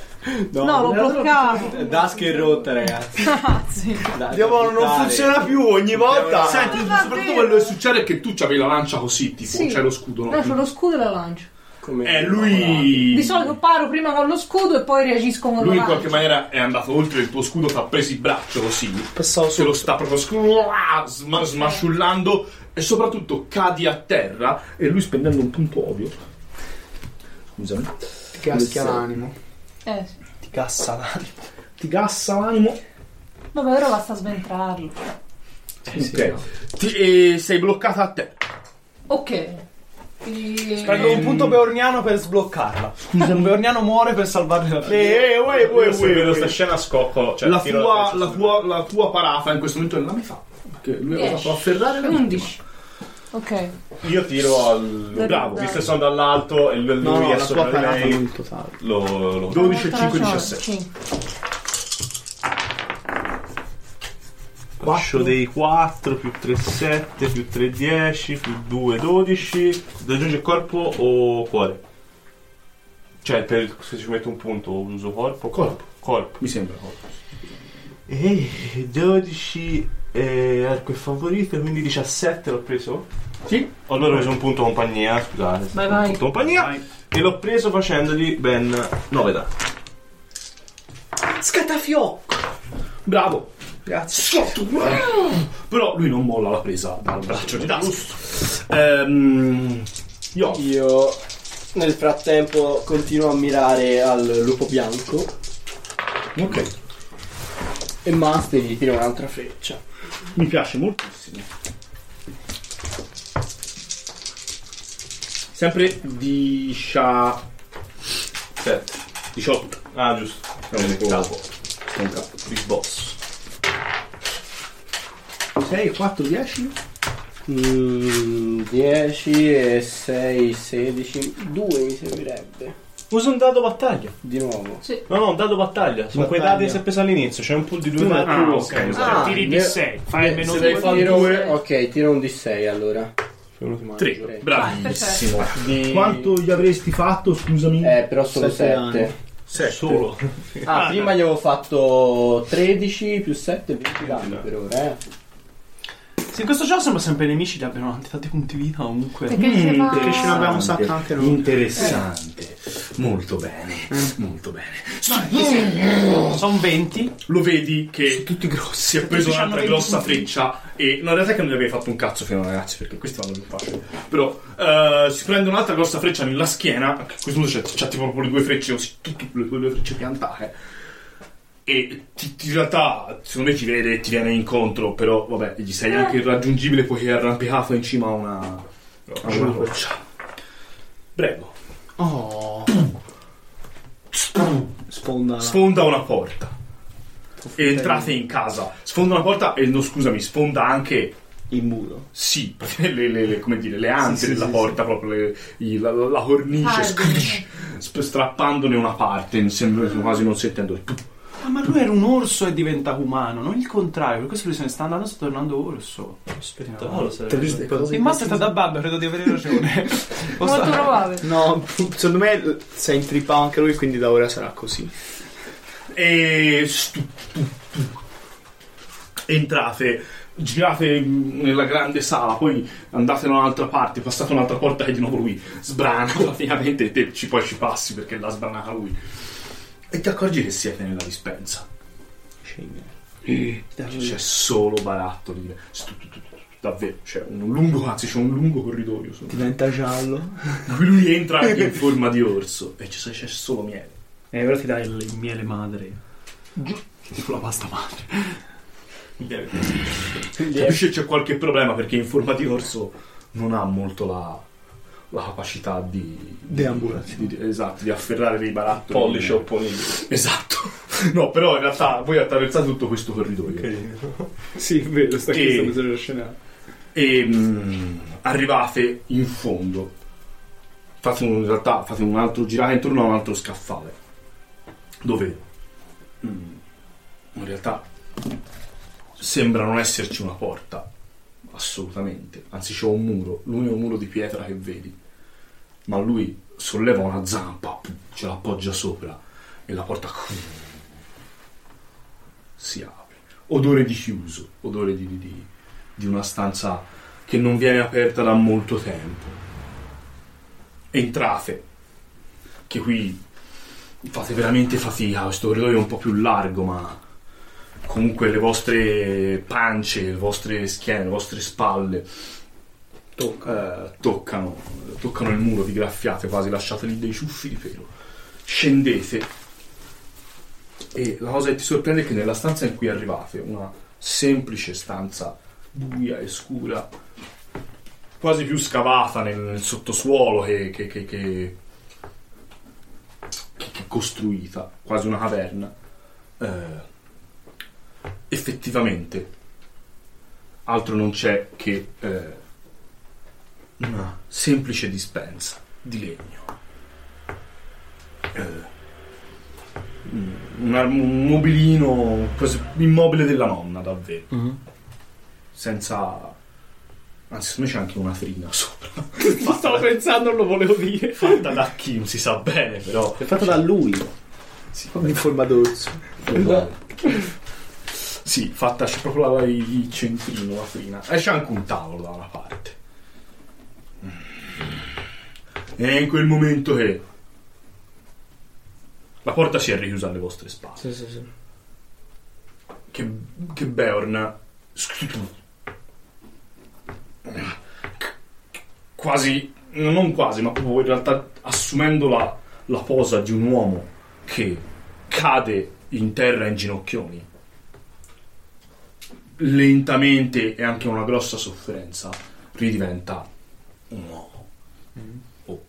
Speaker 2: No, l'ho bloccato.
Speaker 7: Eh,
Speaker 9: Dusk è rotta, ragazzi.
Speaker 2: Cazzi.
Speaker 7: Diavolo, non funziona più ogni volta.
Speaker 1: Senti,
Speaker 2: Ah, va
Speaker 1: soprattutto
Speaker 2: bene.
Speaker 1: quello che succede è che tu c'avevi la lancia così, tipo,
Speaker 2: Sì.
Speaker 1: c'è lo scudo, no?
Speaker 2: No, c'ho lo scudo e la lancio.
Speaker 1: Eh, lui.
Speaker 2: Di solito paro prima con lo scudo e poi reagisco con
Speaker 1: Lui
Speaker 2: la
Speaker 1: in
Speaker 2: lancio.
Speaker 1: qualche maniera è andato oltre il tuo scudo, ti ha preso il braccio così. Se lo sta proprio scru- sma- smasciullando e soprattutto cadi a terra e lui spendendo un punto ovvio. Scusami.
Speaker 7: Ti caschia l'animo.
Speaker 2: Eh, sì.
Speaker 7: Ti cassa l'animo.
Speaker 14: Ti gassa l'animo.
Speaker 2: Vabbè, ora basta sventrarlo.
Speaker 1: Eh, ok. Ti- e sei bloccata a terra.
Speaker 2: Ok. Quindi-
Speaker 5: Prendo un punto beorniano per sbloccarla. Un beorniano muore per salvarne la
Speaker 1: Eh, eh, uè, uè,
Speaker 6: Io se
Speaker 1: uè,
Speaker 6: vedo
Speaker 1: uè.
Speaker 6: sta scena scoccolo. Cioè,
Speaker 1: la,
Speaker 6: tiro
Speaker 1: tua,
Speaker 6: testa
Speaker 1: la,
Speaker 6: su-
Speaker 1: tua, la tua parata in questo momento non la mi fa. Perché lui ha
Speaker 2: Dieci.
Speaker 1: fatto afferrare la
Speaker 2: 11. Ok.
Speaker 6: Io tiro al.
Speaker 2: Dai,
Speaker 6: Bravo,
Speaker 2: dai.
Speaker 6: visto che sono dall'alto e lui
Speaker 7: No, no,
Speaker 6: è
Speaker 7: la
Speaker 6: sopra
Speaker 7: tua
Speaker 6: di
Speaker 7: parata
Speaker 6: lei,
Speaker 7: non il totale.
Speaker 6: Lo, lo-
Speaker 1: 12 e 5,
Speaker 2: 17.
Speaker 1: 17.
Speaker 13: Lascio dei 4 più 3, 7 più 3, 10 più 2, 12.
Speaker 6: Raggiunge corpo o cuore? Cioè, per, se ci metto un punto, uso corpo? Corpo. Corpo.
Speaker 1: Mi sembra corpo.
Speaker 13: E 12 eh, arco è favorito, quindi 17 l'ho preso.
Speaker 1: Sì.
Speaker 6: Allora ho preso un punto compagnia, scusate.
Speaker 2: Vai,
Speaker 6: un
Speaker 2: vai.
Speaker 6: punto compagnia. E l'ho preso facendogli ben 9 danni.
Speaker 7: Scatafiocco.
Speaker 1: Bravo. Grazie. Sotto. Però lui non molla la presa dal braccio di Dust. Ehm, io.
Speaker 9: Io nel frattempo continuo a mirare al lupo bianco
Speaker 1: Ok.
Speaker 9: e Master gli tira un'altra freccia.
Speaker 14: Mi piace moltissimo.
Speaker 1: Sempre 17. 18.
Speaker 6: Ah, giusto.
Speaker 1: È un capo. È un capo.
Speaker 6: Big boss.
Speaker 14: 6, 4, 10.
Speaker 9: 10 Mm, e 6, 16, 2 mi servirebbe.
Speaker 6: Usa un dado battaglia.
Speaker 9: Di nuovo.
Speaker 2: Sì.
Speaker 6: No, no, un dado battaglia. Sono quei dadi che si è preso all'inizio. C'è un pool di 2 dadi.
Speaker 9: Ah,
Speaker 6: ok.
Speaker 9: ok.
Speaker 6: Ah,
Speaker 9: Tiri
Speaker 6: ne-
Speaker 9: D6,
Speaker 6: fai
Speaker 9: Se
Speaker 6: Eh, meno
Speaker 9: devi
Speaker 6: due.
Speaker 9: fare
Speaker 6: Tiro
Speaker 9: un
Speaker 6: due.
Speaker 9: Ok, tiro un D6 allora.
Speaker 1: Tre,
Speaker 14: bravissimo.
Speaker 9: Di...
Speaker 14: Quanto gli avresti fatto, scusami?
Speaker 9: Eh, però solo
Speaker 14: Sette
Speaker 9: 7.
Speaker 14: anni.
Speaker 6: Solo.
Speaker 9: Ah, prima gli avevo fatto 13 più 7, 20 danni per ora, eh.
Speaker 5: Se in questo gioco sembra sempre nemici che abbiano tanti, tanti punti vita comunque. Mm.
Speaker 2: Perché si fa- Perché ce
Speaker 5: l'abbiamo
Speaker 14: un sacco anche noi.
Speaker 11: Interessante. Molto bene, molto bene.
Speaker 5: Sono Diciamo 20.
Speaker 1: Lo vedi che tutti grossi. Diciamo si è preso un'altra grossa freccia e no, in realtà è che non ne avevi fatto un cazzo fino a ragazzi perché questi vanno più facili però eh, si prende un'altra grossa freccia nella schiena anche a questo punto c'è, c'è tipo proprio le due frecce così tutte le due frecce piantate e ti, ti- in realtà secondo me ci vede e ti viene incontro, però vabbè, gli sei anche irraggiungibile poiché è arrampicato in cima a una, a una roccia. Prego.
Speaker 7: Oh. Sfonda.
Speaker 1: Sfonda una porta. E entrate in casa. Sfonda una porta e no, scusami, sfonda anche
Speaker 7: il muro.
Speaker 1: Sì, le, le- le- come dire, le anse
Speaker 7: Sì, sì,
Speaker 1: della
Speaker 7: sì,
Speaker 1: porta, proprio le- i- la, la- la cornice,
Speaker 5: Ah,
Speaker 1: scrish, sp- [LAUGHS] strappandone una parte, sembra quasi non sentendo.
Speaker 5: Ah, ma lui era un orso e diventa umano, non il contrario. Per questo lui se ne sta andando, sta tornando orso.
Speaker 13: Spettacolo sarebbe.
Speaker 7: Triste
Speaker 5: cose.
Speaker 7: cose.
Speaker 5: Il master da babbo, credo di avere ragione.
Speaker 2: Molto probabile.
Speaker 7: No, [LAUGHS] secondo me si è intrippato anche lui, quindi da ora sarà così.
Speaker 1: E stu- tu- tu. entrate, girate mh, nella grande sala, poi andate da un'altra parte, passate un'altra porta e di nuovo lui sbrana [LAUGHS] praticamente e te ci, poi ci passi perché l'ha sbranata lui. E ti accorgi che siete nella dispensa. C'è solo barattoli. di- stu- tu- tu- tu- tu- Davvero, c'è un lungo, anzi c'è un lungo corridoio. solo.
Speaker 7: Diventa giallo.
Speaker 1: Lui
Speaker 7: [LAUGHS]
Speaker 1: entra in forma di orso e c'è, c'è solo miele.
Speaker 14: Eh, ora ti dai il
Speaker 5: Il miele madre. Tipo la pasta madre.
Speaker 1: Capisci che c'è qualche problema perché in forma di orso non ha molto la, la capacità di
Speaker 7: Deambulazione.
Speaker 1: di- esatto, di afferrare dei barattoli.
Speaker 6: Pollice o poniglio.
Speaker 1: Esatto. [LAUGHS] No, però in realtà voi attraversate tutto questo corridoio.
Speaker 12: Sì, è vero, sta
Speaker 1: E-
Speaker 12: chiedendo se lo scenario.
Speaker 1: E mm, arrivate in fondo. Fate un, in realtà fate un altro girare intorno a un altro scaffale. Dove mm, in realtà sembra non esserci una porta. Assolutamente. Anzi c'è un muro, l'unico muro di pietra che vedi. Ma lui solleva una zampa, ce l'appoggia sopra e la porta [LAUGHS] si apre. Odore di chiuso, odore di- di- di, di una stanza che non viene aperta da molto tempo. Entrate, che qui fate veramente fatica, questo corridoio è un po' più largo, ma comunque le vostre pance, le vostre schiene, le vostre spalle eh, toccano, toccano il muro, vi graffiate quasi, lasciate lì dei ciuffi di pelo. Scendete e la cosa che ti sorprende è che nella stanza in cui arrivate, una semplice stanza buia e scura, quasi più scavata nel, nel sottosuolo che, che- che- che- che- che costruita, quasi una caverna, eh, effettivamente altro non c'è che eh, una semplice dispensa di legno. Eh, un, ar- un mobilino quasi immobile della nonna, davvero. Senza. Anzi, secondo me c'è anche una frina [LAUGHS] sopra. Stavo pensando, non lo volevo dire. Fatta da Kim, si sa bene, però.
Speaker 14: È fatta da lui.
Speaker 7: In forma d'orso.
Speaker 1: Sì, fatta c'è proprio la- il il centrino, la frina. E c'è anche un tavolo da una parte. E è in quel momento che. La porta si è richiusa alle vostre spalle.
Speaker 14: Sì, sì, sì.
Speaker 1: che, che Beorn quasi non quasi ma proprio in realtà assumendo la, la posa di un uomo che cade in terra in ginocchioni lentamente e anche con una grossa sofferenza ridiventa un uomo
Speaker 14: Mm.
Speaker 1: o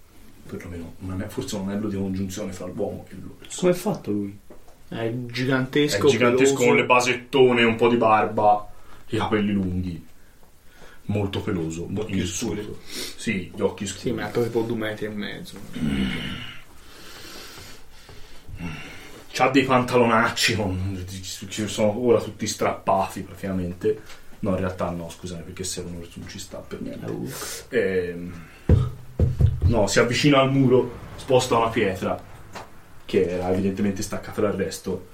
Speaker 1: perlomeno un ane- forse un anello di congiunzione fra l'uomo e l'orso
Speaker 14: Come è fatto lui?
Speaker 7: È gigantesco.
Speaker 1: è gigantesco
Speaker 7: peloso.
Speaker 1: con le basettone, un po' di barba, i capelli lunghi. Molto peloso, occhi scuri. Sì, gli occhi scuri.
Speaker 7: Sì, ma è alto tipo due metri e mezzo.
Speaker 1: C'ha dei pantalonacci, con- ci sono ora tutti strappati praticamente. No, in realtà no, scusate, perché se non non ci sta per niente. Ehm, no, si avvicina al muro, sposta una pietra, che era evidentemente staccata dal resto,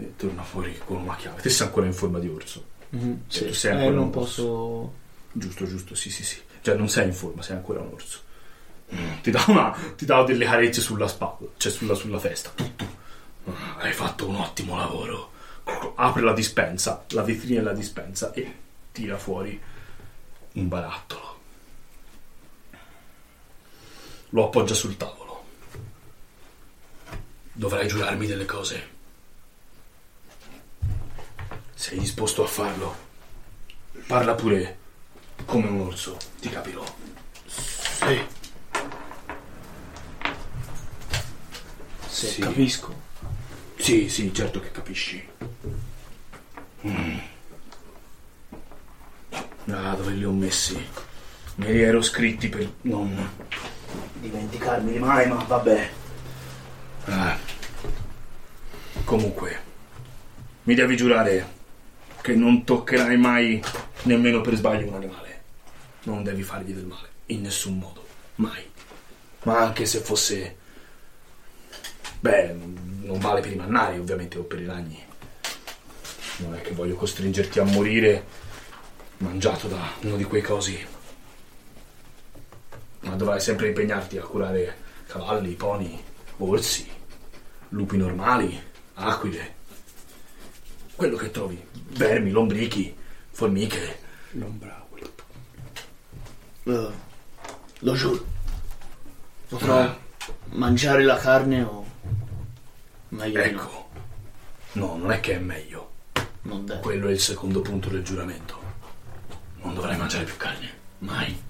Speaker 1: e torna fuori con una chiave. Te sei ancora in forma di orso.
Speaker 7: Mhm,
Speaker 1: Cioè, tu
Speaker 7: sì.
Speaker 1: sei
Speaker 7: Eh,
Speaker 1: ancora
Speaker 7: non
Speaker 1: un orso.
Speaker 7: posso.
Speaker 1: Giusto, giusto, sì, sì, sì. Cioè, non sei in forma, sei ancora un orso. Mm, Ti dà, una- ti dà delle carezze sulla spalla, cioè sulla, sulla testa. Tu, tu. Ah, Hai fatto un ottimo lavoro. Apre la dispensa, la vetrina della dispensa e tira fuori un barattolo. Lo appoggia sul tavolo.
Speaker 10: Dovrai giurarmi delle cose.
Speaker 1: Sei disposto a farlo? Parla pure come un orso, ti capirò. Sì. Sì.
Speaker 9: Capisco.
Speaker 1: Sì, sì, certo che capisci. Mm. Ah, dove li ho messi? Me li ero scritti per non dimenticarmeli mai, ma vabbè. Ah. Comunque, mi devi giurare che non toccherai mai, nemmeno per sbaglio, un animale. Non devi fargli del male, in nessun modo, mai. Ma anche se fosse... Beh, non vale per i mannari, ovviamente, o per i ragni. Non è che voglio costringerti a morire mangiato da uno di quei cosi. Ma dovrai sempre impegnarti a curare cavalli, pony, orsi, lupi normali, aquile, quello che trovi, vermi, lombrichi, formiche.
Speaker 10: L'ombraule.
Speaker 1: Eh, lo giuro.
Speaker 7: Potrò
Speaker 1: Eh.
Speaker 7: mangiare la carne o meglio di no?
Speaker 1: Ecco. No, non è che è meglio.
Speaker 7: Non deve.
Speaker 1: Quello è il secondo punto del giuramento. Non dovrai mangiare più carne, mai.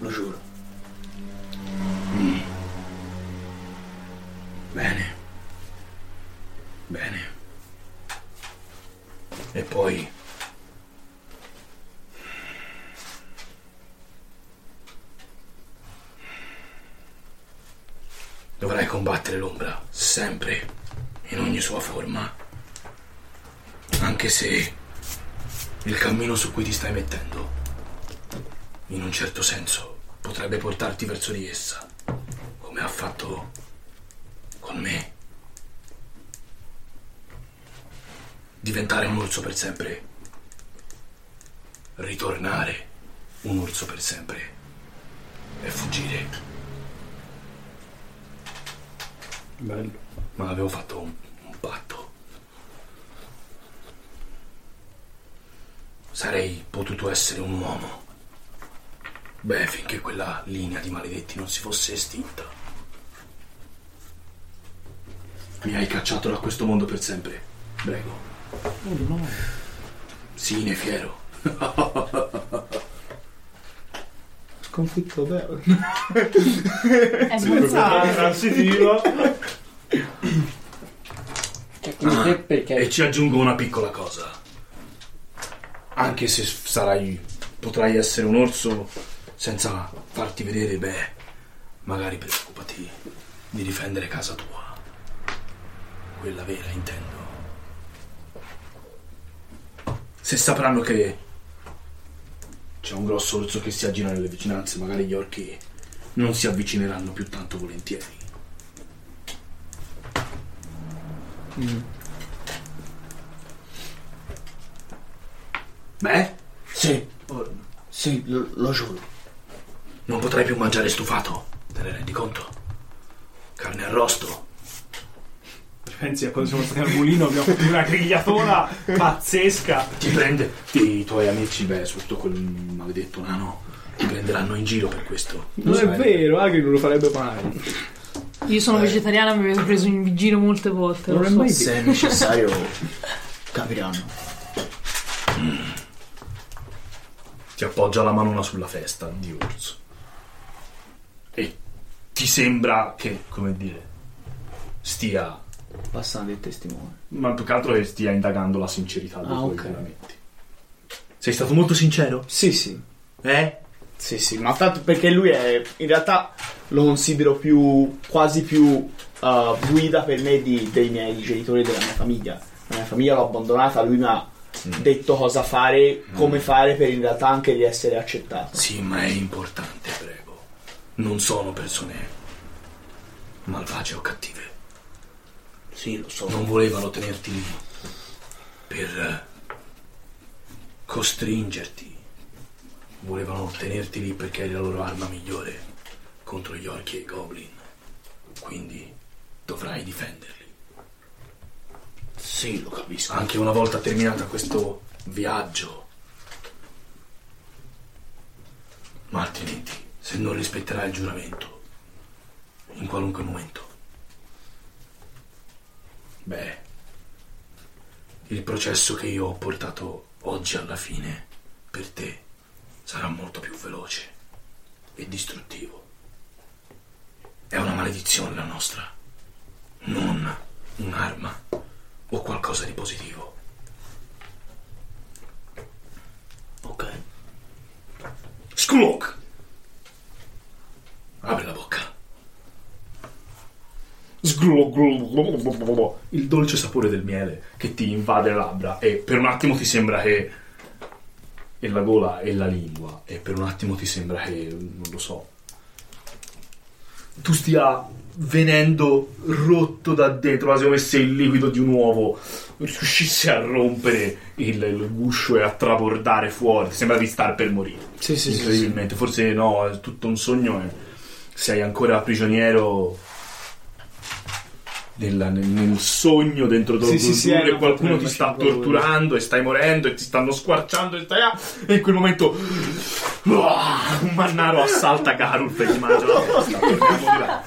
Speaker 7: Lo giuro.
Speaker 1: Bene. Bene. E poi... Dovrai combattere l'ombra, sempre, in ogni sua forma. Anche se il cammino su cui ti stai mettendo, in un certo senso, potrebbe portarti verso di essa, come ha fatto con me. Diventare un orso per sempre. Ritornare un orso per sempre. E fuggire.
Speaker 10: Bello.
Speaker 1: Ma avevo fatto un, un patto. Sarei potuto essere un uomo. Beh, finché quella linea di maledetti non si fosse estinta. Mi hai cacciato da questo mondo per sempre. Prego. Sì, ne fiero.
Speaker 10: Sconfitto vero.
Speaker 2: È scherzato.
Speaker 1: Transitivo.
Speaker 9: Cioè, quindi te perché-
Speaker 1: e ci aggiungo una piccola cosa. Anche se sarai. potrai essere un orso senza farti vedere, beh, magari preoccupati di difendere casa tua. Quella vera, intendo. Se sapranno che c'è un grosso orso che si aggira nelle vicinanze, magari gli orchi non si avvicineranno più tanto volentieri. Beh? Sì.
Speaker 7: Sì, lo, lo giuro.
Speaker 1: Non potrai più mangiare stufato, te ne rendi conto? Carne arrosto.
Speaker 5: Pensi a quando siamo stati al mulino abbiamo fatto una grigliatona pazzesca.
Speaker 1: Ti prende. I tuoi amici, beh, soprattutto quel maledetto nano, ti prenderanno in giro per questo.
Speaker 10: Non è vero, Agri non lo farebbe mai.
Speaker 2: Io
Speaker 1: Eh.
Speaker 2: sono vegetariana, mi avete preso in giro molte volte. lo so.
Speaker 7: Se è necessario, capiranno.
Speaker 1: Ti appoggia la manona sulla festa di orso. E ti sembra che, come dire, stia.
Speaker 7: Passando il testimone.
Speaker 15: Ma più che altro che stia indagando la sincerità dei
Speaker 7: Ah,
Speaker 15: tuoi
Speaker 7: ok.
Speaker 15: giuramenti. Sei stato molto sincero?
Speaker 7: Sì, sì.
Speaker 1: Eh?
Speaker 7: Sì, sì, ma tanto perché lui è. In realtà lo considero più. quasi più eh, guida per me di- dei miei genitori e della mia famiglia. La mia famiglia l'ho abbandonata, lui mi ha detto cosa fare, come fare per in realtà anche di essere accettato.
Speaker 1: Sì, ma è importante, prego. Non sono persone malvagie o cattive.
Speaker 7: Sì, lo so.
Speaker 1: Non volevano tenerti lì per eh, costringerti. Volevano tenerti lì perché eri la loro arma migliore contro gli orchi e i goblin. Quindi dovrai difenderli.
Speaker 7: Sì, lo capisco.
Speaker 1: Anche una volta terminato questo viaggio. Ma altrimenti, se non rispetterai il giuramento, in qualunque momento. Beh, il processo che io ho portato oggi alla fine per te sarà molto più veloce e distruttivo. È una maledizione la nostra, non un'arma o qualcosa di positivo. Ok. Skulok! Apri la bocca. Sglu- glu- glu- glu- glu- glu- Il dolce sapore del miele che ti invade le labbra e per un attimo ti sembra che... e la gola e la lingua e per un attimo ti sembra che... non lo so... tu stia venendo rotto da dentro, quasi come se il liquido di un uovo riuscisse a rompere il, il guscio e a trabordare fuori. Ti Sembra di star per morire.
Speaker 16: Sì, sì, sì,
Speaker 1: Incredibilmente. Forse no, è tutto un sogno e sei ancora prigioniero nella- nel, nel sogno dentro
Speaker 7: Sì,
Speaker 1: dove
Speaker 7: sì, sì, è una
Speaker 1: qualcuno
Speaker 7: fortuna,
Speaker 1: ti
Speaker 7: ma
Speaker 1: sta
Speaker 7: ci vuole.
Speaker 1: torturando e stai morendo e ti stanno squarciando e stai là, e in quel momento uah, un mannaro assalta Garulf e gli mangia [LAUGHS] la testa. Torniamo di là.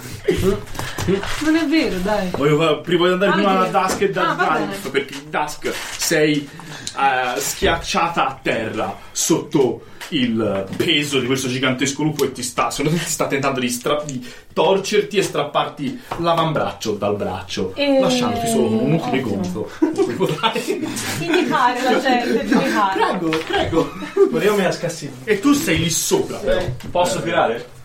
Speaker 2: Non è vero, dai.
Speaker 1: Voglio, fa- pri- voglio andare prima
Speaker 2: Anche-
Speaker 1: da Dusk e da
Speaker 2: Ah, va bene.
Speaker 1: Garulf perché in Dusk sei eh, schiacciata a terra sotto il peso di questo gigantesco lupo e ti sta, secondo te ti sta tentando di, stra- di torcerti e strapparti l'avambraccio dal braccio,
Speaker 2: E-
Speaker 1: lasciandoti solo con un utile gonfio.
Speaker 2: Indicare la
Speaker 1: [LAUGHS]
Speaker 2: gente, indicare.
Speaker 1: Prego, prego. Ma io me la scassino. E tu sei lì sopra, però. Posso tirare?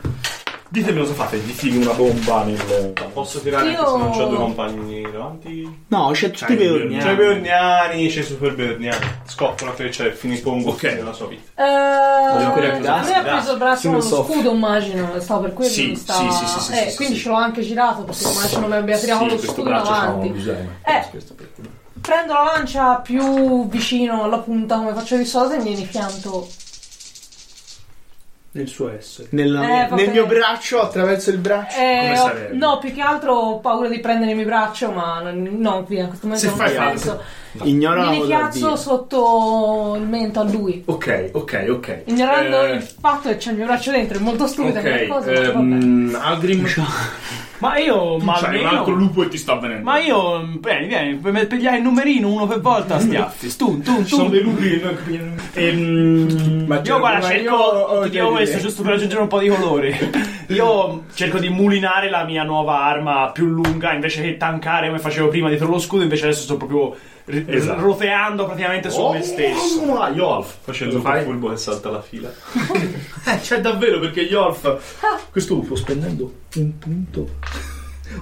Speaker 1: Ditemi cosa fate, gli fili una bomba nel.
Speaker 6: Posso tirare
Speaker 2: Io-
Speaker 6: anche se non c'ho due compagni davanti?
Speaker 17: No, c'è tutti i verni.
Speaker 6: C'è Beorniani, c'è Super Beorniani. Scoppa una freccia e finipongo ok nella sua vita.
Speaker 2: Eh, a
Speaker 6: dasti,
Speaker 2: me ha
Speaker 6: dasti.
Speaker 2: preso il braccio
Speaker 6: Sì, lo
Speaker 2: uno
Speaker 6: so.
Speaker 2: scudo, immagino. Stavo per quello
Speaker 6: Sì,
Speaker 2: mi sta.
Speaker 6: sì, sì, sì, sì,
Speaker 2: eh,
Speaker 6: sì,
Speaker 2: quindi ce l'ho anche girato perché immagino mi abbia tirato lo scudo davanti. Eh, prendo la lancia più vicino alla punta come faccio di solito e mi rifianto.
Speaker 18: Nel suo essere.
Speaker 2: Eh, vabbè.
Speaker 17: nel mio braccio, attraverso il braccio.
Speaker 2: Eh, ho- no, più che altro ho paura di prendere il mio braccio, ma non- no, qui a questo momento
Speaker 17: Se
Speaker 2: non
Speaker 17: fai
Speaker 2: ci
Speaker 17: male,
Speaker 2: penso.
Speaker 17: Ignora la
Speaker 2: Mi
Speaker 17: cosa da
Speaker 2: richiazzo
Speaker 17: dire.
Speaker 2: sotto il mento a lui.
Speaker 1: [LAUGHS] Ok, ok, ok.
Speaker 2: Ignorando
Speaker 1: Eh,
Speaker 2: il fatto che c'è il mio braccio dentro, è molto stupido come
Speaker 1: Ok,
Speaker 2: cosa. ma vabbè.
Speaker 1: ehm, Algrim.
Speaker 5: Ma io, ma
Speaker 1: c'hai un
Speaker 5: almeno-
Speaker 1: altro lupo e ti sta avvenendo.
Speaker 5: Ma io, bene, vieni, per pigliare il numerino uno per volta, stiaffi. Stun, tun, tun. Sono
Speaker 1: Mm. dei lupi. Ehm,
Speaker 5: Ma io, guarda, cerco. ti dico questo, giusto per aggiungere un po' di colore. Io cerco di mulinare la mia nuova arma più lunga invece che tankare come facevo prima dietro lo scudo. Invece adesso sto proprio ri-
Speaker 6: Esatto.
Speaker 5: roteando praticamente su me stesso.
Speaker 1: Ah, Yolf.
Speaker 6: Facendo
Speaker 1: Cosa fai?
Speaker 6: fare furbo che salta la fila.
Speaker 1: Eh, c'è davvero perché Yolf. Questo lupo spendendo
Speaker 18: Un punto.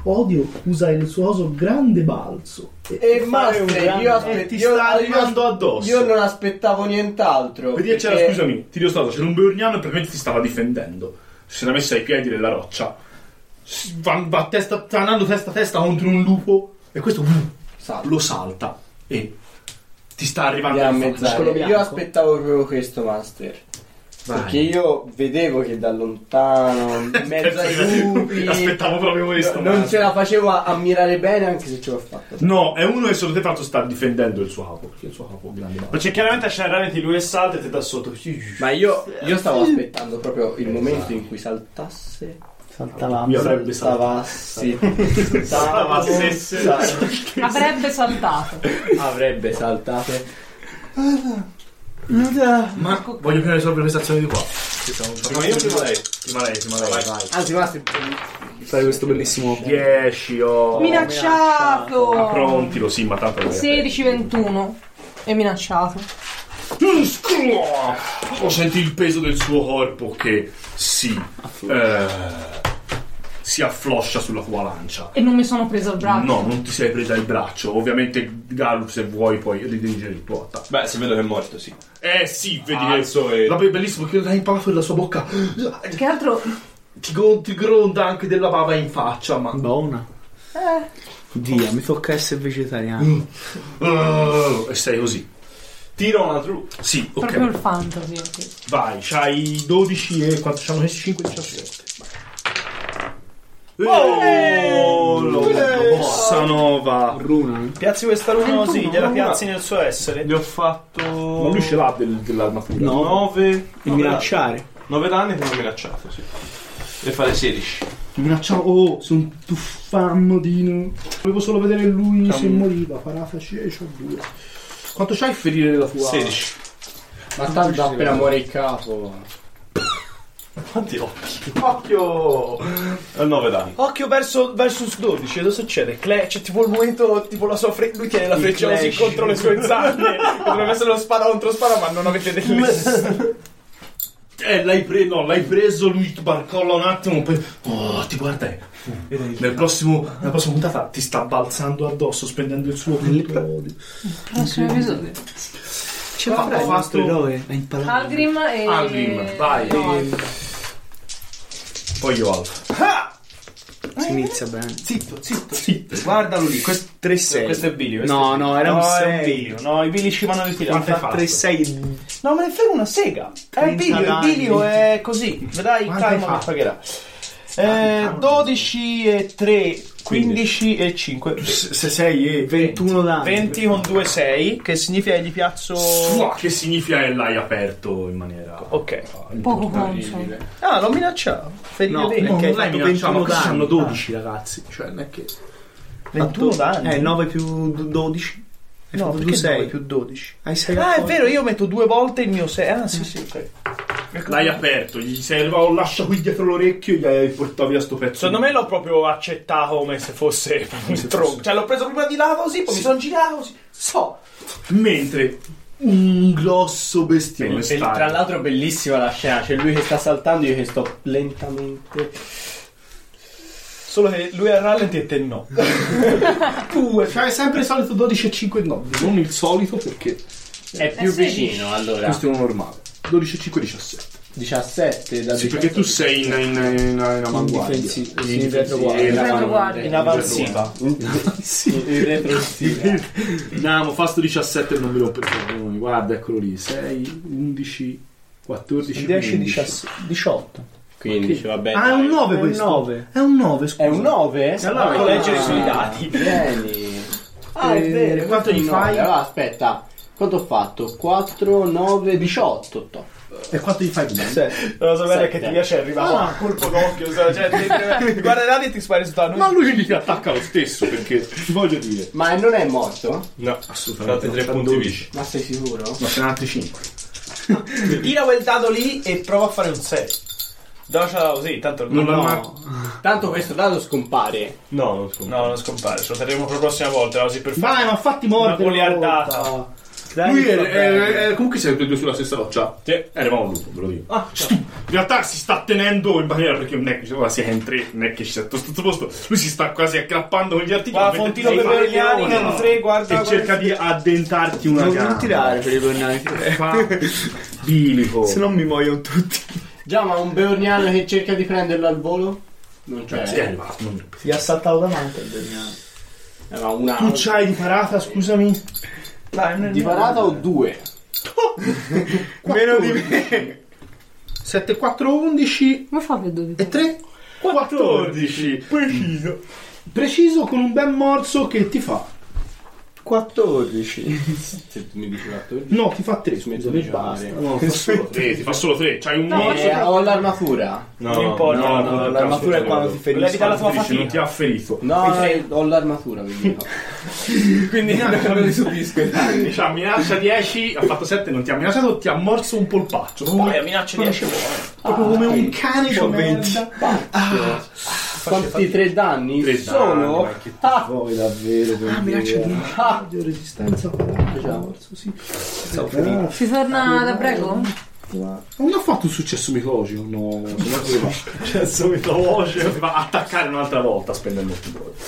Speaker 18: Odio usa il suo oso grande balzo.
Speaker 9: E Master, io,
Speaker 18: Eh,
Speaker 9: aspe-
Speaker 18: ti
Speaker 9: io-
Speaker 18: sta
Speaker 1: arrivando
Speaker 9: io-
Speaker 1: addosso.
Speaker 9: Io non aspettavo nient'altro. eh,
Speaker 1: Vedi, c'era,
Speaker 9: perché-
Speaker 1: scusami, ti dico stato, c'era un beorniano e probabilmente ti stava difendendo. Si era messo ai piedi della roccia. S- Va, va a testa, sta andando testa a testa contro un lupo. E questo uh, lo salta. E ti sta arrivando
Speaker 9: Andiamo a
Speaker 1: in faccia.
Speaker 9: mezz'aria. Io aspettavo proprio questo, Master.
Speaker 1: Vai.
Speaker 9: Perché io vedevo che da lontano, in mezzo ai lupi,
Speaker 1: Aspettavo proprio questo.
Speaker 9: non
Speaker 1: Master.
Speaker 9: ce la facevo a ammirare bene, anche se ce l'ho fatta.
Speaker 1: No, è uno che solo te fatto sta difendendo il suo capo. Perché il suo capo è grande.
Speaker 5: Ma c'è chiaramente Sharraventi, lui e salta e te da sotto.
Speaker 9: Ma io, io stavo aspettando proprio il momento in cui saltasse.
Speaker 18: Saltava.
Speaker 9: Mi avrebbe saltavassi.
Speaker 6: Saltavassesse.
Speaker 9: Saltavassesse.
Speaker 2: Avrebbe saltato.
Speaker 9: Avrebbe saltato.
Speaker 1: Ma voglio prima risolvere questa azione di qua.
Speaker 6: Prima io o prima lei?
Speaker 1: Prima lei, prima lei, vai.
Speaker 9: Anzi, Master,
Speaker 1: Sai questo bellissimo 10 oh. Ah,
Speaker 2: Minacciato!
Speaker 1: prontilo, sì, ma tanto
Speaker 2: 16-21 è minacciato.
Speaker 1: Mm, Oh, senti il peso del suo corpo che si eh, si affloscia sulla tua lancia.
Speaker 2: E non mi sono preso il braccio.
Speaker 1: No, non ti sei presa il braccio. Ovviamente, Galup, se vuoi, puoi ridirigere il tuo attacco.
Speaker 6: Beh, se vedo che è morto, sì.
Speaker 1: Eh sì, vedi
Speaker 6: Alzo
Speaker 1: che
Speaker 6: e-
Speaker 1: La poi è bellissimo perché l'hai impalato nella sua bocca.
Speaker 2: Che altro?
Speaker 1: Ti, gro- ti gronda anche della bava in faccia, ma.
Speaker 17: Buona.
Speaker 2: Eh.
Speaker 17: Via, mi tocca essere vegetariano.
Speaker 1: Oh, e sei così.
Speaker 6: Tiro una true.
Speaker 1: Sì, ok.
Speaker 2: Proprio il fantasy. ok.
Speaker 1: Vai, c'hai 12 e quanto c'hanno messi? 5 17.
Speaker 5: Oh, lo-
Speaker 1: Bossa nova.
Speaker 16: Runa.
Speaker 5: Piazzi questa
Speaker 16: luna
Speaker 5: luna
Speaker 16: così,
Speaker 5: così,
Speaker 16: gliela
Speaker 5: gliela
Speaker 16: piazzi
Speaker 5: piazzi nel suo essere.
Speaker 6: Gli ho fatto.
Speaker 1: Ma lui ce l'ha del- dell'armatura.
Speaker 6: 9.
Speaker 17: Il minacciare.
Speaker 6: 9 danni che mi ha minacciato, sì. E fare 16.
Speaker 18: Ti minacciavo. Oh, sono tuffannodino. Volevo solo vedere lui se moriva. Parata 10 o 2.
Speaker 1: Quanto c'hai ferire della tua?
Speaker 9: 16. Ma tanto appena muore il capo.
Speaker 13: Quanti occhi? Occhio! A 9 danni.
Speaker 19: Occhio verso, versus 12, cosa succede? Cle- c'è tipo il momento, tipo la sua freccia, lui tiene la
Speaker 13: Il
Speaker 19: freccia così
Speaker 13: clash.
Speaker 19: contro le sue
Speaker 10: [LAUGHS]
Speaker 19: zanne. Dovrebbe essere uno spada contro spada, ma non avete [LAUGHS] delle...
Speaker 10: Eh, l'hai preso, no, l'hai preso, lui ti barcolla un attimo, poi oh, ti guarda e nel prossimo, nella prossima puntata ti sta balzando addosso, spendendo il suo punto di-
Speaker 2: Prossimo episodio.
Speaker 10: Ci ha Ah, fatto fatto
Speaker 2: eroe.
Speaker 10: È impalato.
Speaker 2: Algrim e...
Speaker 1: Algrim, vai.
Speaker 2: No,
Speaker 1: Poi io alzo.
Speaker 7: Si inizia bene.
Speaker 5: Zitto, zitto, zitto. Guardalo lì.
Speaker 7: Questo 3-6.
Speaker 5: Questo è Billy. questo
Speaker 7: No,
Speaker 5: è-
Speaker 7: no, era un
Speaker 5: no, è
Speaker 7: 6.
Speaker 5: Billy. No, i Billy ci vanno ritirati.
Speaker 7: 3-6.
Speaker 5: No, me ne frega una sega. È il
Speaker 7: 30
Speaker 5: bilio, il
Speaker 7: danni.
Speaker 5: bilio è così. Vedrai il
Speaker 7: Quanto hai
Speaker 5: karma che
Speaker 7: fatto?
Speaker 5: pagherà. Eh, 12 e 3, 15 e 5.
Speaker 7: 6 e 21 danni.
Speaker 5: 20 con 2, 6. Che significa che gli piazzo.
Speaker 19: Oh.
Speaker 1: Sua, che significa che l'hai aperto in maniera.
Speaker 5: Ok.
Speaker 2: Poco
Speaker 1: consono.
Speaker 5: Ah, l'ho minacciato. Ferire
Speaker 1: No,
Speaker 5: bene.
Speaker 1: perché
Speaker 5: Ok,
Speaker 1: non l'hai
Speaker 5: fatto
Speaker 1: minacciato,
Speaker 5: 21
Speaker 1: ma questi
Speaker 5: danni.
Speaker 1: hanno 12 ragazzi. Cioè, non è che.
Speaker 5: 21 danni.
Speaker 7: Eh, 9 più d- 12. Hai
Speaker 5: No,
Speaker 7: fatto
Speaker 5: perché
Speaker 7: 2-6.
Speaker 5: 9 più 12?
Speaker 7: Hai 6
Speaker 5: Ah, è vero, io metto due volte il mio 6. Ah, sì, sì, ok.
Speaker 1: Ecco. L'hai aperto, gli sei arrivato, lascia qui dietro l'orecchio e gli hai portato via sto pezzo.
Speaker 5: Secondo me l'ho proprio accettato come se fosse proprio un tronco. Cioè, l'ho preso prima di là così, poi mi sono girato così. So.
Speaker 1: Mentre un grosso bestione
Speaker 9: E
Speaker 1: sta.
Speaker 9: tra l'altro bellissima la scena, c'è lui che sta saltando, io che sto lentamente.
Speaker 5: Solo che lui è rallenti e te no.
Speaker 1: Tu fai sempre il solito 12 e 5 9, non il solito perché
Speaker 9: È
Speaker 5: Eh,
Speaker 9: più vicino allora.
Speaker 1: questo è uno normale. 12 e 5 17.
Speaker 9: 17 da
Speaker 1: Sì, perché tu sei in, in, in, in avanguardia.
Speaker 9: difensi-
Speaker 1: [LAUGHS] In
Speaker 9: sì, in
Speaker 1: difensi-
Speaker 9: retroguardia.
Speaker 1: eh,
Speaker 9: In retroguardia.
Speaker 1: in
Speaker 9: In avanziva.
Speaker 1: Andiamo, fa sto 17 e non me lo perdoni. Guarda, eccolo lì. 6, 11, 14,
Speaker 7: 10,
Speaker 1: 15.
Speaker 7: 17, 18.
Speaker 9: 15, va bene.
Speaker 7: Ah, è un 9
Speaker 9: È un
Speaker 7: questo.
Speaker 9: 9.
Speaker 7: È un 9, scusa.
Speaker 9: È un 9?
Speaker 7: Allora, ecco leggere sui
Speaker 9: dati. Vieni. Ah, è vero. Quanto gli fai? Allora, aspetta. Quanto ho fatto? 4, 9, 18. top.
Speaker 1: E quanto gli fai bene?
Speaker 5: La cosa bella è che
Speaker 9: Sette.
Speaker 5: ti piace arrivare
Speaker 9: Ah.
Speaker 5: a colpo d'occhio. Cioè, ti- ti guarderà e ti spari su da noi.
Speaker 1: Ma lui gli attacca lo stesso perché ti voglio dire.
Speaker 9: Ma non è morto?
Speaker 6: No,
Speaker 1: assolutamente.
Speaker 6: Fate tre
Speaker 1: Fa
Speaker 6: punti
Speaker 1: 12.
Speaker 6: vici.
Speaker 9: Ma sei sicuro?
Speaker 1: Ma sono altri 5.
Speaker 5: Tira quel dado lì e prova a fare un 6. Dacela così, tanto
Speaker 9: No. Tanto questo dado scompare.
Speaker 6: No, non scompare.
Speaker 5: No, non scompare, ce lo terremo per la prossima volta, così per fare
Speaker 1: Vai, ma fatti mordere.
Speaker 5: una
Speaker 1: una
Speaker 5: goliardata.
Speaker 1: volta. Lui è, è- è- comunque siete tutti e due sulla stessa roccia. Eh,
Speaker 6: Sì.
Speaker 1: Eravamo un lupo, ve lo dico. Stu- in realtà si sta tenendo in barriera perché non è che ora siete in tre, non è che ci siete tutto posto. Lui si sta quasi aggrappando con gli artigli.
Speaker 5: Guarda,
Speaker 1: mette-
Speaker 5: Fontino
Speaker 1: e
Speaker 5: per
Speaker 1: fa-
Speaker 5: Berliani,
Speaker 1: no, no.
Speaker 5: erano tre, guarda,
Speaker 1: E cerca di addentarti una
Speaker 7: Non,
Speaker 1: gamba.
Speaker 7: non tirare per i tornati.
Speaker 1: Fa bilico.
Speaker 7: Se no mi muoiono tutti.
Speaker 9: Già, ma un beorniano che cerca di prenderlo al volo? Non c'è.
Speaker 1: Sì, è arrivato. non-
Speaker 7: Gli ha saltato davanti il Berniano.
Speaker 9: Era Eh, una.
Speaker 1: Tu c'hai di parata, scusami?
Speaker 9: Di parata
Speaker 1: [LAUGHS]
Speaker 9: o due?
Speaker 7: Meno di me.
Speaker 11: 7, 4, 11
Speaker 2: Come fa per dove?
Speaker 11: e 3.
Speaker 1: 14.
Speaker 11: Preciso. Preciso con un bel morso che ti fa.
Speaker 7: 14.
Speaker 9: Se tu mi dici 14.
Speaker 11: No, ti fa 3.
Speaker 9: Smetto di giocare.
Speaker 11: No, fa solo tre.
Speaker 1: Eh, ti fa solo tre. C'hai un morso.
Speaker 9: Eh, ho l'armatura.
Speaker 6: No,
Speaker 1: Ah,
Speaker 6: no, no, no,
Speaker 9: l'armatura è
Speaker 6: no,
Speaker 9: quando
Speaker 6: no.
Speaker 9: ti
Speaker 1: Quella
Speaker 9: ferisci.
Speaker 1: di dalla tua fatica. Non ti ha ferito.
Speaker 9: No, eh, ho l'armatura, quindi no.
Speaker 1: Quindi non li subisco i danni. Cioè, minaccia 10, ha fatto 7, non ti ha minacciato, ti ha morso un polpaccio.
Speaker 5: Poi a minaccia 10
Speaker 1: Proprio come un cane
Speaker 7: C'ho
Speaker 1: di merda. Ah.
Speaker 9: Quanti tre danni?
Speaker 1: Tre
Speaker 9: Solo?
Speaker 1: danni, ma che
Speaker 9: Ah,
Speaker 11: Poi davvero. per
Speaker 7: Ah, minaccia
Speaker 11: dire.
Speaker 7: 10.
Speaker 9: ah,
Speaker 11: Io resistenza parata, morso, sì. Ah,
Speaker 2: Si torna da prego?
Speaker 11: Non ha fatto un successo mitologico, no.
Speaker 1: Cazzo, mi voce. Va a attaccare un'altra volta spendendo molti punti.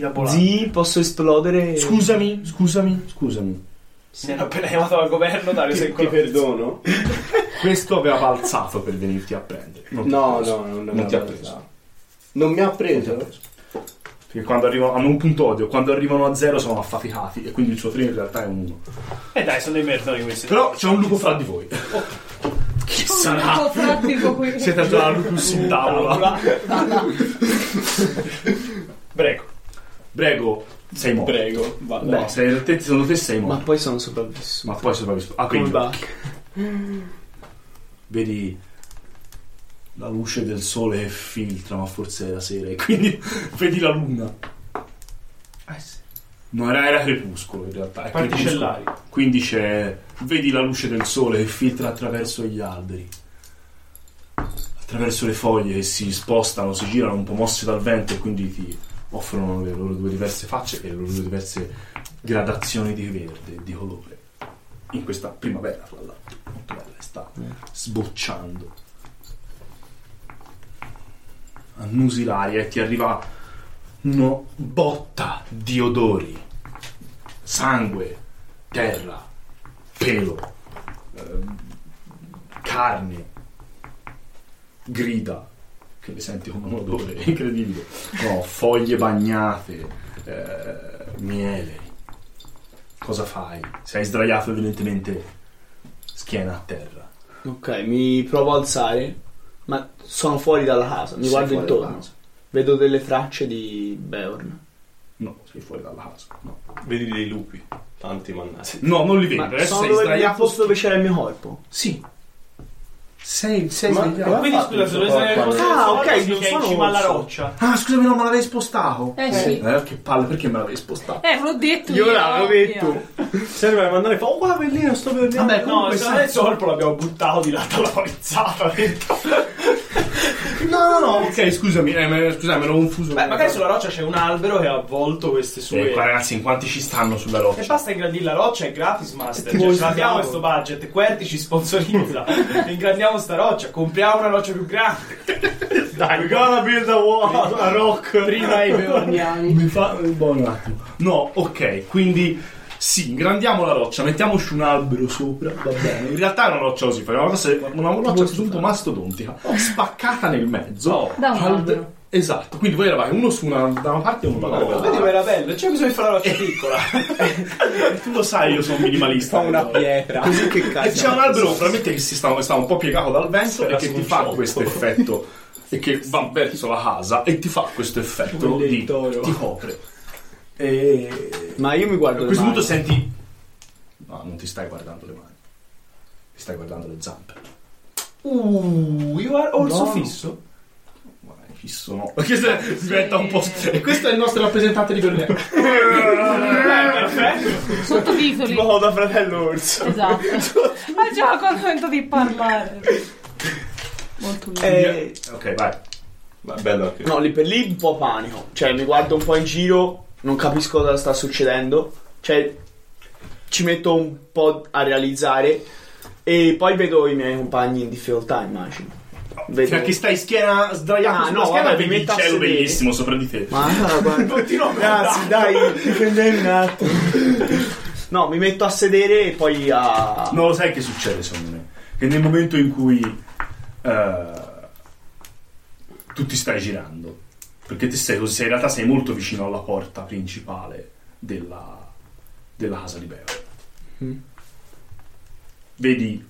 Speaker 1: Eh,
Speaker 7: Zii, posso esplodere?
Speaker 1: scusami, scusami, scusami.
Speaker 5: Se hanno appena chiamato al governo, dare se
Speaker 9: ti perdono.
Speaker 1: Questo aveva balzato per venirti a prendere. Non ti ha
Speaker 9: No,
Speaker 1: preso.
Speaker 9: no, non,
Speaker 1: Non ti ha
Speaker 9: preso.
Speaker 1: preso.
Speaker 9: Non mi ha preso?
Speaker 1: Perché quando arrivano hanno un punto odio, quando arrivano a zero sono affaticati e quindi il suo 3 in realtà è un 1.
Speaker 5: E Eh, dai, sono dei merdoni questi.
Speaker 1: Però c'è un lupo fra di voi. Chi sarà?
Speaker 2: Un po' pratico qui.
Speaker 1: Siete già lupus in tavola.
Speaker 5: Prego.
Speaker 1: Prego, sei morto.
Speaker 9: Prego, vado.
Speaker 1: Beh, sei, te, secondo te sei
Speaker 7: Ma
Speaker 1: morto.
Speaker 7: poi sono sopravvissuto.
Speaker 1: Ma, poi sopravvissuto. Ah,
Speaker 7: Come
Speaker 1: quindi
Speaker 7: va?
Speaker 1: vedi la luce del sole che [LAUGHS]
Speaker 7: Eh,
Speaker 1: filtra, ma forse è la sera, e quindi vedi la luna. No, era, era crepuscolo in realtà. è
Speaker 20: Particellari.
Speaker 1: crepuscolo. Quindi c'è. Vedi la luce del sole che filtra attraverso gli alberi, attraverso le foglie eh, che si spostano, si girano un po' mosse dal vento e quindi ti offrono le loro due diverse facce e le loro due diverse gradazioni di verde e di colore. In questa primavera, fra l'altro, molto bella, sta sbocciando. Annusi l'aria e ti arriva una botta di odori. Sangue, terra, pelo, ehm, carne, grida, che le senti come un odore [LAUGHS] incredibile. No, foglie bagnate, eh, miele. Cosa fai? Sei sdraiato evidentemente schiena a terra.
Speaker 9: Ok, mi provo a alzare, ma sono fuori dalla casa, mi
Speaker 1: Sei
Speaker 9: guardo
Speaker 1: fuori dalla
Speaker 9: intorno.
Speaker 1: casa.
Speaker 9: Vedo delle tracce di Beorn.
Speaker 1: No, sei fuori dalla casa. No.
Speaker 6: Vedi dei lupi, tanti mannati.
Speaker 1: No, non li vedi.
Speaker 9: Ma
Speaker 1: adesso
Speaker 9: sono
Speaker 1: sei
Speaker 9: dove, nel
Speaker 1: sdraiato.
Speaker 9: posto dove c'era il mio corpo?
Speaker 1: Sì. Sei, sei
Speaker 9: Ma-
Speaker 1: sdraiato.
Speaker 9: ma quindi, scusa, se dovesse essere posto-
Speaker 1: Ah, ok,
Speaker 9: Guarda,
Speaker 1: non
Speaker 9: che è in
Speaker 1: sono
Speaker 9: cima alla
Speaker 1: orso.
Speaker 9: roccia.
Speaker 1: Ah, scusami, non me l'avevi spostato.
Speaker 2: Eh, sì.
Speaker 1: che palle, perché me l'avevi spostato?
Speaker 2: Eh, l'ho detto
Speaker 1: Io l'avevo
Speaker 2: ovvio.
Speaker 1: detto.
Speaker 21: Serve a mandare fa, oh guarda Bellino, sto per
Speaker 5: Vabbè, no,
Speaker 21: comunque
Speaker 5: se
Speaker 21: sai-
Speaker 5: non è il sorpo l'abbiamo buttato di là dalla palizzata.
Speaker 1: [LAUGHS] No, no, no, ok, scusami, eh, ma- scusami, me l'ho confuso.
Speaker 5: Beh, magari sulla roccia c'è un albero che ha avvolto queste sue.
Speaker 1: Eh, qua, ragazzi, in quanti ci stanno sulla roccia?
Speaker 5: E basta ingrandire la roccia, è gratis master.
Speaker 1: Ti
Speaker 5: Cioè,
Speaker 1: vuoi
Speaker 5: ce l'abbiamo
Speaker 1: sfidare?
Speaker 5: questo budget, Querti ci
Speaker 9: [LAUGHS]
Speaker 5: sponsorizza. Ingrandiamo sta roccia, compriamo una roccia più grande. Dai, we gonna build a wall a rock. Prima i
Speaker 22: beorniani.
Speaker 1: Mi fa un buon attimo. No, ok, quindi sì, ingrandiamo la roccia, mettiamoci un albero sopra, va bene. In realtà è una roccia così, una, cosa, una roccia a questo punto mastodontica, spaccata nel
Speaker 5: Oh.
Speaker 1: mezzo.
Speaker 2: Da un
Speaker 1: Al-
Speaker 2: albero.
Speaker 1: Esatto, quindi voi eravate uno su una, da una parte e uno dall'altra.
Speaker 5: Vedi com'era bello, c'è bisogno di fare la roccia piccola.
Speaker 1: tu lo sai, io sono minimalista. Fa una pietra.
Speaker 9: Così [LAUGHS] che cazzo.
Speaker 1: E c'è un albero veramente che si sta, sta un po' piegato dal vento e che ti fa questo effetto. E che va verso la casa e ti fa questo effetto di ti copre. E...
Speaker 9: Ma io mi guardo
Speaker 1: A
Speaker 9: le
Speaker 1: questo punto
Speaker 9: mani.
Speaker 1: senti. No, non ti stai guardando le mani. Ti stai guardando le zampe.
Speaker 5: Uh, io ho orso
Speaker 1: No.
Speaker 5: fisso.
Speaker 1: Chi sono? Questo è- diventa un po'. E questo è il nostro rappresentante di Berlino.
Speaker 2: Sottotitoli.
Speaker 21: Tipo da fratello Orso.
Speaker 2: Esatto.
Speaker 21: [LAUGHS]
Speaker 2: Ma già contento di parlare. Molto bene.
Speaker 1: Ok, vai.
Speaker 6: bello anche.
Speaker 9: No, lì per lì un po' panico. Cioè, mi guardo un po' in giro, non capisco cosa sta succedendo. Cioè, ci metto un po' a realizzare. E poi vedo i miei compagni in difficoltà, immagino. Vedo...
Speaker 22: Cioè,
Speaker 1: Perché Cioè, stai schiena sdraiata
Speaker 9: Ah,
Speaker 1: sulla
Speaker 9: no,
Speaker 1: schiena
Speaker 9: vabbè,
Speaker 1: e vedi
Speaker 9: mi
Speaker 1: il
Speaker 9: metto a
Speaker 1: cielo
Speaker 9: sedere.
Speaker 1: bellissimo sopra di te.
Speaker 22: [LAUGHS]
Speaker 9: Ma allora, Ah, guarda. Grazie, dai, difendere un attimo. No, mi metto a sedere e poi a.
Speaker 1: No, lo sai che succede secondo me? Che nel momento in cui eh, tu ti stai girando, perché ti sei, sei- in realtà sei molto vicino alla porta principale della, della casa di Beo.
Speaker 9: Mm.
Speaker 1: Vedi,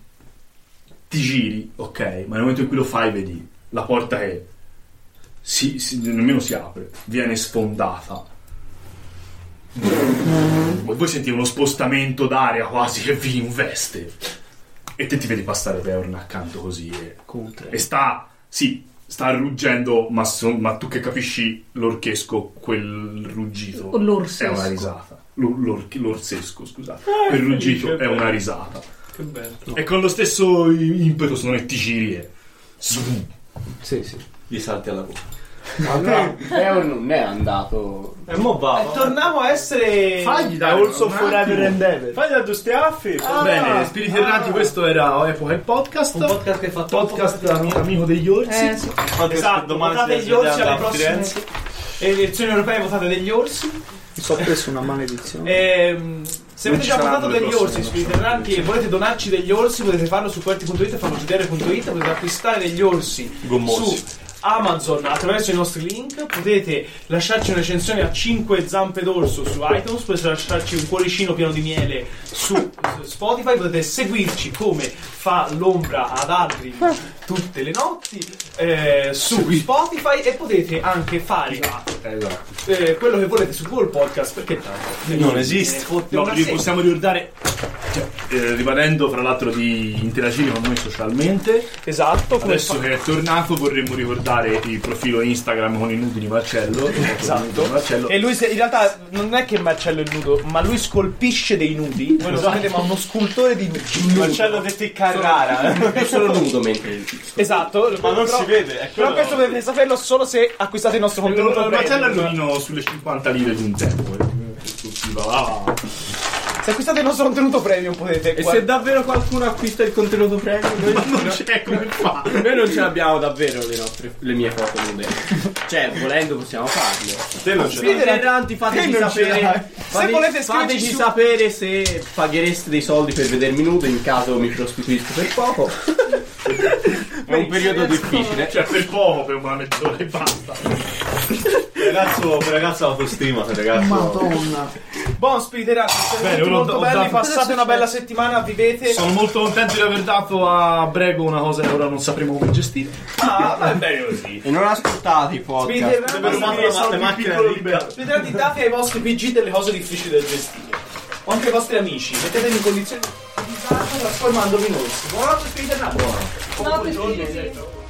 Speaker 1: ti giri, ok, ma nel momento in cui lo fai vedi la porta che si, si- nemmeno si apre, viene sfondata. E voi sentite uno spostamento d'aria quasi che vi investe. E te ti vedi passare Beorn accanto così e, e sta, sì, sta ruggendo, ma, son- ma tu che capisci l'orchesco, quel ruggito
Speaker 2: O l'orsesco.
Speaker 1: è una risata. L'or- l'or- l'orsesco, scusate.
Speaker 6: Ah,
Speaker 1: quel
Speaker 6: è
Speaker 1: ruggito
Speaker 6: felice,
Speaker 1: è
Speaker 6: bello.
Speaker 1: una risata.
Speaker 6: Che bello.
Speaker 1: E con lo stesso i- impeto sono e ti giri e... Zoom.
Speaker 9: Sì, sì.
Speaker 6: Gli salti alla bocca.
Speaker 22: Ma no, Leo non è andato.
Speaker 21: E mo va.
Speaker 5: E torniamo a essere.
Speaker 1: Fagli Eh, dai
Speaker 9: Also forever and ever.
Speaker 21: Fai da due stiaffi.
Speaker 1: Va
Speaker 5: Ah,
Speaker 1: bene, Spiriti Erranti, questo era Epoca il podcast. Ah, Un podcast che fa podcast ami- amico degli orsi.
Speaker 5: Eh, sì. Esatto, votate gli orsi alle prossime e- elezioni europee, votate degli orsi.
Speaker 9: Mi sono preso una maledizione.
Speaker 5: Ehm, se
Speaker 9: Non
Speaker 5: avete
Speaker 9: ci
Speaker 5: già
Speaker 9: saranno
Speaker 5: votato
Speaker 9: le
Speaker 5: degli
Speaker 9: prossime,
Speaker 5: orsi su
Speaker 9: non ci saranno
Speaker 5: Interranchi e volete donarci degli orsi, potete farlo su querti.it e farlogiudere.it, potete acquistare degli orsi
Speaker 6: Gommosi.
Speaker 5: su Amazon attraverso i nostri link, potete lasciarci una recensione a 5 zampe d'orso su iTunes, potete lasciarci un cuoricino pieno di miele su Spotify, potete seguirci come fa l'ombra ad altri tutte le notti eh, su Spotify e potete anche fare
Speaker 1: esatto.
Speaker 5: eh, quello che volete su Google Podcast perché tanto Eh,
Speaker 1: Non esiste. No,
Speaker 5: no,
Speaker 1: li possiamo ricordare, cioè, eh, ribadendo fra l'altro di interagire con noi socialmente.
Speaker 5: Esatto.
Speaker 1: Adesso che è tornato vorremmo fare il profilo Instagram con i nudi di Marcello.
Speaker 5: Esatto.
Speaker 1: Marcello.
Speaker 5: E lui se- in realtà non è che Marcello è nudo, ma lui scolpisce dei nudi. Voi non sapete, ma uno scultore di nudi. Marcello detti Carrara.
Speaker 23: Sono nudo mentre.
Speaker 5: Esatto, ma
Speaker 6: non si vede, è
Speaker 5: Però
Speaker 6: quello-
Speaker 5: questo dovete saperlo solo se acquistate il nostro contenuto.
Speaker 1: Marcello è
Speaker 5: premium.
Speaker 1: l'olino sulle 50 lire di un tempo. eh. Tutti va là.
Speaker 5: Se acquistate il nostro contenuto premium potete.
Speaker 9: E se davvero qualcuno acquista il contenuto premium, noi non
Speaker 1: c'è come fa.
Speaker 9: [LAUGHS] Noi non ce l'abbiamo davvero le, nostre, le mie foto nude. Cioè, volendo possiamo farlo.
Speaker 6: Te non ce l'hai.
Speaker 5: [LAUGHS]
Speaker 9: Erranti, fateci
Speaker 5: Te non ce l'hai.
Speaker 9: sapere.
Speaker 5: Se
Speaker 9: fate-
Speaker 5: volete scriverci
Speaker 9: fateci
Speaker 5: su-
Speaker 9: sapere se paghereste dei soldi per vedermi nudo in caso mi prostituisco per [LAUGHS] poco. È un periodo difficile.
Speaker 1: Cioè, per poco, per una mezz'ora e basta.
Speaker 6: Ragazzo, ragazzo autostima, ragazzo.
Speaker 5: Buon Speed ragazzi, siete
Speaker 1: Bene,
Speaker 5: tutti
Speaker 1: io l'ho-
Speaker 5: molto
Speaker 1: ho
Speaker 5: belli,
Speaker 1: dato-
Speaker 5: passate una bella settimana, vivete.
Speaker 1: Sono molto contento di aver dato a Brego una cosa che ora non sapremo come gestire.
Speaker 5: Ah, va
Speaker 1: bene così.
Speaker 9: E non ascoltate i
Speaker 5: Speed
Speaker 9: podcast.
Speaker 5: Speederati date ai vostri PG delle cose difficili da gestire. O anche ai vostri amici, metteteli in condizioni di disagio trasformandovi in orsi. Buonanotte Speed Run. Buonanotte.
Speaker 2: No, perché-